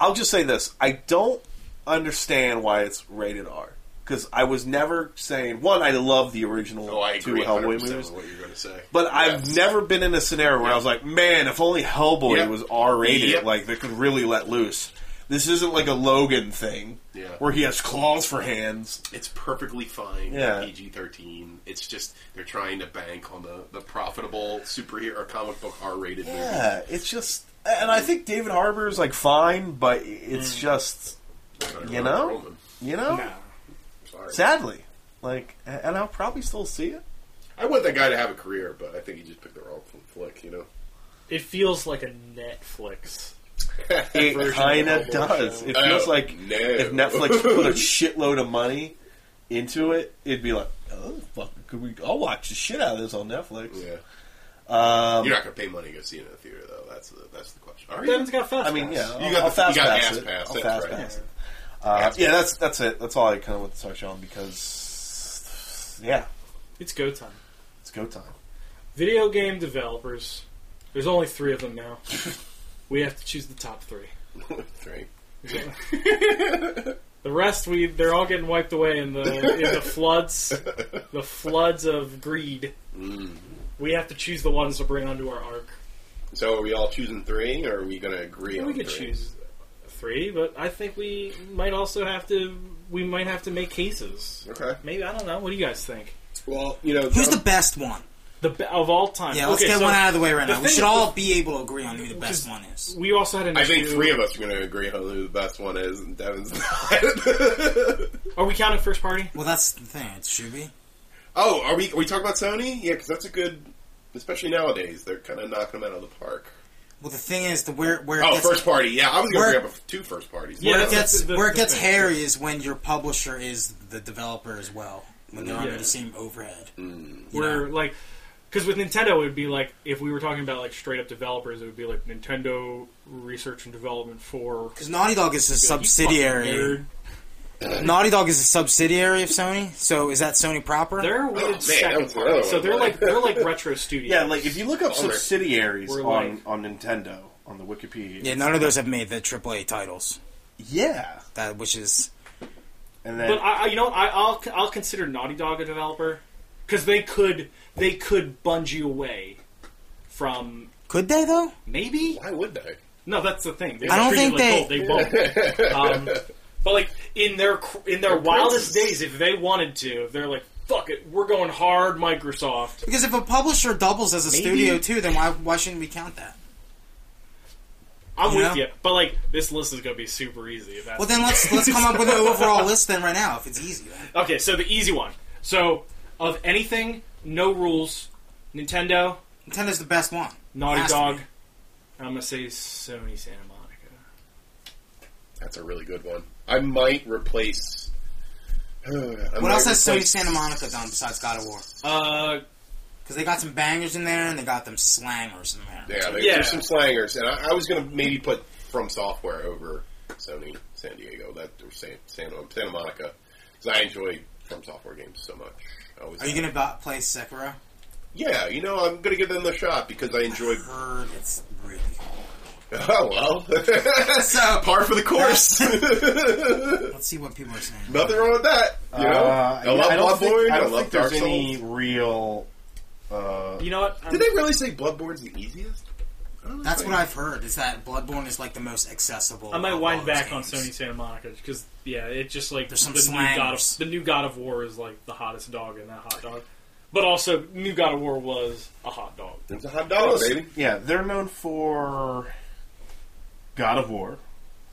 I'll just say this: I don't understand why it's rated R. Because I was never saying one. I love the original
Oh, I
two
agree.
Hellboy
100%
movies.
with what you're going to say.
But
Yes.
I've never been in a scenario where I was like, man, if only Hellboy
Yep.
was R rated,
Yep.
like they could really let loose. This isn't like a Logan thing
Yeah.
where he has claws for hands.
it's perfectly fine.
Yeah.
PG thirteen. It's just they're trying to bank on the, the profitable superhero or comic book R rated movie.
Yeah, it's just. And I think David Harbour is like fine, but
Mm.
it's just, You know? you know,
No.
Sorry.
sadly. Like, a- and I'll probably still see it.
I want that guy to have a career, but I think he just picked the wrong flick. You know.
It feels like a Netflix.
[LAUGHS]
It kind of
Hellboy
does.
show.
It feels
Oh,
like
no. [LAUGHS]
if Netflix put a shitload of money into it, it'd be like,
oh, fuck, could we? I'll watch the shit out of this on Netflix.
Yeah.
Um,
You're not going to pay money to go see it in the theater, though. That's the, that's the question. Are you?
Devin's got fast.
I mean, yeah,
You
I'll- I'll
got the- you
fast
got
pass
Gas
it.
Pass,
I'll
that's
fast
right.
pass it. Uh, yeah, that's that's it. That's all I kind of want to touch on because yeah,
It's go time.
it's go time.
Video game developers. There's only three of them now. we have to choose the
[LAUGHS]
top three.
Three.
The rest, we they're all getting wiped away in the in the floods, the floods of greed.
Mm.
We have to choose the ones to bring onto our arc.
So are we all choosing three, or are we going to agree on
We could
three?
choose three, but I think we might also have to we might have to make cases.
Okay.
Maybe I don't know. What do you guys think?
Well, you know,
Who's
John-
the best one?
The be- of all time.
Yeah, let's
okay,
get
so
one out of the way right
the
now. We
thing
should
is-
all be able to agree on who the best one is.
We also had an.
I think
issue-
three of us are going to agree on who the best one is, and Devin's not. [LAUGHS]
Are we counting first party?
Well, that's the thing. It should be.
oh, are we? Are we talking about Sony? Yeah, because that's a good, especially nowadays. They're kind of knocking them out of the park.
Well, the thing is, the where where it
Oh,
gets,
first party. Yeah, I was going
Where-
to bring up a f- two first parties.
Yeah,
where it
that's
gets
the- the-
where it
the
gets
thing.
hairy is when your publisher is the developer as well. When they're under
Yeah.
the same overhead.
Mm.
Where like, because with Nintendo, it would be like if we were talking about like straight up developers, it would be like Nintendo Research and Development for
Because Naughty Dog is a subsidiary.
Nerd.
Naughty Dog is a subsidiary of Sony. So is that Sony proper?
They're a
Oh,
weird
man, that
second
was another
party. So
one.
they're like they're like
[LAUGHS]
retro studios.
Yeah, like if you look up
Alright.
subsidiaries
We're
on,
like-
on Nintendo on the Wikipedia,
yeah, none of those have made the AAA titles.
yeah,
That which is
and then
But I, I you know, I, I'll I'll consider Naughty Dog a developer because they could they could bungee away from
could they though?
maybe.
Why would they?
No, that's the thing. They
I don't
treat you
think
like gold. they won't. um, but like in their cr- in their wildest days, if they wanted to, if they're like, "Fuck it, we're going hard, Microsoft."
Because if a publisher doubles as a
Maybe.
studio too, then why why shouldn't we count that?
I'm
Yeah.
with you. But like this list is gonna be super easy. If that's
Well, then let's let's come up with an overall list then right now if it's easy. Then.
okay, so the easy one. So of anything, no rules. Nintendo,
Nintendo's the best one.
Naughty
Has to
Dog.
be.
I'm gonna say Sony Santa Monica.
That's a really good one. I might replace. [SIGHS]
What else has Sony Santa Monica done besides God of War?
Uh,
Because they got some bangers in there and they got them slangers in there.
Yeah, there,
Yeah.
there's some slangers, and I, I was gonna maybe put From Software over Sony San Diego, that or San, San, Santa Monica, because I enjoy From Software games so much. I always
Are you
have.
gonna bu- play Sekiro?
Yeah, you know, I'm gonna give them the shot because I enjoy. [LAUGHS]
Heard it's really hard.
oh well,
[LAUGHS]
that's
So
[LAUGHS] par for the course.
let's see what people are saying.
Nothing wrong with that. You know,
Uh,
I
yeah,
love
I don't think,
Bloodborne.
I
I,
don't
love
think
Dark
there's
Souls.
any real. Uh,
you know what? I'm-
Did they really say Bloodborne's the easiest? I don't
That's
think-
what I've heard. Is that Bloodborne is like the most accessible.
I might
of
wind
all those
back on Sony
games.
Santa Monica because yeah, it just like
There's some
the new God
slangers.
of the new God of War is like the hottest dog in that hot dog, but also new God of War was a hot dog.
It's a hot dog, baby.
yeah, they're known for God of War,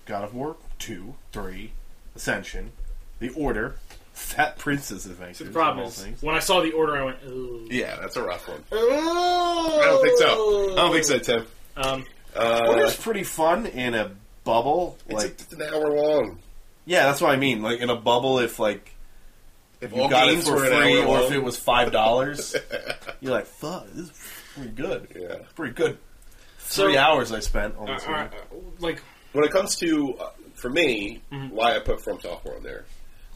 God of War two, three, Ascension, The Order, [LAUGHS] Fat Prince's Adventures.
So the
of
problem
all
is
things.
when I saw the order, I went, "Ooh."
Yeah, that's a rough one.
Oh!
I don't think so. I don't think so, Tim.
Um,
Uh,
Order's pretty fun in a bubble.
it's,
Like,
it's an hour long. [LAUGHS]
yeah, that's what I mean. Like in a bubble, if like
If
you
all
got it
games
for
were an
free,
hour
or
long-
if it was five
[LAUGHS]
dollars, you're like, fuck, this is pretty good.
Yeah.
pretty good.
so
Three hours I spent on
uh,
this.
uh,
one.
uh, like
when it comes to uh, for me why I put From Software on there.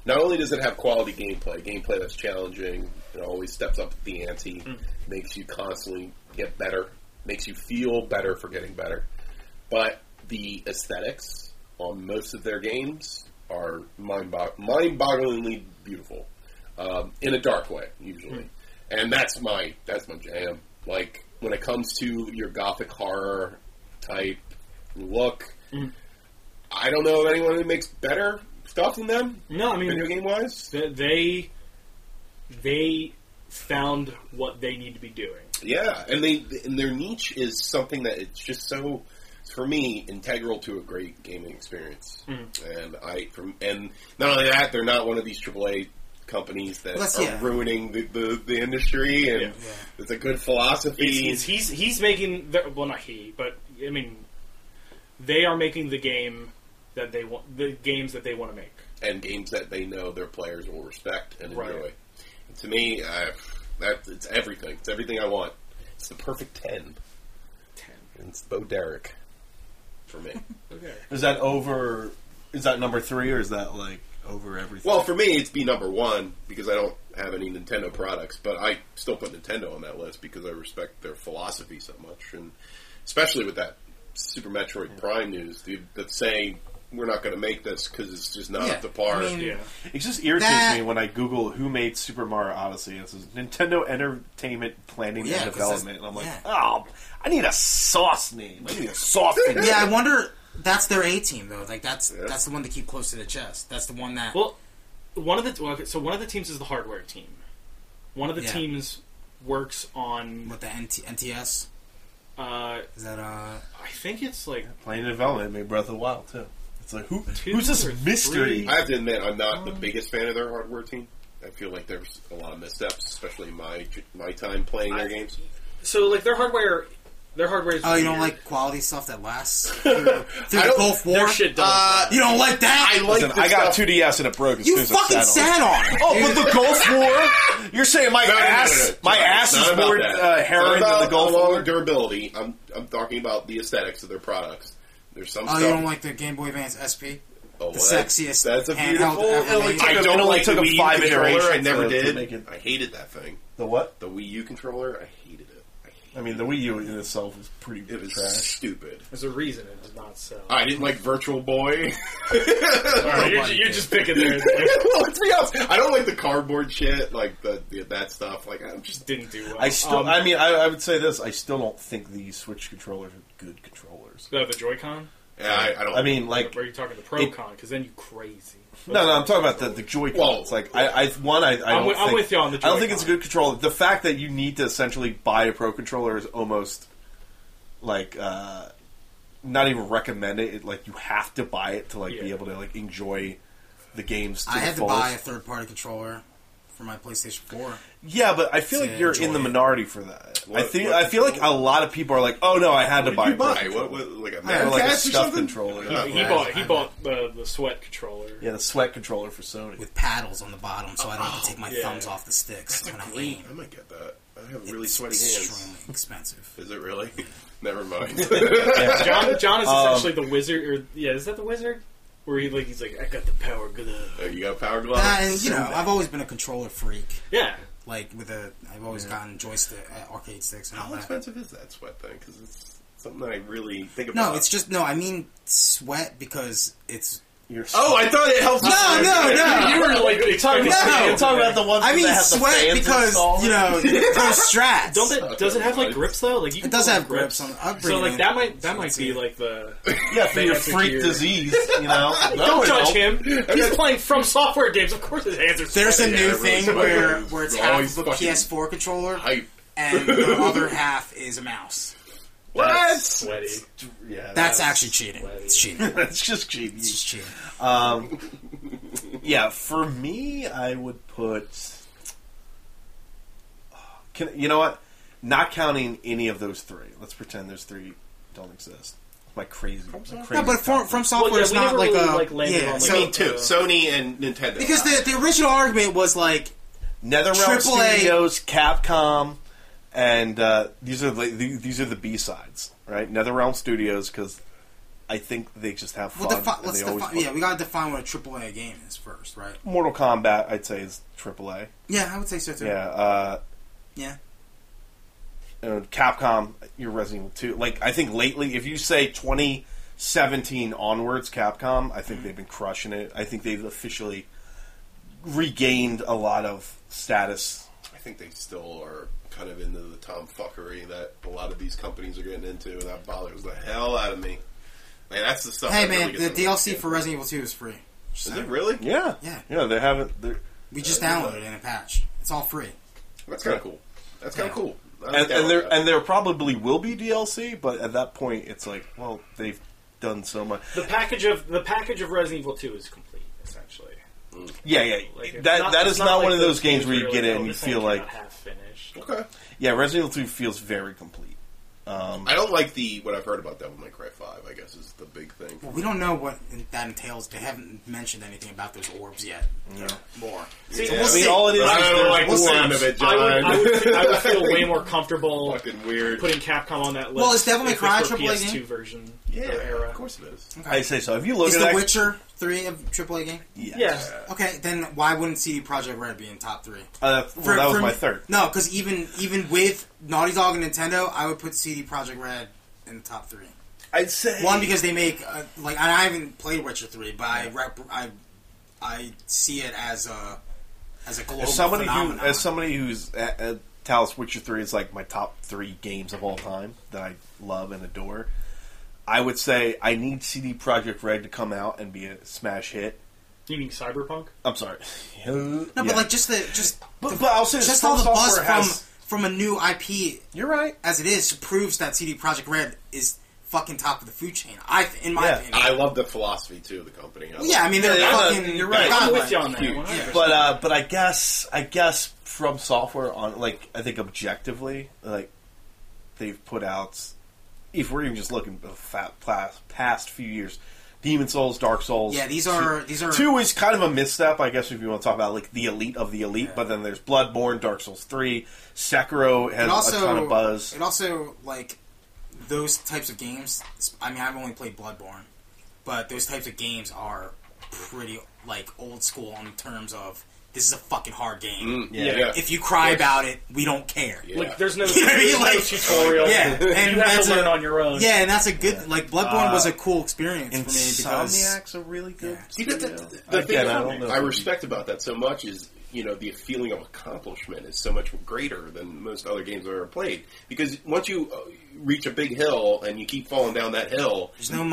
Not only does it have quality gameplay, gameplay that's challenging, it always steps up the ante, makes you constantly get better, makes you feel better for getting better. But the aesthetics on most of their games are mind mind-bogglingly beautiful, um, in a dark way usually, and that's my that's my jam. Like when it comes to your gothic horror type look, I don't know of anyone who makes better stuff than them,
no, I
video
mean
game wise.
th- they they found what they need to be doing.
Yeah, and they and their niche is something that it's just so for me integral to a great gaming experience. And I from and not only that, they're not one of these AAA companies that
Well, that's-
are
yeah.
ruining the, the, the industry, and
Yeah.
it's a good
It's,
philosophy.
it's- he's he's making the, well not he but I mean they are making the game that they want the games that they want to make.
and games that they know their players will respect and
Right.
enjoy. To me, uh, that it's everything. It's everything I want. It's the perfect ten. Ten. It's Bo Derek for me.
Okay.
Is that over? Is that number three, or is that like over everything?
[LAUGHS] well, for me, it's be number one because I don't have any Nintendo products, but I still put Nintendo on that list because I respect their philosophy so much, and especially with that Super Metroid Prime news, dude, that's saying we're not going to make this because it's just not
Yeah,
up to par.
I mean,
Yeah.
it just irritates
That-
me when I Google who made Super Mario Odyssey. It says Nintendo Entertainment Planning
Yeah, 'cause
and
it's-
Development, and I'm like,
yeah.
oh, I need a sauce name. I need a sauce
[LAUGHS]
name.
yeah, I wonder. That's their A team though. Like that's that's the one to keep close to the chest. That's the one that.
Well, one of the well, okay, so one of the teams is the hardware team. One of the
Yeah.
teams works on.
with the NT, NTS
Uh,
is that uh
I think it's like
Planning and Development made Breath of the Wild too. It's like who
Two
who's this
or
mystery?
three.
I have to admit, I'm not
Oh.
the biggest fan of their hardware team. I feel like there's a lot of missteps, especially in my my time playing their games.
so like their hardware. Their hardware is.
oh you don't
weird.
like quality stuff that lasts
[LAUGHS]
through, through the
don't-
Gulf War.
their shit. Does
Uh,
You don't like that?
I like.
Listen,
the
I got
stuff-
2DS and it broke as
you
soon as
fucking
I sat
sat on it.
on it. Oh, but the Gulf War? You're saying my
No, no, no, no, no.
ass, my
Sorry,
ass
it's not
is
about
more
that.
uh,
It's
heroin than
not
the
about
Gulf
how long
War?
durability. I'm I'm talking about the aesthetics of their products. There's some
Oh,
stuff.
you don't like the Game Boy Advance SP?
oh, well,
The
that-
sexiest
That's a
handheld
beautiful.
ever
It only
made.
took
I
a-
don't
it only
like
took
the
a
Wii U
five
controller,
controller. I
to-
never
to
did.
make it-
I hated that thing.
The what?
The Wii U controller. I hated it. I hated
I mean, the Wii U in itself is pretty
it. It was
trash.
stupid.
there's a reason it does not sell.
I didn't like Virtual Boy. [LAUGHS]
All right, you're,
nobody
you're
did.
just picking there.
well, let's be honest. I don't like the cardboard shit, like the, the that stuff. Like I'm just
Didn't do well.
I still,
Um,
I mean, I, I would say this: I still don't think the Switch controllers are good controllers.
no, the Joy-Con.
yeah, I, I don't.
I mean, like,
Or are you talking the Pro Con? Because then you crazy.
no, no, I'm talking about the, the Joy
Whoa.
Cons. Like, I, I one, I, I don't
I'm with- I'm
think,
with you on the
I don't think
Joy-Con.
it's a good controller. The fact that you need to essentially buy a Pro controller is almost like uh, not even recommended. It like you have to buy it to like be
Yeah.
able to like enjoy the games. To
I
the
had to
fullest.
buy a third party controller for my PlayStation 4.
Yeah, but I feel
to
like you're in
enjoy
the
it.
minority for that. I
What-
think
what
I feel like a lot of people are like, "Oh no, I had to
what
buy."
did you
a Pro
buy?
controller.
What, what, like a
Yeah,
Madcast
like a
or
scuff
something?
controller.
Oh,
He
wow.
bought he bought uh, the sweat controller.
Yeah, the sweat controller for Sony.
With paddles on the bottom, so I don't
Oh,
have to take my
yeah.
thumbs off the sticks when I aim.
I might get that. I have really
It's
sweaty hands. [LAUGHS]
extremely expensive.
Is it really? [LAUGHS]
[LAUGHS]
Never mind.
John John is
Um,
essentially the wizard. Or yeah, is that the wizard? Where he like he's like I got the power uh." glove.
Oh, [LAUGHS] you got power gloves.
Nah, and, you know, I've always been a controller freak. [LAUGHS]
Yeah,
Like with a, I've always gotten joystick, uh, arcade sticks, and all
How
that.
expensive is that sweat thing? Because it's something I really think about.
No, it's just no. I mean sweat because it's.
You're
Oh, I thought it helped.
No,
[LAUGHS]
no, no.
you were like talking
about- you're talking
the ones.
I mean sweat because you know
[LAUGHS]
those strats.
Don't it, does it have like grips though? Like you
It does
can
have
put
grips on. I'll bring
So
it
like
in.
that might that
So
might
let's
be
see.
like the.
yeah, for your
Fantastic
freak
year.
disease, you know. That
Don't
would
judge
help. [LAUGHS]
him. He's playing from software games. Of course, his hands are.
There's a
sweaty.
new
Yeah,
thing
everyone's
where
fucking-
where it's
they're
half
always
of a
fucking
PS4 controller
Hype.
and the
[LAUGHS]
other half is a mouse.
What?
That's sweaty.
Yeah,
That's actually cheating. It's
[LAUGHS]
cheating.
[LAUGHS] that's just cheap.
It's just cheating.
Yeah, for me, I would put. Can you know what? Not counting any of those three. Let's pretend those three don't exist. My crazy. my crazy
No, but from, from
top three.
software,
Well, yeah,
it's
we
not
never
like
really,
a
like, landed
yeah.
on, like,
so
a-
Me too. Sony and Nintendo.
because the the original argument was like
NetherRealm
Triple A.
Studios, Capcom, and uh, these are the, the- these are the B sides, right? NetherRealm Studios because I think they just have fun
what the fuck?
and
Let's
they always
define.
fun.
Yeah, we gotta define what a AAA game is first, right?
Mortal Kombat, I'd say is triple A.
Yeah, I would say so too.
Yeah, uh,
yeah.
and Capcom, your Resident Evil Two. Like I think lately, if you say twenty seventeen onwards, Capcom, I think they've been crushing it. I think they've officially regained a lot of status.
I think they still are kind of into the tomfuckery that a lot of these companies are getting into, and that bothers the hell out of me. Like that's the stuff.
Hey
that really
man,
gets
the
on my
DLC
skin.
for Resident Evil 2 is free. Just
is
saying.
it really?
Yeah,
Yeah.
yeah. They haven't. They're,
We just downloaded it in a patch. It's all free.
That's kind of cool. That's kind of cool. I like
and,
that
and
one. uh,
there and there probably will be DLC, but at that point, it's like, well, they've done so much.
The package of the package of Resident Evil Two is complete essentially.
Yeah, yeah.
Like, it's
that
not-
that
it's
is not
like
one of those games where
where
you
you're
get
like,
it
oh,
and you
this thing
feel
came
like,
out half finished.
okay.
yeah, Resident Evil Two feels very complete.
I don't like the what I've heard about Devil May Cry Five. five. I guess is the big thing.
Well, we don't know what that entails. They haven't mentioned anything about those orbs yet. More.
See,
we'll
I
see.
mean, all it is.
I
is
don't
there's-
like the
We'll see.
sound of it,
I
John.
would, I, would, I would feel way more comfortable
Fucking weird.
putting Capcom on that list.
Well, it's Devil May
if it
Cry
were
AAA
PS2
game?
version
yeah,
or era.
of course it is.
I say so. If you look
Is
at
The
that,
Witcher three a AAA game?
yes.
Yes.
Okay, then why wouldn't CD Projekt Red be in top three?
Uh, well, that was
for-
my third.
No, because even even with Naughty Dog and Nintendo, I would put CD Projekt Red in the top three.
I'd say
One because they make uh, like and I haven't played Witcher three, but I rep, I I see it as a as a global
as somebody who,
phenomenon.
as somebody who's at, at Talos Witcher Three is like my top three games of all time that I love and adore. I would say I need CD Project Red to come out and be a smash hit.
You mean Cyberpunk?
I'm sorry. No,
no, but like just the just
but, but I'll say this,
just
From
all the buzz
Software
from
has-
from a new IP
You're right.
as it is proves that CD Projekt Red is fucking top of the food chain. I in my
Yeah.
opinion.
I love the philosophy too of the company. I
Well, yeah, I mean they're
Yeah, yeah,
fucking.
you're right.
I'm
God,
with you on that.
Huge.
100%.
But uh, but I guess I guess from software on like I think objectively like they've put out if we're even just looking at the fa- past, past few years, Demon Souls, Dark Souls.
Yeah, these are these are
Two is kind of a misstep, I guess, if you want to talk about like the elite of the elite. But then there's Bloodborne, Dark Souls Three, Sekiro has
it also
a ton of buzz.
It also like those types of games. I mean, I've only played Bloodborne, but those types of games are pretty like old school in terms of this is a fucking hard game.
Mm.
yeah.
Yeah.
yeah.
If you cry about it, we don't care. Yeah.
Like, there's no,
You know what I mean?
there's no
Like-
tutorial.
Yeah,
you
and
have
that's
to
a-
learn on your own.
and that's a good like Bloodborne
Uh,
was a cool experience for me because
Insomniac's a really good.
Yeah.
See, that, that,
studio.
the
Again,
thing
I
I,
don't know if it'd be-
respect about that so much is, you know, the feeling of accomplishment is so much greater than most other games I've ever played. Because once you uh, reach a big hill and you keep falling down that
[LAUGHS]
hill,
there's no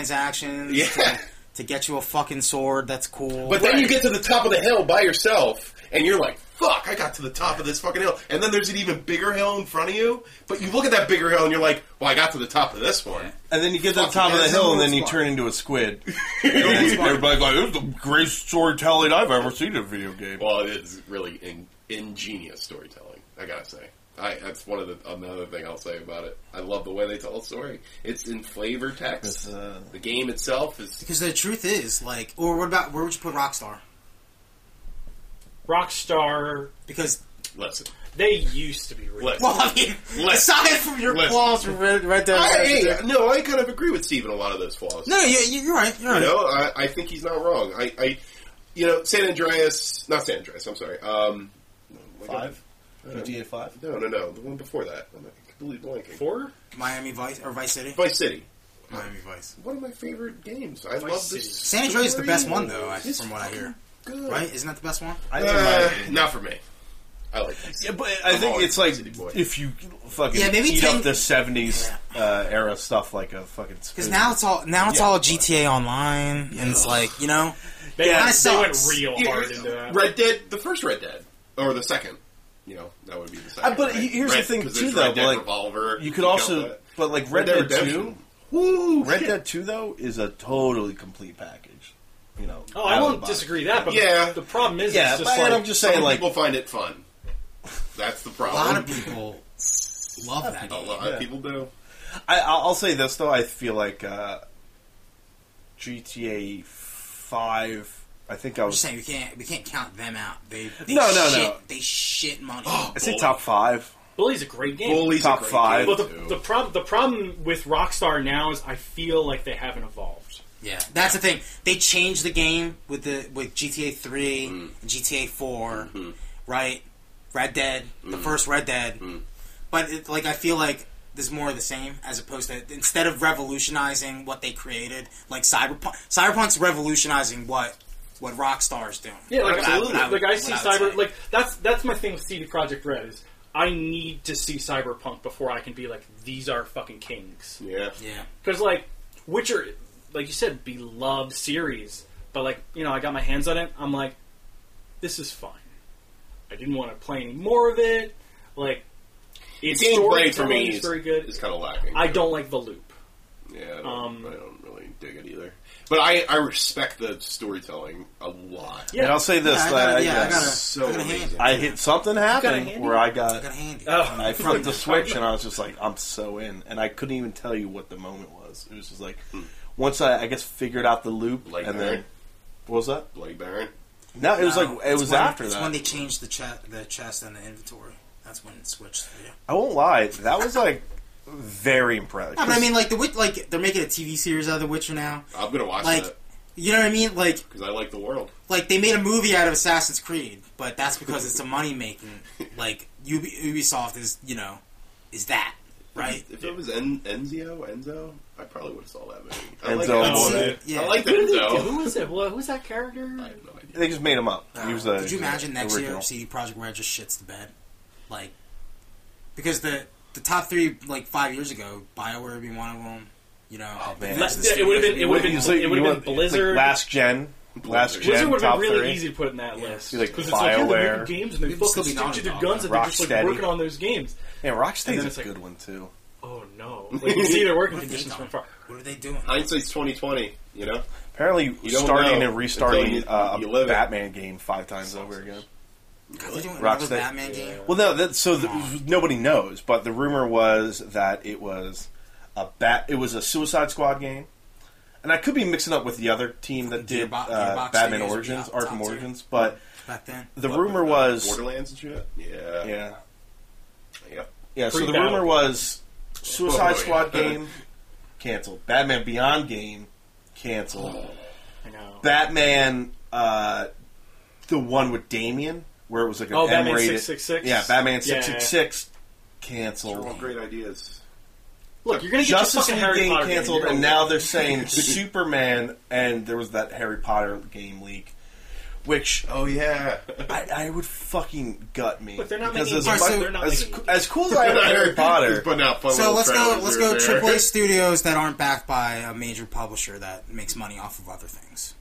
microtransactions.
Yeah.
To, to get you a fucking sword, that's cool.
[LAUGHS] but then you get to the top of the hill by yourself and you're like, fuck, I got to the top of this fucking hill. And then there's an even bigger hill in front of you, but you look at that bigger hill and you're like, well, I got to the top of this one.
And then you get to the
Fuck,
top of
yeah,
the hill, and then
that's
you
fun.
turn into a squid. And [LAUGHS] everybody's like, "It was the greatest storytelling I've ever seen in a video game."
Well, it is really in, ingenious storytelling. I gotta say, I, that's one of the another thing I'll say about it. I love the way they tell a story. It's in flavor text.
It's, uh,
the game itself is
because the truth is like, or what about where would you put Rockstar?
Rockstar,
Because
listen.
they used to be real.
Listen.
Well, I mean, [LAUGHS]
Listen.
aside from your
Listen.
flaws from Red, Red Dead
I,
Redemption
hey,
2.
no, I kind of agree with Steve in a lot of those flaws.
No, you, you- you're right. You're
You
right.
know, I, I think he's not wrong. I, I, you know, San Andreas, not San Andreas. I'm sorry. Um, oh my God.
Five, GTA Five.
No, no, no. The one before that. I'm completely blanking.
Four?
Miami Vice or Vice City.
Vice City.
Miami Vice.
One of my favorite games. I love
City.
this.
San Andreas is the
story.
best one, though, I-
It's
from what I hear.
fucking Good.
Right? Isn't that the best one?
I think
Uh,
my-
not for me. I like this.
yeah, but I
I'm
think
always
it's like
a city boy.
if you fucking
Yeah, maybe
eat
ten-
up the '70s uh, era stuff like a fucking.
Because now it's all now it's all GTA Online, and it's like you know,
They,
Yeah,
went-
it
they went
sucks.
real
Yeah,
hard into
Uh,
that.
Red Dead, the first Red Dead, or the second. You know, that would be the second.
Uh, but
right?
here's the
Red-
thing,
'cause
too,
there's
though,
Red Dead
like,
Revolver.
you could
count
also,
that.
but like Red,
Red Dead
Dead Two.
Redemption.
Woo, Red Dead Two though is a totally complete package. You know.
Oh, I
out of
won't
the box.
disagree that, but
Yeah.
the problem is,
Yeah,
it's
but
just like,
I'm just
Some
saying like
people find it fun. That's the
a
problem.
lot of people love that.
A
Game.
lot of people do.
I, I'll I'll say this though. I feel like uh, GTA Five. I think I
I'm just
was.
saying we can't we can't count them out. They, they
No,
shit,
no, no.
They shit
[GASPS]
money.
I
Oh,
say top five.
Bully's a great game.
Bully's
Top
a great
five.
game,
Well, the,
too.
the, prob- the problem with Rockstar now is I feel like they haven't evolved.
yeah, that's the thing. They changed the game with the with GTA 3 and GTA 4 right? Red Dead, the first Red Dead. But it, like I feel like there's more of the same as opposed to instead of revolutionizing what they created, like Cyberpunk Cyberpunk's revolutionizing what what Rockstar's doing.
Yeah, like
What I- what
absolutely.
I would-
like I
what
see
would
cyber.
say.
Like that's that's my thing with CD Project Red is I need to see Cyberpunk before I can be like these are fucking kings.
Yeah.
yeah.
Because like Witcher, like you said, beloved series, but like you know I got my hands on it. I'm like, this is fine. I didn't want to play any more of it. Like it's
Gameplay for
storytelling
me
is
is
very good.
It's kind of lacking.
I don't like the loop.
Yeah, I don't,
Um,
I don't really dig it either. But I, I respect the storytelling a lot.
Yeah.
And I'll say this:
Yeah, I
that
gotta-
I,
yeah, I
got
gotta-
So
I gotta hand-
amazing.
I hit something happened
handy?
where I got
I got a handy.
Oh.
[LAUGHS]
I flipped the switch and I was just like, I'm so in, and I couldn't even tell you what the moment was. It was just like once I, I guess, figured out the loop,
Like
and
that?
then what was that?
Blake Baron.
No, it was
No,
like it
it's
was
when-
after
it's
that.
when they changed the chat, the chest, and the inventory. That's when it switched. Yeah.
I won't lie, that was like very impressive.
Ah, but I mean, like the Witch, like they're making a TV series out of The Witcher now.
I'm gonna watch
Like,
that
you know what I mean? Like,
because I like the world.
like they made a movie out of Assassin's Creed, but that's because it's a money
[LAUGHS]
making. Like Ubi- Ubisoft is, you know, is that right?
If it was En- Enzio, Enzo, I probably would have saw that movie. I
Enzo
like
Amore.
Enzo.
Yeah.
I like
Who did-
Enzo.
Who was it? Wha- Who's that character?
I have no idea.
they just made him up. He was a,
uh, Could you imagine next year
original.
CD Project Red just shits the bed, like because the the top three like five years ago, Bioware would be one of them. You know, oh,
man.
It would have been. It would have
It's
been.
like-
It would
you
have
want-
been
it's like
Blizzard.
last gen, last gen,
Blizzard would have
top
been really
three.
easy to put in that list
Be like
because it's like yeah, they're
Bioware.
making games and they
Maybe
fucking
it's
stick
gonna be
to their
Naughty
guns and they're just like
Rocksteady.
working on those games.
Yeah,
And
Rockstead's
then
a
it's like-
good one too.
Oh no! Like you see their working conditions from far.
What are they doing?
Hindsight's twenty twenty. You know,
Apparently,
You don't
starting
know
and restarting
until you-
uh,
you
a
live it.
Batman game five times over again.
God, they're doing
Rocksteady.
another Batman game.
Well, no, that, so the, nobody knows, but the rumor was that it was a bat. It was a Suicide Squad game, and I could be mixing up with the other team that did
Gearbox-
uh,
Gearbox Studios would
Batman
be
Origins,
out top
Arkham
tier.
Origins. But
Back then,
the
What,
rumor
with, uh,
was,
Borderlands and shit. Yeah,
yeah,
yeah.
yeah. So the
Pre-battle.
rumor was
Oh,
Suicide
yeah.
Squad game [LAUGHS] canceled, Batman Beyond game canceled,
I know.
Batman, uh, the one with Damien, where it was like an
Oh, Batman
M-rated,
666?
yeah, Batman
Yeah, yeah, yeah.
six six six
They're all
canceled.
great ideas.
Look, you're gonna get
Justice
your
League
fucking Harry
game
Potter
canceled,
game.
and now
[LAUGHS]
they're saying Superman, and there was that Harry Potter game leak, which
[LAUGHS]
Oh yeah,
I, I would fucking gut me.
But they're not
because
making
as,
games,
much-
they're not
as,
making games.
as cool as I am at
[LAUGHS]
Harry Potter,
But now, fun
So
little
let's go.
trailers
Let's
here
go
and there. [LAUGHS]
AAA studios that aren't backed by a major publisher that makes money off of other things.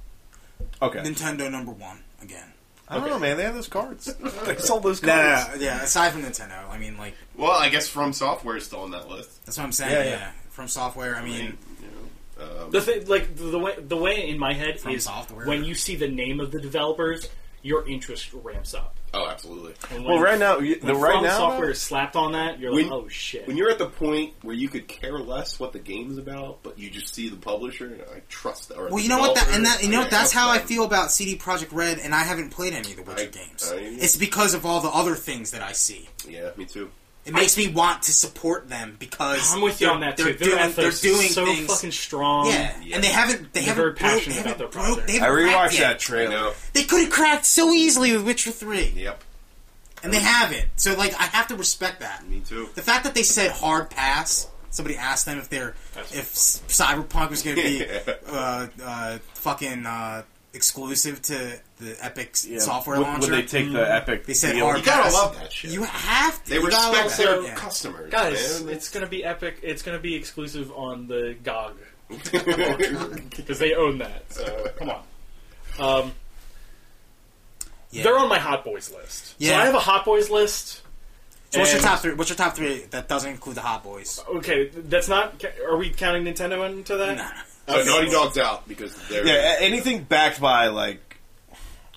okay,
Nintendo number one again.
I don't know, man. They have those cards. they sold those
No,
cards.
yeah. Aside from Nintendo, I mean, like
Well, I guess From Software is still on that list.
that's what I'm saying.
Yeah,
Yeah,
yeah.
from software. I
I
mean,
mean, you know, um,
The thing, like the way the way in my head
From
is
software.
when you see the name of the developers, your interest ramps up.
oh, absolutely.
And when-
Well, right now, you- the
when
right
From
now
software is slapped on that. You're
When-
like, oh shit.
When you're at the point where you could care less what the game's about, but you just see the publisher, and I trust. Or
well, you know what? That and that you know
I
that's how I
trust them.
feel about CD Project Red, and I haven't played any of the Witcher
I-
games.
I-
it's because of all the other things that I see.
Yeah, me too.
It makes me want to support them because
I'm with you on that
they're
too.
doing,
Their ethos
they're doing
is so
things.
fucking strong.
yeah.
Yeah.
and they haven't. They
They're very
haven't. Broke, they
passionate about
haven't
their
broke.
project.
They
I
haven't cracked
rewatched
yet.
that
I
trailer.
know.
They could have cracked so easily with Witcher Three,
Yep,
and they haven't. So, like, I have to respect that.
me too.
The fact that they said hard pass. Somebody asked them if they're if c- Cyberpunk was going to
[LAUGHS]
be uh, uh, fucking uh, exclusive to the Epic
Yeah.
software
Would-
launcher.
Would they take the epic?
They said
deal?
hard
You gotta
pass.
love that shit.
You have to.
they
you gotta
respect
love
their
that. Yeah.
customers,
Guys,
Man.
it's gonna be epic. It's gonna be exclusive on the GOG because they own that. So come on. Um,
Yeah.
They're on my hot boys list. So
Yeah.
I have a hot boys list.
So what's your
and-
top three? What's your top three that doesn't include the Hot Boys?
Oh,
Okay, that's not. Are we counting Nintendo into that?
Nah.
so Naughty Dog's out because they're
eh,
yeah, a- anything backed by like,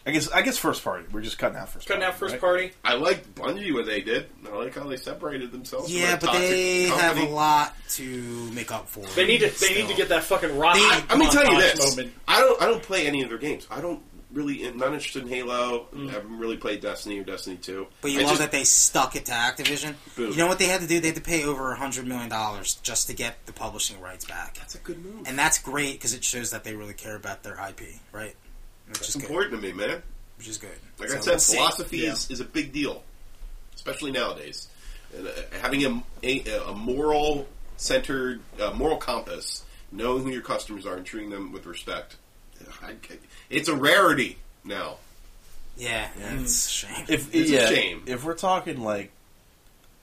I guess I guess first party. We're just cutting out first.
Cutting
party,
out first
right?
party.
I liked Bungie what they did. I like how they separated themselves.
Yeah,
from
but
that
they
toxic
have a
company.
lot to make up for.
They need to. They need to get that fucking rock.
They-
Let me tell you
montage
this:
Moment.
I don't. I don't play any of their games. I don't really. I'm not interested in Halo. I haven't really played Destiny or Destiny Two.
Mm. But you
I
love
just-
that they stuck it to Activision.
Boo.
You know what they had to do? They had to pay over hundred million dollars just to get the publishing rights back.
That's a good move.
and that's great because it shows that they really care about their IP, right? Which is
It's
good.
important to me, man.
Which is good.
Like
So
I
we'll
said,
see.
philosophy is, is a big deal, especially nowadays. And, uh, having a, a, a moral centered, uh, moral compass, knowing who your customers are and treating them with respect, I- I- it's a rarity now.
Yeah, and it's a shame.
If
It's a
yeah,
shame.
if we're talking like,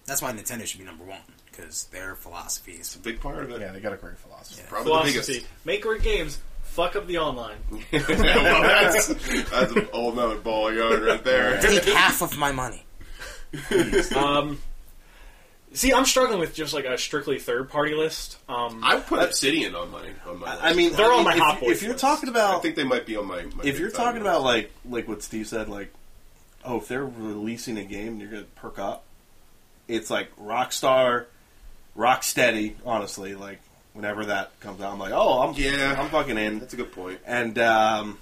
that's why Nintendo should be number one because their philosophy
[LAUGHS]
is.
Big part of it.
yeah, they got a great philosophy.
Probably the
Philosophy.
[LAUGHS] biggest.
Make great games. Fuck up the online.
well, that's, that's an whole nother ball of yarn right there.
Take half of my money.
Um, See, I'm struggling with just like a strictly third party list. Um,
I would put Obsidian on my on my.
I mean,
They're
I
on
mean,
my
if,
hot boy
If you're
list.
talking
I
about
think they might be on my. my
if you're
big
talking
time
about
list.
like like what Steve said, like oh, if they're releasing a game and you're gonna perk up, it's like Rockstar, Rocksteady. Honestly, like whenever that comes out, I'm like, oh, I'm
Yeah.
I'm fucking in.
that's a good point.
And um,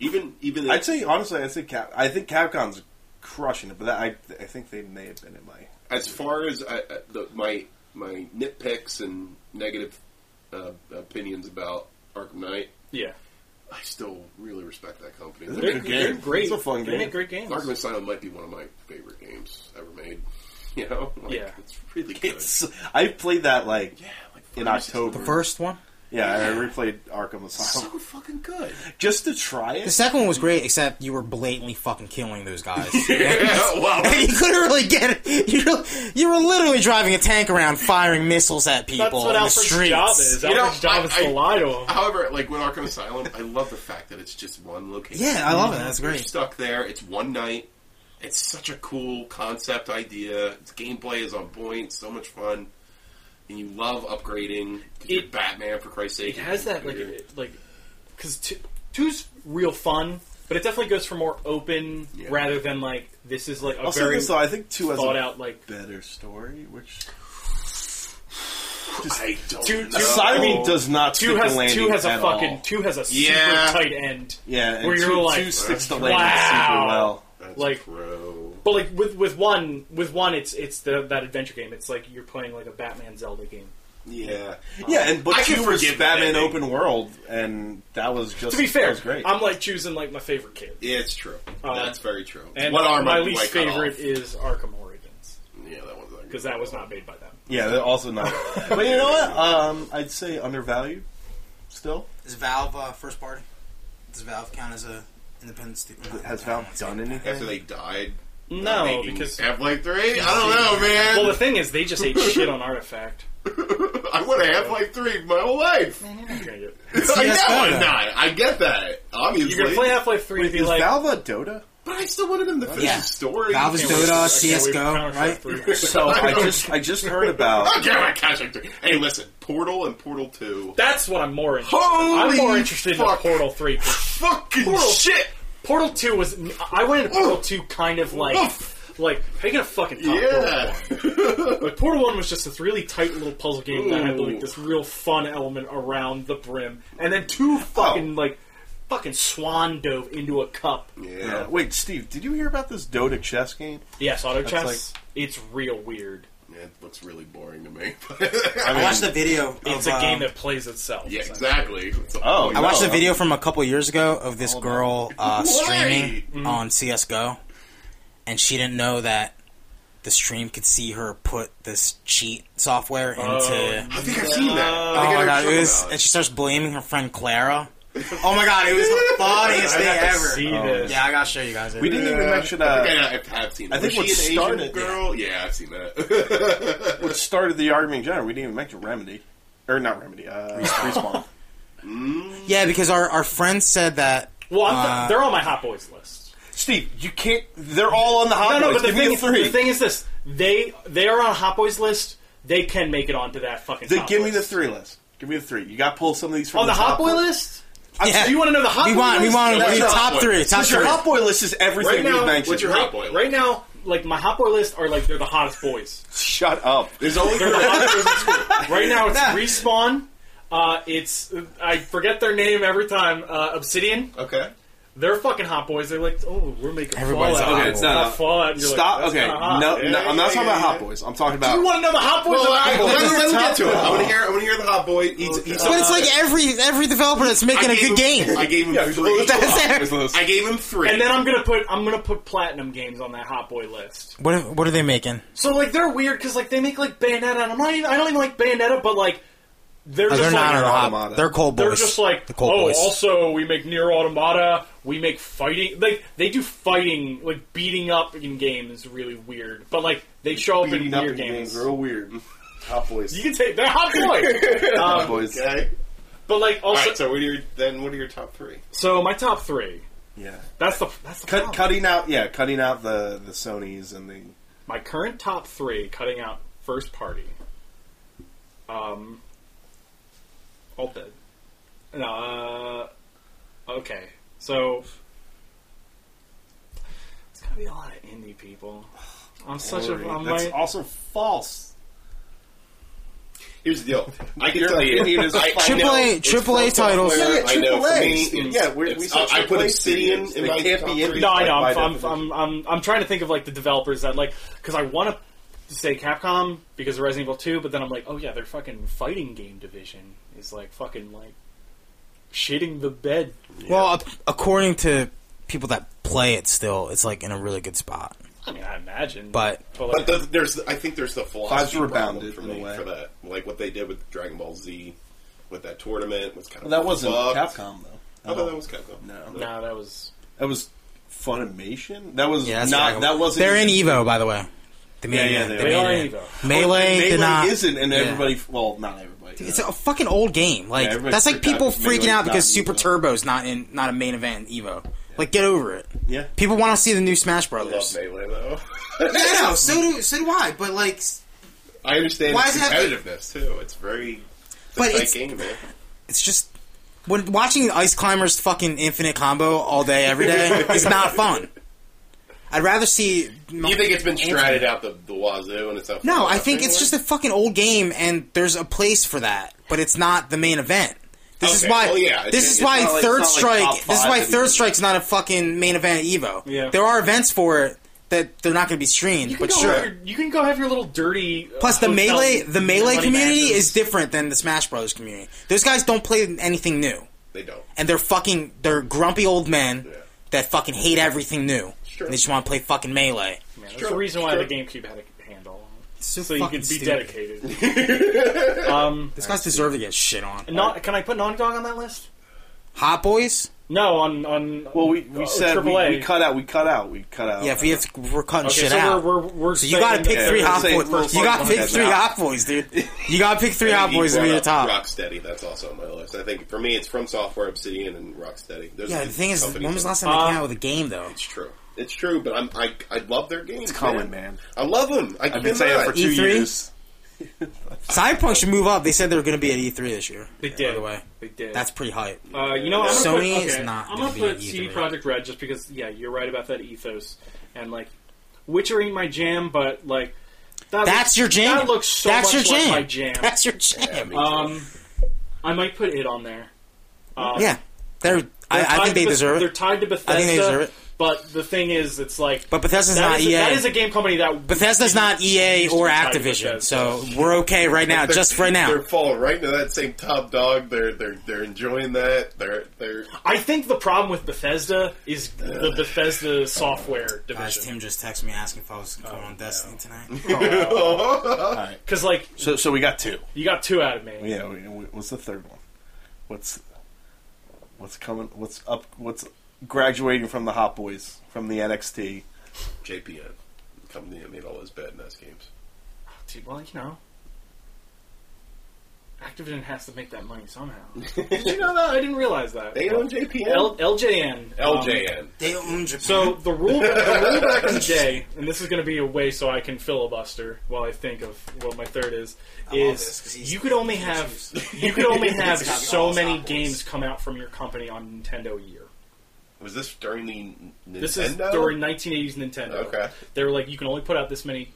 Even even
I'd say honestly, I'd say Cap. I think Capcom's crushing it, but that, I I think they may have been in my.
as far as I, I- the, my my nitpicks and negative uh, opinions about Arkham Knight,
yeah,
I still really respect that company.
They're
they're,
good game.
they're great.
It's a fun
they
game.
make great games.
Arkham Asylum might be one of my favorite games ever made. [LAUGHS] You know, like,
Yeah.
it's really good.
It's I played that like
yeah, like
in
five or six
October.
The first one.
yeah, I replayed Arkham Asylum
[LAUGHS] so fucking good.
just to try
The
it.
second one was great, except you were blatantly fucking killing those guys.
Yeah,
[LAUGHS]
well,
you couldn't really get it. You, you were literally driving a tank around, firing missiles at people
That's what
in the
Alfred's
streets.
job is.
know,
Alfred's job is
I-
to lie to him.
however, like with Arkham Asylum, I love the fact that it's just one location.
Yeah, I love it. That's
You're
great.
stuck there. It's one night. It's such a cool concept idea. Its gameplay is on point. So much fun, and you love upgrading. 'cause you're
It-
Batman for Christ's sake.
It has that like it- like because two, two's real fun, but it definitely goes for more open
Yeah.
rather than like this is like a
Also,
very
this, though, I think two has a
thought out like
better story, which
I don't
Two-
know.
two-
I mean,
Oh.
does not
two
stick the
has
landing
two has a
at
fucking
all.
two has a
Yeah.
super tight end.
yeah, and
where you're
two,
like,
two sticks the
wow.
landing super well.
That's
like-
pro.
But like with with one with one, it's it's the that adventure game. It's like you're playing like a Batman Zelda game.
Yeah,
Yeah, and but
I can
two was
forgive
Batman
that ending.
open world, and that was just
To be
that
fair,
was great.
I'm like choosing like my favorite kid,
it's true.
Um,
That's very true.
and
what arm
my
do I
least
cut off?
favorite is Arkham Origins
Yeah, that one's not good.
because that was not made by them.
yeah, they're also
[LAUGHS]
not. but you know what? Um, I'd say undervalued. Still,
Is Valve uh, first party? Does Valve count as a independent studio?
has Valve done anything?
after they died.
No,
making
because
Half-Life Three.
[LAUGHS]
I don't know, man.
well, the thing is, they just ate shit on Artifact.
[LAUGHS] I want a Half-Life Three my
[LAUGHS]
whole life.
Man, you're not gonna get-
[LAUGHS] I know
that's
I'm
better.
not. I get that. Obviously,
You're gonna play Half Life Three and be
Is
like,
Valve a Dota?
but I still wanted them to finish
Yeah.
the story.
Valve is
"Can't wait- I
Dota,
can't wait for
CS:GO,
Counter-Strike
right?
3."
[LAUGHS] So I just I just heard
[LAUGHS]
about.
Okay, my contract. Hey, listen, Portal and Portal Two.
That's what I'm more interested.
Holy
I'm more interested
fuck.
in Portal Three. 'cause
Fucking
Portal-
shit!
Portal Two was I went into Portal
Oof.
Two kind of like
Oof.
like how you gonna fucking top Portal
Yeah,
One? But Portal One was just this really tight little puzzle game that had like this real fun element around the brim, and then two fucking like fucking swan dove into a cup.
yeah.
Yeah. uh, Wait, Steve, did you hear about this Dota chess game?
Yes, auto chess.
like-
it's real weird.
Yeah, It looks really boring to me. [LAUGHS]
I
I
mean,
watched the video.
It's
of,
a game
um,
that plays itself.
yeah,
So-
exactly. It's a-
oh,
I watched
no,
a video from a couple years ago of this girl
[LAUGHS]
uh,
Why?
streaming
Mm-hmm.
on CS:GO, and she didn't know that the stream could see her put this cheat software into.
Oh,
I think I've seen that. I
Oh
think I
my
know
god,
what
it
you're
was,
talking
and she starts blaming her friend Clara. Oh my god, it was the
[LAUGHS]
funniest
I
thing
have to
ever. Oh,
see this.
Yeah, I gotta show you guys. It.
We didn't even
Yeah.
mention
about.
uh,
I, think I, I have seen. That.
I think
was
what
she an Asian
started-
girl? Yeah. I've seen that.
what started the argument in general. We didn't even mention Remedy. Or not
[LAUGHS]
Remedy, uh, Respawn.
Yeah, because our, our friend said that.
Well, I'm th-
Uh,
they're on my hot boys list.
Steve, you can't. They're all on the hot
No, no,
Boys.
but the
Give me
thing,
the three.
the thing is this: they they are on hot boys list. They can make it onto that fucking.
Then
top
give me
list.
the three list. Give me the three. You got to pull some of these from
on the, hot
top
boy list.
Yeah.
Do you want to know the hot
we
boy
want, we
list?
want
Yeah,
the
what's
top
your-
three, top
Because your
three.
hot boy list is
right
everything
now,
we've mentioned.
what's your hot boy?
Right now, like my hot boy list are like they're the hottest boys.
Shut up.
There's only
They're the hottest boys in school. Right now, it's respawn. Uh, it's I forget their name every time. Uh, Obsidian.
okay.
They're fucking hot boys. They're like, oh, we're making
Everybody's
Fallout.
a hot
okay,
boy.
it's not
Uh,
Fallout. and You're
Stop.
Like,
okay.
That's kinda hot.
No,
Yeah,
no, I'm not
yeah,
talking
yeah,
about hot
yeah.
boys. I'm talking about.
You want to know the hot boys?
Well,
are
I,
hot boys.
let, let him get to it. I want
Oh.
to hear. I want to hear the hot boy. He's, he's
But it's like every every developer that's making uh,
I
a
gave
good
him-
game.
I gave him three.
That's it.
I gave him three.
and then I'm gonna put I'm gonna put platinum games on that hot boy list.
What are- what are they making?
So like they're weird because like they make like Bayonetta. And I'm not even, I don't even like Bayonetta, but like they're
Oh,
just
they're
like,
not on our
Automata.
hot. They're cold boys.
They're just like,
the cold
oh,
boys.
also we make near automata, we make fighting. Like they do fighting, like beating up in games, really weird. But like they show up in
Beating up
weird
in games,
games.
real weird. Hot boys.
You can take they're hot
[LAUGHS]
boy.
Hot boys.
okay.
but like
All
also,
right. So what are your then? What are your top three?
so my top three.
Yeah.
That's the that's the
Cut,
problem.
cutting out. Yeah, cutting out the the Sony's and the.
my current top three, cutting out first party. Um, all dead. No, uh, okay. So it's gonna be a lot of indie people. I'm such a. I'm
That's
like,
also false.
Here's
[LAUGHS]
the deal. I can tell you, I, I
Triple
know
A-
it's
Triple A
from software.
titles.
Yeah, yeah,
I know.
Triple
For
A.
me, it's-
Yeah, we- we
it's-
said
I- I put
Triple A
Obsidian
studios.
in
They
my
can't
top
be
three.
indie.
no, I know.
by
I'm, I'm,
definition.
I'm, I'm, I'm trying to think of like the developers that like because I want to say Capcom because of Resident Evil 2, but then I'm like, oh yeah, their fucking fighting game division is like fucking like shitting the bed.
Well, ac- according to people that play it, still, it's like in a really good spot.
I mean, I imagine,
But-
like,
But the, there's, I think there's the philosophy
were
problem
bounded
for
in a
me
way.
for that, like what they did with Dragon Ball Z, with that tournament was kind of
that wasn't
fucked.
Capcom though.
Oh, no, that was Capcom.
No.
no, that was
That was Funimation. That was
Yeah, that's
not.
Dragon Ball.
That wasn't.
They're in Evo, by the way. The
Yeah,
main,
yeah,
the
they
they
main
are
event.
Evo.
Melee,
Melee
did not.
isn't, and
yeah.
everybody. Well, not everybody.
It's
no.
a fucking old game. Like
Yeah, everybody's
that's like
freaked out
people
because
freaking
Melee's
out
not
because
in
Super
Evo.
Turbo's not in not a main event in Evo. Like get over it.
yeah.
People want to see the new Smash
I love
Brothers.
melee though.
Yeah, no, so do so do I. But like, s-
I understand
Why
its
does it have
competitiveness too. It's very
But
it's a tight
it's-
game, man.
it's just when watching Ice Climbers fucking infinite combo all day every
[LAUGHS]
day is not fun. I'd rather see.
You think it's been stratted out the, the wazoo and it's not
No,
fun
I think it's
anymore?
just a fucking old game, and there's a place for that, but it's not the main event. This is
Okay,
why.
well, yeah,
this
it's-
is
it's
why
not like-
Third
it's not like
Strike.
top
this is
five
why
that
Third
you-
Strike's not a fucking main event at Evo.
Yeah.
There are events for it that they're not going to be streamed,
You can,
but
go
sure.
have your, you can go have your little dirty. uh,
Plus, the
hotel
melee, the melee
money
community
matches.
is different than the Smash Brothers community. Those guys don't play anything new,
they don't.
and they're fucking they're grumpy old men
Yeah.
that fucking hate everything new.
Sure.
And they just want to play fucking melee.
Man, that's
Sure,
the reason why
sure.
the GameCube had a handle.
So,
So you
fucking
could be
stupid.
dedicated. [LAUGHS] um,
These guys deserve to get shit on.
not, can I put Nong Dog on that list?
Hot Boys.
No, on on.
Well, we, we
uh,
said we,
AAA.
we cut out. We cut out. We cut out.
Yeah, if we have to, we're cutting
Okay,
shit
so
out.
We're, we're, we're
so you gotta
saying
pick
that
three
they're
hot
saying
boys.
first
You gotta
one
pick
has
three
out.
hot boys, dude.
[LAUGHS]
You gotta pick three hot
You
boys to be
brought
the
up
top.
Rocksteady, that's also on my list. I think for me, it's from Software, Obsidian, and Rocksteady. Those
Yeah,
are
the thing is,
companies
when was the
that-
last time
Uh,
they came out with a game though?
It's true. It's true, but I'm, I I love their games. It's
coming, man.
I love them. I
I've been saying it for two
E3?
years.
Cyberpunk should move up. They said they were going to be at E3 this year.
They did.
By the way,
They did.
that's pretty hype.
Uh, you know, I'm gonna
Sony
put,
is
okay,
not E
I'm
gonna
gonna
be
put
an
CD
E3.
Project Red just because. Yeah, you're right about that ethos, and like, Witcher ain't my jam, but like, that looks-
That's your jam.
That looks so much
That's your jam.
like my jam.
[LAUGHS] That's your jam. Yeah,
um, I might put it on there. Um,
they're.
They're
I, I
tied
think
to
they
Beth-
deserve
They're
it.
tied to Bethesda.
think they deserve it.
But the thing is, it's like
But Bethesda's
that
not
is-
EA.
that is a game company that
Bethesda's not EA
Used to
or
be tied to
Activision,
Bethesda.
so we're okay right now. Just right now.
They're falling right into that same top dog. They're they're they're enjoying that. They're
[LAUGHS]
they're
I think the problem with Bethesda is the Bethesda software
Guys,
division.
Tim just texted me asking if I was
Oh,
going on Destiny tonight.
[LAUGHS]
[LAUGHS]
Because like
So so we got two.
you got two out of me.
Yeah. We, we, what's the third one? What's what's coming? What's up? What's graduating from the Hot Boys from the NXT?
JPN company that made all those bad NES games.
Dude, well, you know, Activision has to make that money
[LAUGHS]
somehow. Did you know that? I didn't realize that.
They own JPN.
L- LJN. Um,
LJN.
They own Japan.
So the rule, the rule back in the day, and this is going to be a way so I can filibuster while I think of what my third is.
love this, 'cause
Is
he's-
you could only have
he's-
you could only
[LAUGHS] he's
have
got the
so
all
many
Hot Boys.
games come out from your company on Nintendo a year.
Was this during the N- Nintendo?
This is during 1980s Nintendo.
Okay.
they were like you can only put out this many.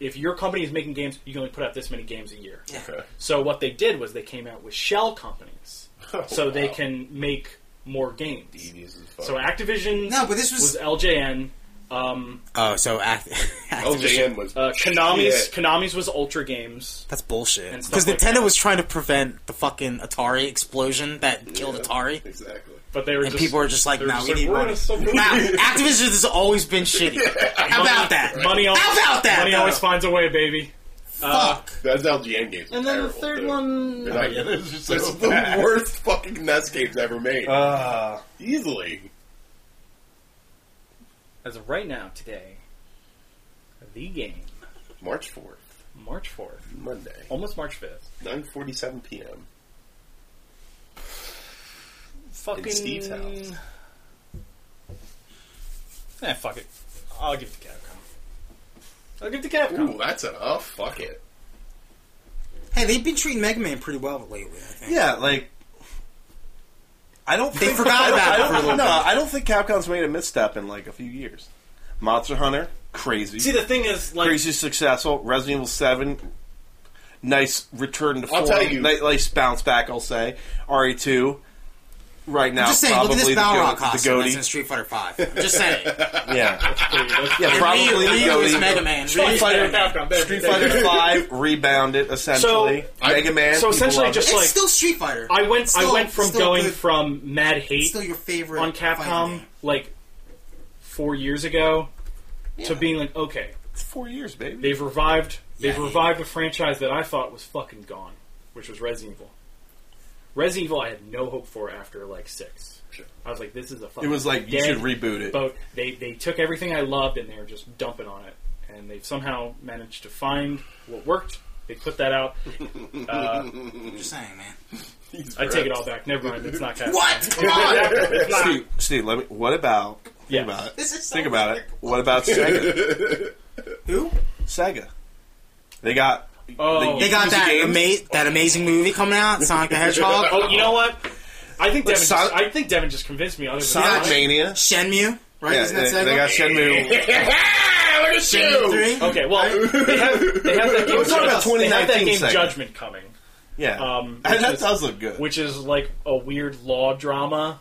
If your company is making games, you can only put out this many games a year.
Okay.
So what they did was they came out with shell
[LAUGHS]
companies, so
Oh, wow.
they can make more games.
Devious as fuck.
So Activision
no, but this was.
was LJN. Um,
oh, so Act- [LAUGHS]
LJN Oh, was
uh, Konami's
shit.
Konami's was Ultra Games.
That's bullshit.
And
Because
stuff like
Nintendo
that.
was trying to prevent the fucking Atari explosion that killed Atari,
Exactly.
But they were
and
just,
people are just like,
they were
"No,
just
we need
"We're
money."
gonna
[LAUGHS]
sell money."
Wow, Activision has
[LAUGHS]
always been shitty. How about that?
Money always,
How about that?
Money
though?
always uh, finds a way, baby.
Fuck.
Those LGN games. were
And then the
terrible,
third
dude.
one,
They're not good. [LAUGHS] This is the
[LAUGHS]
worst fucking NES games ever made.
Uh,
Easily.
as of right now, today, the game,
March 4th,
March fourth,
Monday,
almost March fifth.
9.47 p.m.
Fucking
In Steve's house.
Eh, fuck it. I'll give it to Capcom. I'll give it to Capcom.
Ooh, that's a oh, fuck it.
Hey, they've been treating Mega Man pretty well lately. I think.
Yeah, like I don't.
They
think,
forgot
I don't-
about
I
it
don't-
for a little
no,
bit.
I don't think Capcom's made a misstep in like a few years. Monster Hunter, crazy,
See, the thing is, like, [LAUGHS]
crazy successful. Resident Evil Seven, nice return to form.
I'll tell you.
Ni- nice bounce back. I'll say RE two. Right now,
I'm just saying, look
probably
at this Balrog
the, goat, the
costume that's in
goatee.
Street Fighter Five. I'm
[LAUGHS]
just saying.
Yeah, yeah,
And
probably
Ryu,
the
Ryu is
goatee.
Mega Man.
Street
Ryu's
Fighter,
Mega Man.
Capcom, there,
Street
there.
Fighter Five rebounded essentially.
I-
Mega Man.
so
people
essentially
love it.
just-
It's
like-
still Street Fighter.
I went. I
Still-
went from
still
going
good-
from mad
It's
hate
still your favorite
on
fighting
Capcom
game.
like four years ago to being like, okay,
It's four years, baby.
they've revived. They've
Yeah.
revived a franchise that I thought was fucking gone, which was Resident Evil. Resident Evil, I had no hope for after like six. I was like, this is a
It
fucking.
was like you
dead
should reboot it.
boat. They they took everything I loved and they were just dumping on it, and they've somehow managed to find what worked. They put that out.
I'm just saying, man.
I take it all back. Never mind. It's not Capcom. [LAUGHS]
What? Come on.
It's not.
Steve, Steve, let me. What about?
Yes.
Think about it.
This is so
Think about it. What about Sega?
Who?
Sega. They got.
Oh.
They got
Easy
that
games.
ama- that amazing movie coming
[LAUGHS]
out, Sonic the Hedgehog,
Oh, you know what? I think Devin.
Look, Sonic-
just, I think Devin just convinced me. Other than
Sonic
that.
Mania.
Shenmue, right?
Yeah,
Isn't that
they,
Sega?
they got Oh. Shenmue.
Look at
Shenmue
you.
three.
Okay, well, they have, they have that game.
We're talking about
Judgment- they have that
2019
game
segment.
Judgment coming,
Yeah, [LAUGHS]
Um,
and
which
that
is-
does look good.
which is like a weird law drama.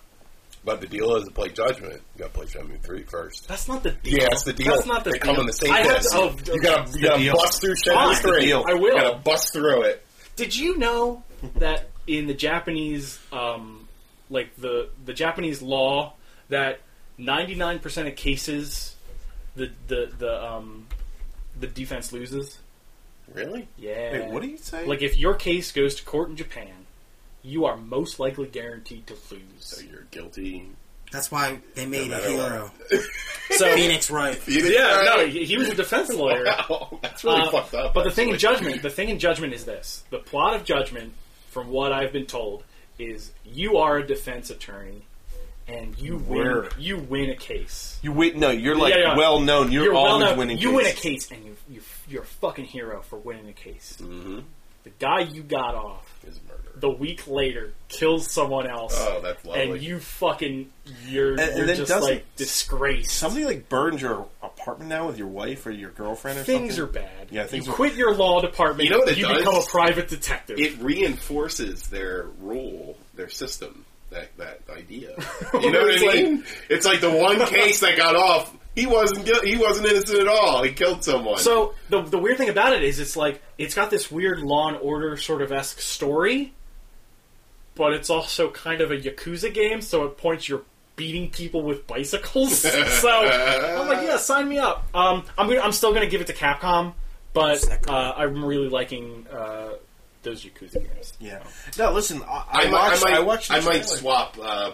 But the deal is to play Judgment. You got to play Judgment Three first.
That's not the deal.
Yeah, that's the deal.
That's not the
they
deal.
come in the same
I have
list.
to- oh,
you got to you got to
deal.
bust through
Fine.
Shenmue
It's the
Three.
deal.
I will.
You got to bust through it.
Did you know that in the Japanese, um, like the the Japanese law, that ninety nine percent of cases, the the the um, the defense loses.
Really?
Yeah.
Wait, what do you say?
Like if your case goes to court in Japan, you are most likely guaranteed to
So
lose.
you're guilty.
That's why they made a
matter what.
hero,
So
[LAUGHS] Phoenix
[LAUGHS]
Wright.
yeah, no, he he was a defense lawyer.
Wow, [LAUGHS] that's really
Uh,
fucked up.
But the thing in
actually.
judgment, the thing in judgment is this: the plot of judgment, from what I've been told, is you are a defense attorney, and you win.
Word.
You win a case.
you win. No, you're like
Yeah, yeah.
well known. You're,
You're well
always
known.
winning.
You win a
cases.
case, and you, you you're a fucking hero for winning a case.
Mm-hmm.
The guy you got off
is murder.
the week later kills someone else.
Oh, that's lovely.
and you fucking you're,
and
you're
then
just
doesn't-
like disgraced.
Somebody like burned your apartment now with your wife or your girlfriend or
things are
something.
bad.
Yeah, things
you
are-
quit your law department.
You know what it does?
become a private detective.
it reinforces their rule, their system, that that idea.
[LAUGHS]
You know what I mean? It's like the one case that got off. He wasn't guil- he wasn't innocent at all. He killed someone.
so the the weird thing about it is, it's like it's got this weird Law and Order sort of esque story, but it's also kind of a yakuza game. So at points you're beating people with bicycles. so I'm like, yeah, sign me up. Um, I'm gonna, I'm still gonna give it to Capcom, but uh, I'm really liking uh, those yakuza games.
Yeah. No, listen. I, I,
I, might,
watched.
I might,
I watched. the
I might
trailer.
swap um,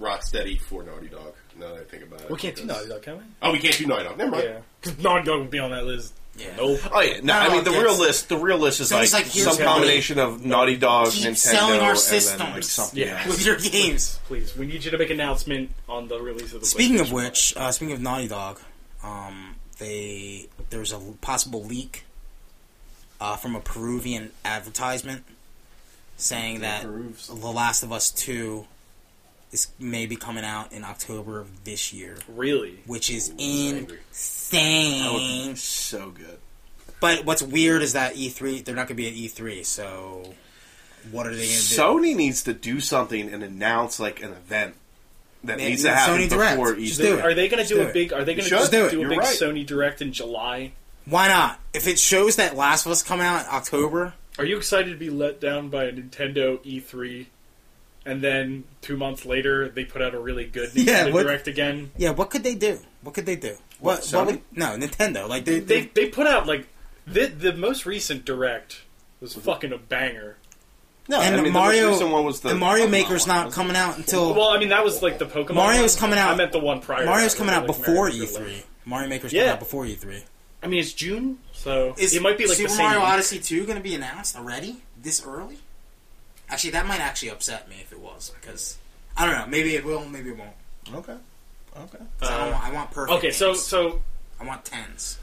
Rocksteady for Naughty Dog. Now that I think about it,
We can't do Naughty Dog, can we?
Oh, we can't do Naughty Dog. Never mind.
Yeah, because Naughty Dog would be on that list.
Yeah.
Nope.
Oh yeah, no, I
No,
mean the
that's-
real list. The real list is
So
like,
it's like, here's
some
what we-
combination of Naughty Dog,
Keep
Nintendo,
selling our
and then like
systems.
something
Yeah.
else.
with your games.
Please, we need you to make an announcement on the release of the.
Speaking of
PlayStation.
which, uh, speaking of Naughty Dog, um, they there's a possible leak uh, from a Peruvian advertisement saying that
Peruves.
The Last of Us Two is maybe coming out in October of this year,
really,
which is
angry.
insane.
So good.
But what's weird is that E3 they're not going to be at E3, so what are they going to do?
Sony needs to do something and announce like an event that
Man,
needs to
Sony
happen
Direct.
before E
Just
each.
do it.
are they going to
Just
do,
do
a
it.
big? Are they going
should.
to do,
Just do it.
a
You're
big
right.
Sony Direct in July?
Why not? If it shows that Last of Us coming out in October,
Are you excited to be let down by a Nintendo E3, and then two months later they put out a really good Nintendo
[LAUGHS] Yeah, what-
Direct again?
Yeah, what could they do? What could they do? What?
What,
What,
Sony?
would, no, Nintendo. Like they,
They
they,
they put out like the the most recent Direct was fucking a banger.
No,
and
I mean, the
Mario.
most recent one was the,
and Mario
Pokemon
Maker's
one,
not
wasn't
coming out until
Well, I mean that was like the Pokemon.
Oh. Mario's
one.
coming out-
I meant the one prior. to
Mario's
that,
coming out
like,
before E
Mario
E3.
Direct.
Mario Maker's
Yeah.
coming out before E3.
I mean it's June, so
Is
it might be like
Super
the same
Mario
week.
Odyssey two going to be announced already this early? Actually, that might actually upset me if it was because I don't know. Maybe it will. Maybe it won't.
it? Okay. Okay.
'Cause I, don't want, I want perfect.
Okay, Uh, so
games.
so
I want tens.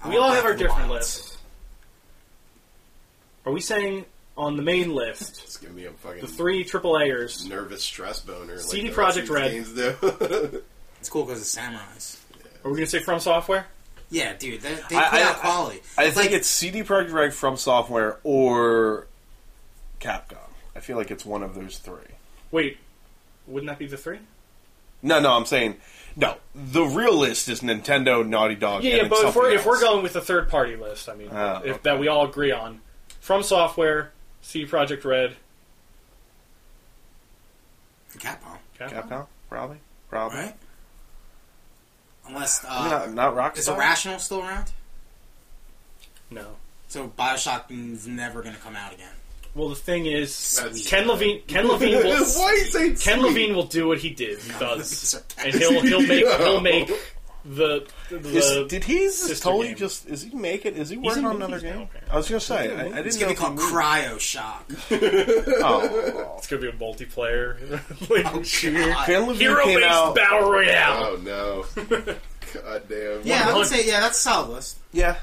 I
We all have our
Breath of the
different
Wild.
lists. Are we saying on the main list
It's giving me a fucking
the three AAAers?
nervous stress boner.
CD
the rest of
Projekt
these
Red.
games
[LAUGHS]
do.
It's cool because it's samurais.
Are we gonna say From Software?
Yeah, dude, they, they put
I-
out
I-
quality.
I think it's CD Projekt Red from Software or Capcom. I feel like it's one of those three.
Wait, wouldn't that be the three?
No, no, I'm saying no. The real list is Nintendo, Naughty Dog.
Yeah,
and
yeah. But if
something
we're if we're
else.
going with the third party list, I mean,
Oh,
if that we all agree on, From Software, CD Project Red,
Capcom,
Capcom.
Capcom, probably, probably.
right? Unless uh,
not, not Rockstar.
is
[LAUGHS]
Irrational still around?
No.
So Bioshock is never going to come out again.
Well, the thing is,
Sweet.
Ken Levine.
[LAUGHS]
Ken Levine will.
Why you say
Ken Levine will do what he did. He
[LAUGHS]
[LAUGHS]
does, Uh, and
Sarcastic.
he'll he'll make he'll make the
Is-
the.
did he just
sister
totally
game.
just? Is he making? Is he working
in
on another
movies
game?
now, apparently.
I was gonna say. I, I didn't
It's going
know
to be
if he
called
moved.
Cryo
[LAUGHS]
Shock.
Oh.
It's gonna be a multiplayer [LAUGHS] like,
Oh,
shooter.
Ken Levine
hero
Oh, came
based
out.
battle royale.
Oh
[LAUGHS]
no! God damn.
Yeah, I
One-
would say yeah, that's a solid list.
yeah.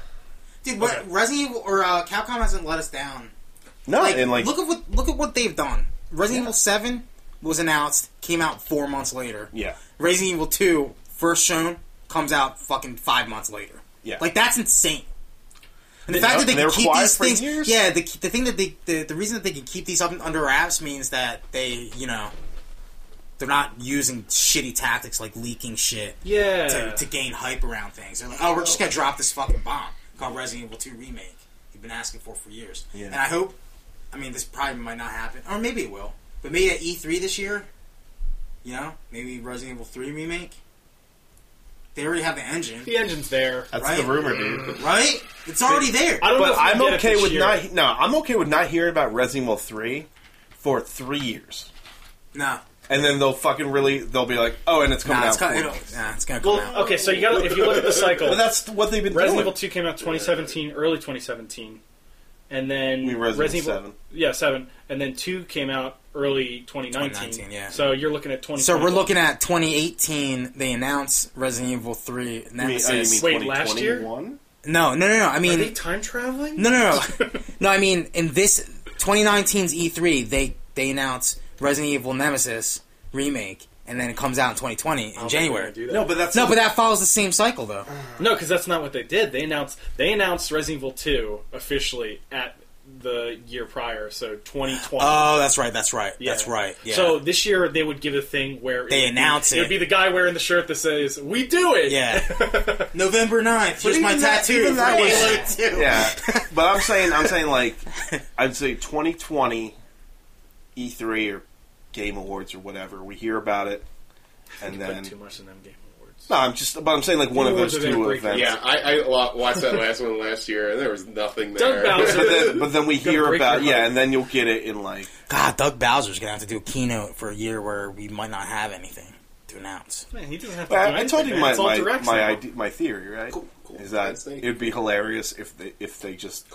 Dude, what
Okay.
Resident Evil or uh, Capcom hasn't let us down.
No,
Like,
and like
look at what look at what they've done. Resident Evil Seven was announced, came out four months later.
yeah,
Resident Evil Two first shown comes out fucking five months later.
yeah.
Like that's insane. And the fact
know,
that they
and they
can
were
keep
quiet
these
for
things,
years?
yeah, the, the thing that they, the, the reason that they can keep these up under wraps means that they, you know, they're not using shitty tactics like leaking shit
Yeah.
to, to gain hype around things. They're like, oh, we're just gonna drop this fucking bomb called Resident Evil 2 remake. You've been asking for for years,
Yeah.
and I hope. I mean, this probably might not happen, or maybe it will. But maybe at E3 this year, you know, maybe Resident Evil 3 remake. They already have the engine,
The engine's there.
That's
right?
the rumor, dude.
right? It's already there.
I don't know.
But
If we
I'm
get it
okay
this
with
year.
not. No, I'm okay with not hearing about Resident Evil Three for three years,
No,
and then they'll fucking really. They'll be like, oh, and it's coming
Nah,
out.
it's, gonna,
for-
it'll, nah, it's gonna come out.
Well, uh, okay, so you got to if you
[LAUGHS]
look at the cycle,
But that's what they've been
Resident Evil
doing.
Two came out 2017, early 2017, and then
mean Resident Evil
yeah, seven, and then two came out early 2019.
2019, yeah.
So you're looking at 20.
So we're looking at 2018. They announce Resident Evil 3.
I mean,
Nemesis.
oh, you
Wait,
mean
last year?
2021?
no, no, no, no. I
Are they
mean,
time traveling?
no, no, no. no, I mean, in this 2019's E3, they they announce Resident Evil Nemesis remake, and then it comes out in 2020 in January.
No, but that's
No, but that Uh-huh. follows the same cycle though.
No, because that's not what they did. They announced they announced Resident Evil Two officially at the year prior, so 2020.
Oh, that's right. That's right.
Yeah.
That's right. Yeah.
So this year they would give a thing where
They
would be-
announce it.
It would be the guy wearing the shirt that says "We do it."
yeah. [LAUGHS] November 9th. Here's my
even that-
tattoo.
even
for
that was-
Halo 2.
Yeah, [LAUGHS] but I'm saying I'm saying like I'd say 2020 E3 or Game Awards or whatever. We hear about it, and
Put
then
too much in them Game Awards.
no, I'm just but I'm saying like one of
Awards
those
are gonna
two
break
events.
Yeah, I, I wa- watched that last one last year, and there was nothing
Doug
there.
Bowser.
But then, but then we
Gonna
hear
break
about
your heart.
yeah, and then you'll get it in like
God, Doug Bowser's gonna have to do a keynote for a year where we might not have anything to announce.
Man, he doesn't have to. do
I, I
anything,
told you
man.
my
It's all
my
direct
my,
now.
idea, my theory right
cool.
is that
Thanks, thank you.
it'd be hilarious if they if they just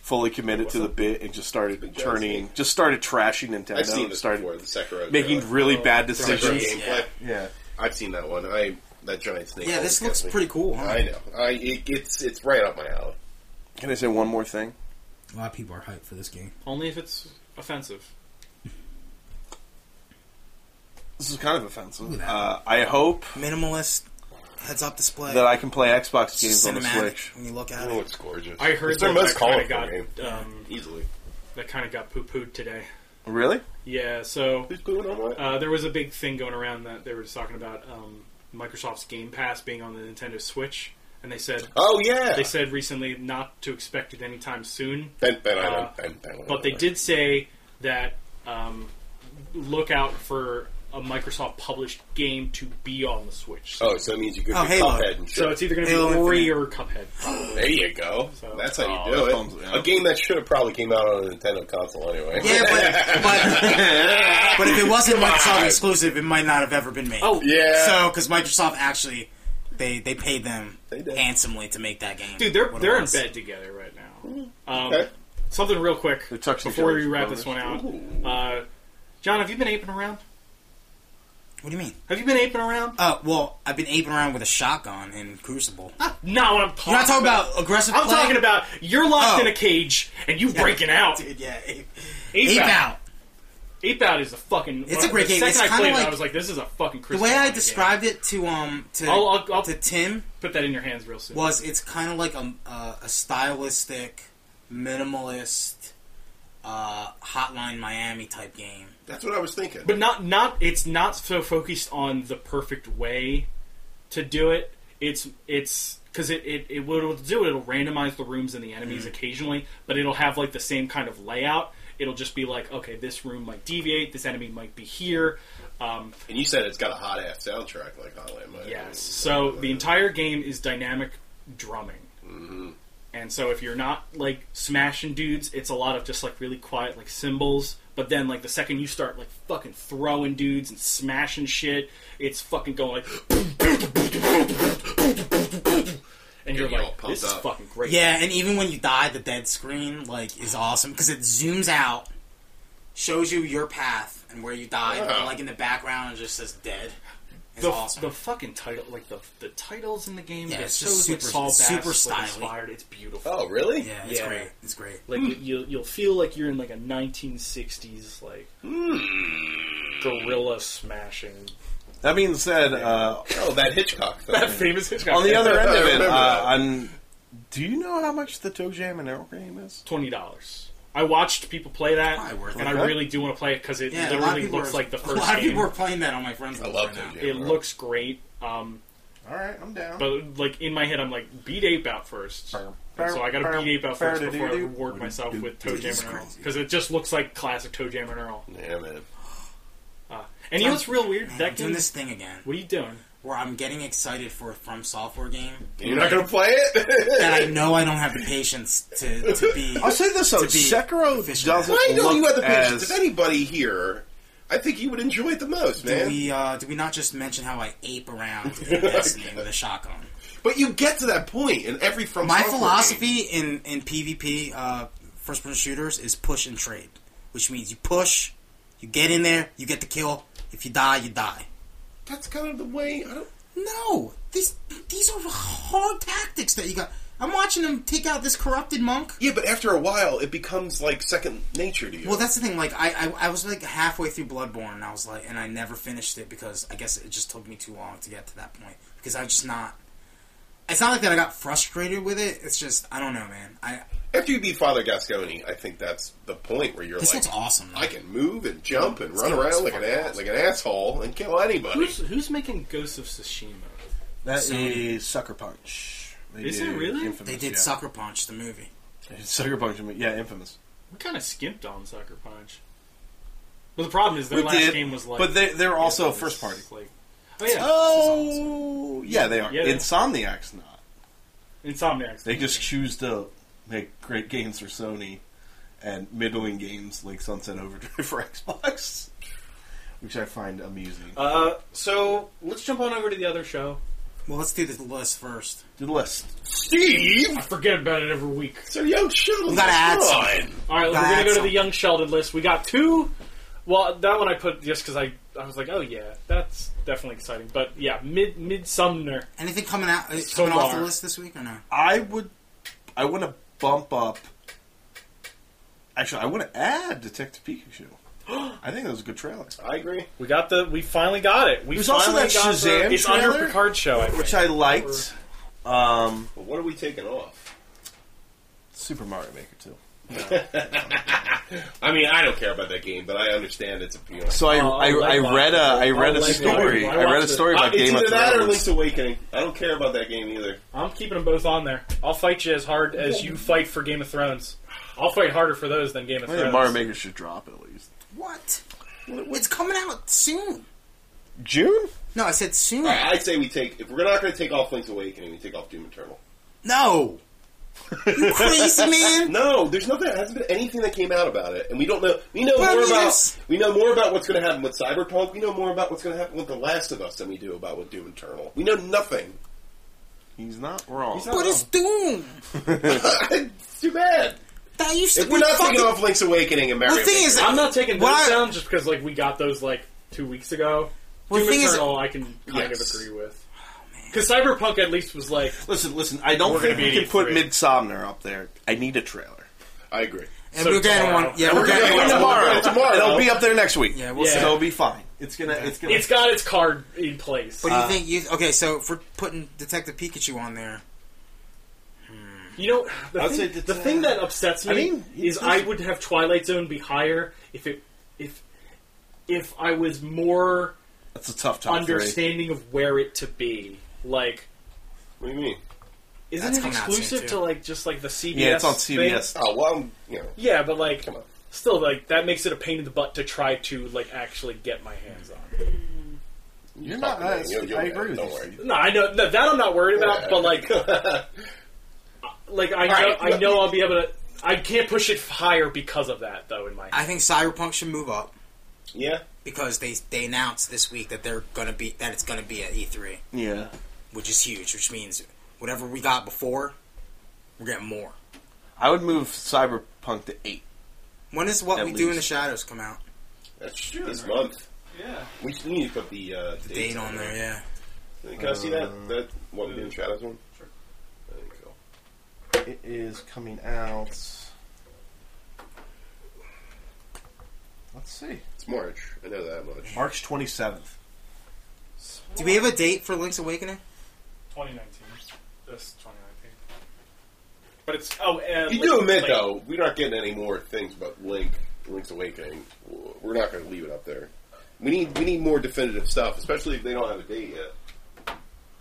fully committed to the bit and just started
Big John's
turning just started trashing Nintendo
I've seen
and
this
started
before. The Sekiro
making
trailer.
Oh,
really bad
Sekiro
decisions.
gameplay.
Yeah.
I've seen that one. I that giant snake.
Yeah,
always
this
gets
looks
me.
pretty cool. Huh?
I know. I it, it's it's right up my alley.
Can I say one more thing?
A lot of people are hyped for this game.
Only if it's offensive.
This is kind of offensive.
Ooh, that-
Uh, I hope
Minimalist heads-up display.
that I can play Xbox games on the
cinematic
Switch.
when you look at
Oh,
it.
it's gorgeous.
I heard
it's their
that
most
that kinda
colorful
got,
game.
um,
Easily.
That kind of got poo pooed today.
Really?
Yeah, so
Who's going on what?
uh, there was a big thing going around that they were talking about um, Microsoft's Game Pass being on the Nintendo Switch, and they said
Oh yeah.
they said recently not to expect it anytime soon.
Ben, ben, I
uh,
don't, ben, ben,
But they did say that um, look out for a Microsoft published game to be on the Switch.
Oh, so that means you could
Oh,
get
Halo.
Cuphead and shit.
So it's either going to
Halo
be Ori
Infinite.
or Cuphead.
there you go.
So-
That's how
Oh,
you
that
do
thumbs
it.
down.
A game that should have probably came out on a Nintendo console anyway.
Yeah,
[LAUGHS]
but but, but if it wasn't Microsoft exclusive, it might not have ever been made.
Oh,
[LAUGHS] Yeah.
so because Microsoft actually they they paid them
They did.
handsomely to make that game.
Dude, they're
What it
they're in
was.
bed together right now. Um,
Okay.
Something real quick
They touched each
before we
other's
wrap this one out. Uh, John, have you been aping around?
What do you mean?
Have you been aping around?
Uh, well, I've been aping around with a shotgun in Crucible.
Not what I'm talking.
You're not talking about aggressive.
I'm
play?
talking about you're locked
Oh.
in a cage and you breaking out.
Dude, yeah, ape,
Ape,
ape
out.
out.
Ape out is a fucking.
It's a great
the
game.
Second
It's
I
kinda
played it, I
like-
was like, this is a fucking.
The way I described it to um to
I'll- I'll- I'll-
to Tim
put that in your hands real soon.
was it's kind of like a, a, a stylistic, minimalist, uh, Hotline Miami type game.
That's what I was thinking.
but not not it's not so focused on the perfect way to do it it's it's because it, it, it what it'll do it'll randomize the rooms and the enemies occasionally but it'll have like the same kind of layout it'll just be like okay this room might deviate this enemy might be here um,
and you said it's got a hot ass soundtrack like Hotline Miami.
Yes. So the entire game is dynamic drumming.
Mm-hmm.
And so if you're not like smashing dudes, it's a lot of just like really quiet like cymbals. But then like the second you start like fucking throwing dudes and smashing shit, it's fucking going like. And you're
Getting all
like,
pumped
this is
up.
fucking great.
Yeah, and even when you die, the dead screen like is awesome because it zooms out, shows you your path and where you died, but
Wow.
like in the background it just says dead. It's
the,
awesome.
the fucking title, like the the titles in the game,
Yeah,
that
it's
shows
just
like
super-
Saul Bass
super
was, like,
stylish.
inspired. It's beautiful.
Oh, really?
yeah, it's
Yeah.
great. It's great.
Like you you'll, you'll feel like you're in like a 1960s like gorilla smashing
That being said, uh,
Oh, that Hitchcock thing.
[LAUGHS] that famous Hitchcock.
on the
[LAUGHS]
other end of it,
Remember
uh,
that.
on, do you know how much the Toe Jam and Arrow game is?
twenty dollars. I watched people play that,
Probably worth
and
it.
I really do want to play it because it
Yeah, a lot of
literally
people
looks
are,
like the
[LAUGHS] a
first
lot of
game.
people are playing that on my friends.
I
list
love
right
that
now.
game.
it looks great, um,
All right, I'm down.
but like in my head, I'm like beat Ape Out first, and so I got to beat Ape Out first before I reward myself with Toe Jam and Earl because it just looks like classic Toe Jam and Earl.
Yeah, man.
And you know what's real weird?
Man, I'm
That
doing
game.
this thing again
What are you doing?
where I'm getting excited for a From Software game
You're not gonna
[LAUGHS]
play it?
that I know I don't have the patience to, to be.
I'll say this though:
To be
Sekiro
efficient.
doesn't
I know
look
you have the patience.
as
If anybody here, I think you would enjoy it the most,
Did
man.
we uh, did we not just mention how I ape around
[LAUGHS]
in Destiny with a shotgun?
But you get to that point in every from
My
Software game.
philosophy in in PvP uh, first person shooters is push and trade, which means you push, you get in there, you get the kill. If you die, you die.
That's kind of the way. I don't,
No, these these are hard tactics that you got. I'm watching them take out this corrupted monk.
yeah, but after a while, it becomes like second nature to you.
Well, that's the thing. Like, I, I, I was like halfway through Bloodborne, and I was like, and I never finished it because I guess it just took me too long to get to that point because I'm just not. It's not like that. I got frustrated with it. It's just I don't know, man. I
after you beat Father Gasconi, I think that's the point where you're
this
like,
looks awesome. Though.
I can move and jump and run
game looks
around like an
fucking
ass, like an asshole and kill anybody.
Who's who's making Ghosts of Tsushima?
that
So-
is Sucker Punch. They
Is it
did
really?
Infamous,
They did
yeah.
Sucker Punch the movie.
They did [LAUGHS] Sucker Punch. Yeah, Infamous.
We kind of skimped on Sucker Punch. But the problem is their
We
last
did,
game was like.
but they, they're also
it's
first party.
Like, oh yeah,
Oh, yeah, they are.
Yeah, they are.
Insomniac's not.
Insomniacs.
They just choose to make great games for Sony and middling games like Sunset Overdrive [LAUGHS] for Xbox, which I find amusing.
Uh, so let's jump on over to the other show.
Well, let's do the list first.
the list.
I
Steve,
forget about it every week.
so young Sheldon,
We gotta add
come
something.
on.
All right, we're gonna
That's
go to the
something.
Young Sheldon list. We got two. Well, that one I put just because I I was like, oh yeah, that's definitely exciting. But yeah, mid mid Sumner.
Anything coming out uh,
So
coming off the
far.
list this week or no?
I would. I want to bump up. Actually, I want to add
[GASPS]
Detective Pikachu. I think that was a good trailer,
I agree.
We got the we finally got it. We
There's also
finally
that
got
Shazam
the, It's under
trailer,
Picard show, I think.
which I liked. Um,
But what are we taking off?
Super Mario Maker too.
I mean, I don't care about that game, but I understand its appeal.
So I,
Oh, I
I,
like
I,
that.
read a I
I
read a
like that.
story.
I
I read a
watched
story
it.
about
it's
Game of
either that or
Thrones.
Link's Awakening. I don't care about that game either.
I'm keeping them both on there. I'll fight you as hard as you fight for Game of Thrones. I'll fight harder for those than Game of
I think
Thrones.
Mario Maker should drop at least
What? It's coming out soon.
June.
No, I said soon.
I- I'd say we take if we're not going to take off Link's Awakening, we take off Doom Eternal.
No. You crazy man?
No, there's nothing. There hasn't been anything that came out about it, and we don't know. We know
Well, I
more
mean,
about
there's-
we know more about what's going to happen with Cyberpunk. We know more about what's going to happen with The Last of Us than we do about with Doom Eternal. We know nothing. [LAUGHS]
He's not wrong.
What is Doom?
it's too bad.
That used to
If we're
be
not
fucking
taking off Link's Awakening and Mario,
Well, the thing
Maker-
is,
I'm not taking those
What I-
down just because like we got those like two weeks ago.
Well, the
Doom
thing is,
Eternal, I can kind
Yes.
of agree with. Because Cyberpunk at least was like,
Listen, listen. I don't
We're
think
gonna
we
be
can put
83.
Midsomner up there. I need a trailer.
I agree.
and
so
we're getting
tomorrow.
one. Yeah,
And
we're,
we're
getting,
E
getting
one
one
tomorrow.
tomorrow. Tomorrow.
It'll be up there next week.
Yeah, we'll
Yeah.
so
see.
it'll be fine. It's gonna. It's gonna.
it's got its card in place.
But do you think you okay? So for putting Detective Pikachu on there,
You know, the,
I'd say
thing,
that's,
the
uh,
thing that upsets me
I mean, it
is I
doesn't-
would have Twilight Zone be higher if it if if I was more
That's a tough top three.
understanding of where it to be. Like,
What do you mean?
isn't
That's
it
coming out soon,
exclusive
too.
to like just like the CBS?
Yeah, it's on
thing?
CBS.
Oh well, I'm, you know,
Yeah, but like,
Come on.
still like that makes it a pain in the butt to try to like actually get my hands on.
You're
not- I- I agree with
Don't
you.
worry.
No, I know no, that I'm not worried about,
Yeah.
but
[LAUGHS]
like, like I know
right,
I
let
know
me-
I'll be able to. I can't push it higher because of that, though. In my
I think Cyberpunk should move up
yeah.
because they they announced this week that they're gonna be that it's gonna be at E E3,
Yeah.
which is huge. Which means whatever we got before, we're getting more.
I would move Cyberpunk to eight.
When is what
At
we do in the
least.
shadows come out?
That's true. This month.
yeah.
We just need to put the, uh,
The date on there, yeah.
Can I see that?
Uh,
That what we did in Shadows one. Sure. There you go.
It is coming out. Let's see.
It's March. I know that much.
March twenty seventh.
Do we have a date for Link's Awakening?
2019. This 2019. But it's oh, and
You do admit though, we're not getting any more things about Link, Link's Awakening. We're not going to leave it up there. We need we need more definitive stuff, especially if they don't have a date yet.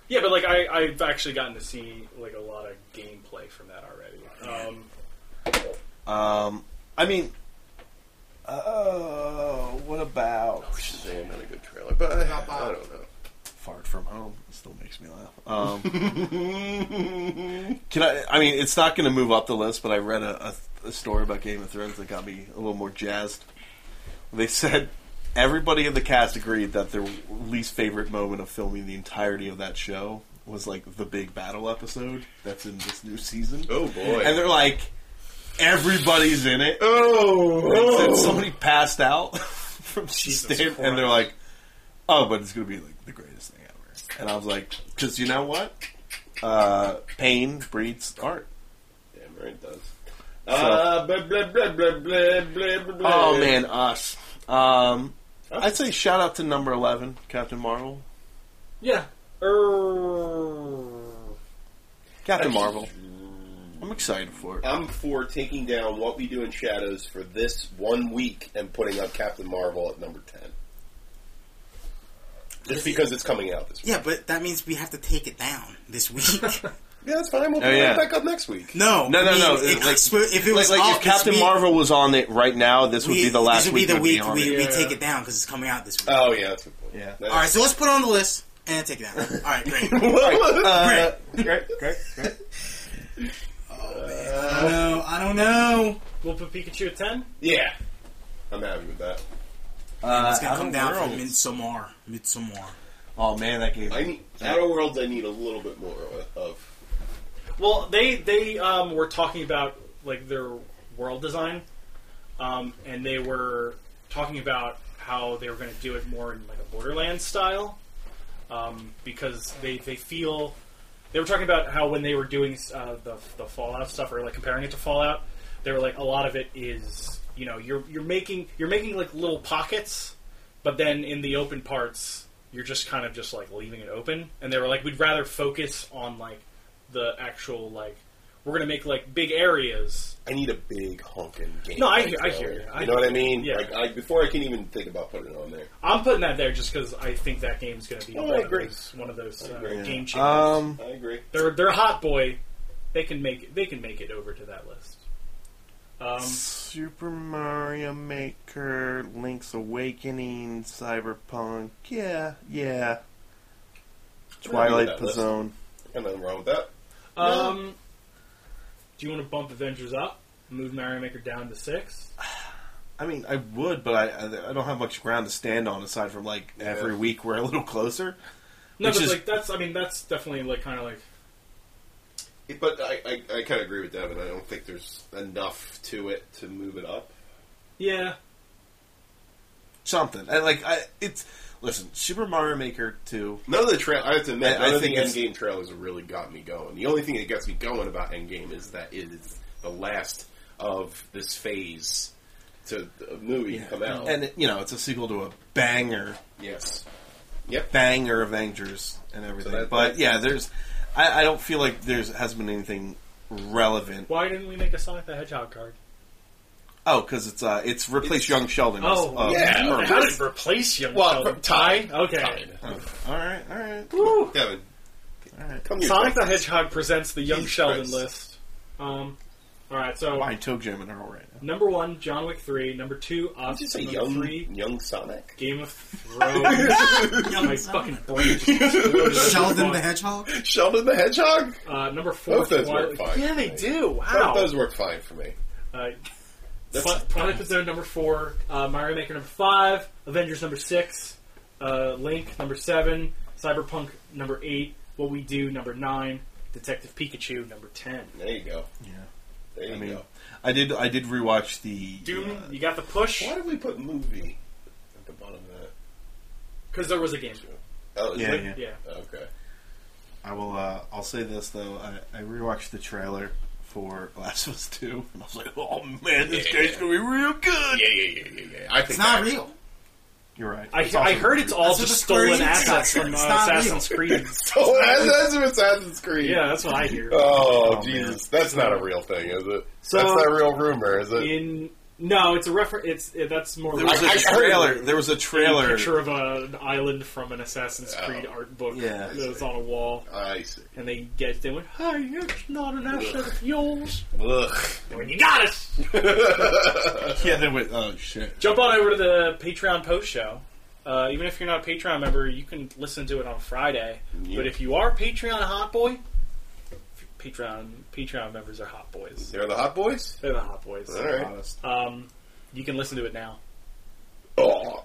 Yeah, but like I, I've actually gotten to see like a lot of gameplay from that already. Um,
Um, I mean, oh, what about
Shazam had a good trailer, but I, I don't know.
Far From Home? It still makes me laugh. Um, can I? I mean, it's not going to move up the list, but I read a, a, a story about Game of Thrones that got me a little more jazzed. They said everybody in the cast agreed that their least favorite moment of filming the entirety of that show was like the big battle episode that's in this new season.
Oh boy!
and they're like, everybody's in it.
oh,
And somebody passed out [LAUGHS] from stand, and they're like, "Oh, but it's gonna be like the greatest thing ever." And I was like, "Cause you know what? Uh, pain breeds art."
damn right it does. Uh, blah, blah, blah, blah, blah, blah, blah, blah.
Oh man, us. Um, I'd say shout out to number eleven, Captain Marvel.
yeah. Er,
Captain Marvel. I'm excited for it.
I'm for taking down what we do in shadows for this one week and putting up Captain Marvel at number ten. Just because it's coming out this week.
Yeah, but that means we have to take it down this week.
[LAUGHS]
Yeah, that's fine. We'll put
yeah.
it back up next week.
no,
No,
I
no,
mean,
no,
It,
like-
if it was
Like, like,
off
if
this
Captain
week,
Marvel was on it right now, this would
we-
be the Uh, last
this would
week.
be the
we'd be
week
on
we,
it.
we
Yeah.
take it down because it's coming out this week.
Oh yeah, that's a good point.
Yeah.
That- [LAUGHS]
All right, so let's put it on the list and take it down. All right, great.
[LAUGHS]
[LAUGHS]
Uh,
Great, great, great.
I don't know. I don't know.
we'll put Pikachu at ten.
yeah, I'm happy with that.
it's gonna
Outer
come down from
Worlds.
Midsommar. Midsommar.
oh man, that game.
I need Outer Worlds. I need a little bit more of.
Well, they they um, were talking about like their world design, um, and they were talking about how they were going to do it more in like a Borderlands style, um, because they they feel they were talking about how when they were doing uh, the the Fallout stuff or like comparing it to Fallout, they were like a lot of it is you know you're you're making you're making like little pockets, but then in the open parts you're just kind of just like leaving it open, and they were like we'd rather focus on like the actual like we're gonna make like big areas.
I need a big honking game.
No, I hear- I hear you. I-
You know what I mean?
yeah.
Like I, before I can even think about putting it on there.
I'm putting that there just because I think that game's gonna be
Oh, I
one, of
agree.
those, one of those uh,
agree.
game changers.
Um,
I agree.
they're they're hot boy. They can make it, they can make it over to that list. Um,
Super Mario Maker, Link's Awakening, Cyberpunk. Yeah, yeah. Twilight
that list.
Zone.
Got nothing wrong with that.
Um, do you want to bump Avengers up? Move Mario Maker down to six.
I mean, I would, but I, I- I don't have much ground to stand on aside from like every week we're a little closer.
No,
Which
but
is-
like that's I mean that's definitely like kind of like
But I, I, I kind of agree with Devin. I don't think there's enough to it to move it up.
yeah.
Something I, like I it's Listen, Super Mario Maker 2.
None of the trail. I have to admit,
I- I
none of
think
the
it's-
end game trailers have really got me going. The only thing that gets me going about end game is that it is the last of this phase to the movie to come out.
And, it- you know, it's a sequel to a banger,
yes, yep.
banger Avengers and everything.
that-
but, yeah, there's. I, I don't feel like there's has been anything relevant.
Why didn't we make a Sonic the Hedgehog card?
Oh, because it's uh, it's replaced Young Sheldon. as,
Oh,
uh,
yeah.
Merman.
How did it replace you?
Well,
Sheldon?
tie.
Okay.
Tie.
All right, all right.
Devin, come here.
Sonic the Hedgehog presents the Young
Jesus
Sheldon
Christ.
list. Um, all right, so
Why Toe Jam and Earl right now?
number one, John Wick three. Number two, Oz.
Just a
number
young,
three,
young Sonic. [LAUGHS]
Game of Thrones. My fucking brain. Just
Sheldon the Hedgehog?
Sheldon the Hedgehog.
uh, number four,
Both those
Twilight-
work fine.
Yeah, they do.
Both
Wow.
Those work fine for me.
Uh, Twi- Twilight Zone number four, uh, Mario Maker number five, Avengers number six, uh, Link number seven, Cyberpunk number eight, What We Do number nine, Detective Pikachu number ten.
There you go. Yeah. There you
I mean,
go.
I did I did rewatch the
Doom, you got the push
Why did we put movie at the bottom of that?
because there was a game.
Oh, is
Yeah,
it?
yeah.
Yeah.
Okay.
I will. Uh, I'll say this though. I, I rewatched the trailer for Last of Us Two, and I was like, "Oh man, this
Yeah.
game's gonna be real good."
Yeah, yeah, yeah, yeah, yeah. I think
It's not
that-
real.
You're right.
I,
It's
I
also
heard
real
it's all
That's
just
what
stolen
the Square Enix
assassin's
is.
from
It's
uh,
not real.
Assassin's
[LAUGHS]
Creed.
[LAUGHS] Oh, that's, that's Assassin's Creed.
Yeah, that's what I hear.
Oh,
Oh,
Jesus, that's not a real thing, is it?
So-
that's not a real rumor, is it?
In no, it's a reference. It's it, that's more
There
like
was
I- I
a
heard-
trailer. There was a
a
trailer.
picture of a, an island from an Assassin's Creed art book
Yeah.
that was on a wall,
I see.
and they get they went, "Hey, it's not an asset of yours."
Ugh. [LAUGHS]
And when you got it,
Yeah, they went. Oh shit.
jump on over to the Patreon post show. Uh, even if you're not a Patreon member, you can listen to it on Friday. But if you are Patreon hot boy, Patreon Patreon members are hot boys.
They're the hot boys.
They're the hot boys.
All right.
Honest.
Um, you can listen to it now.
Oh,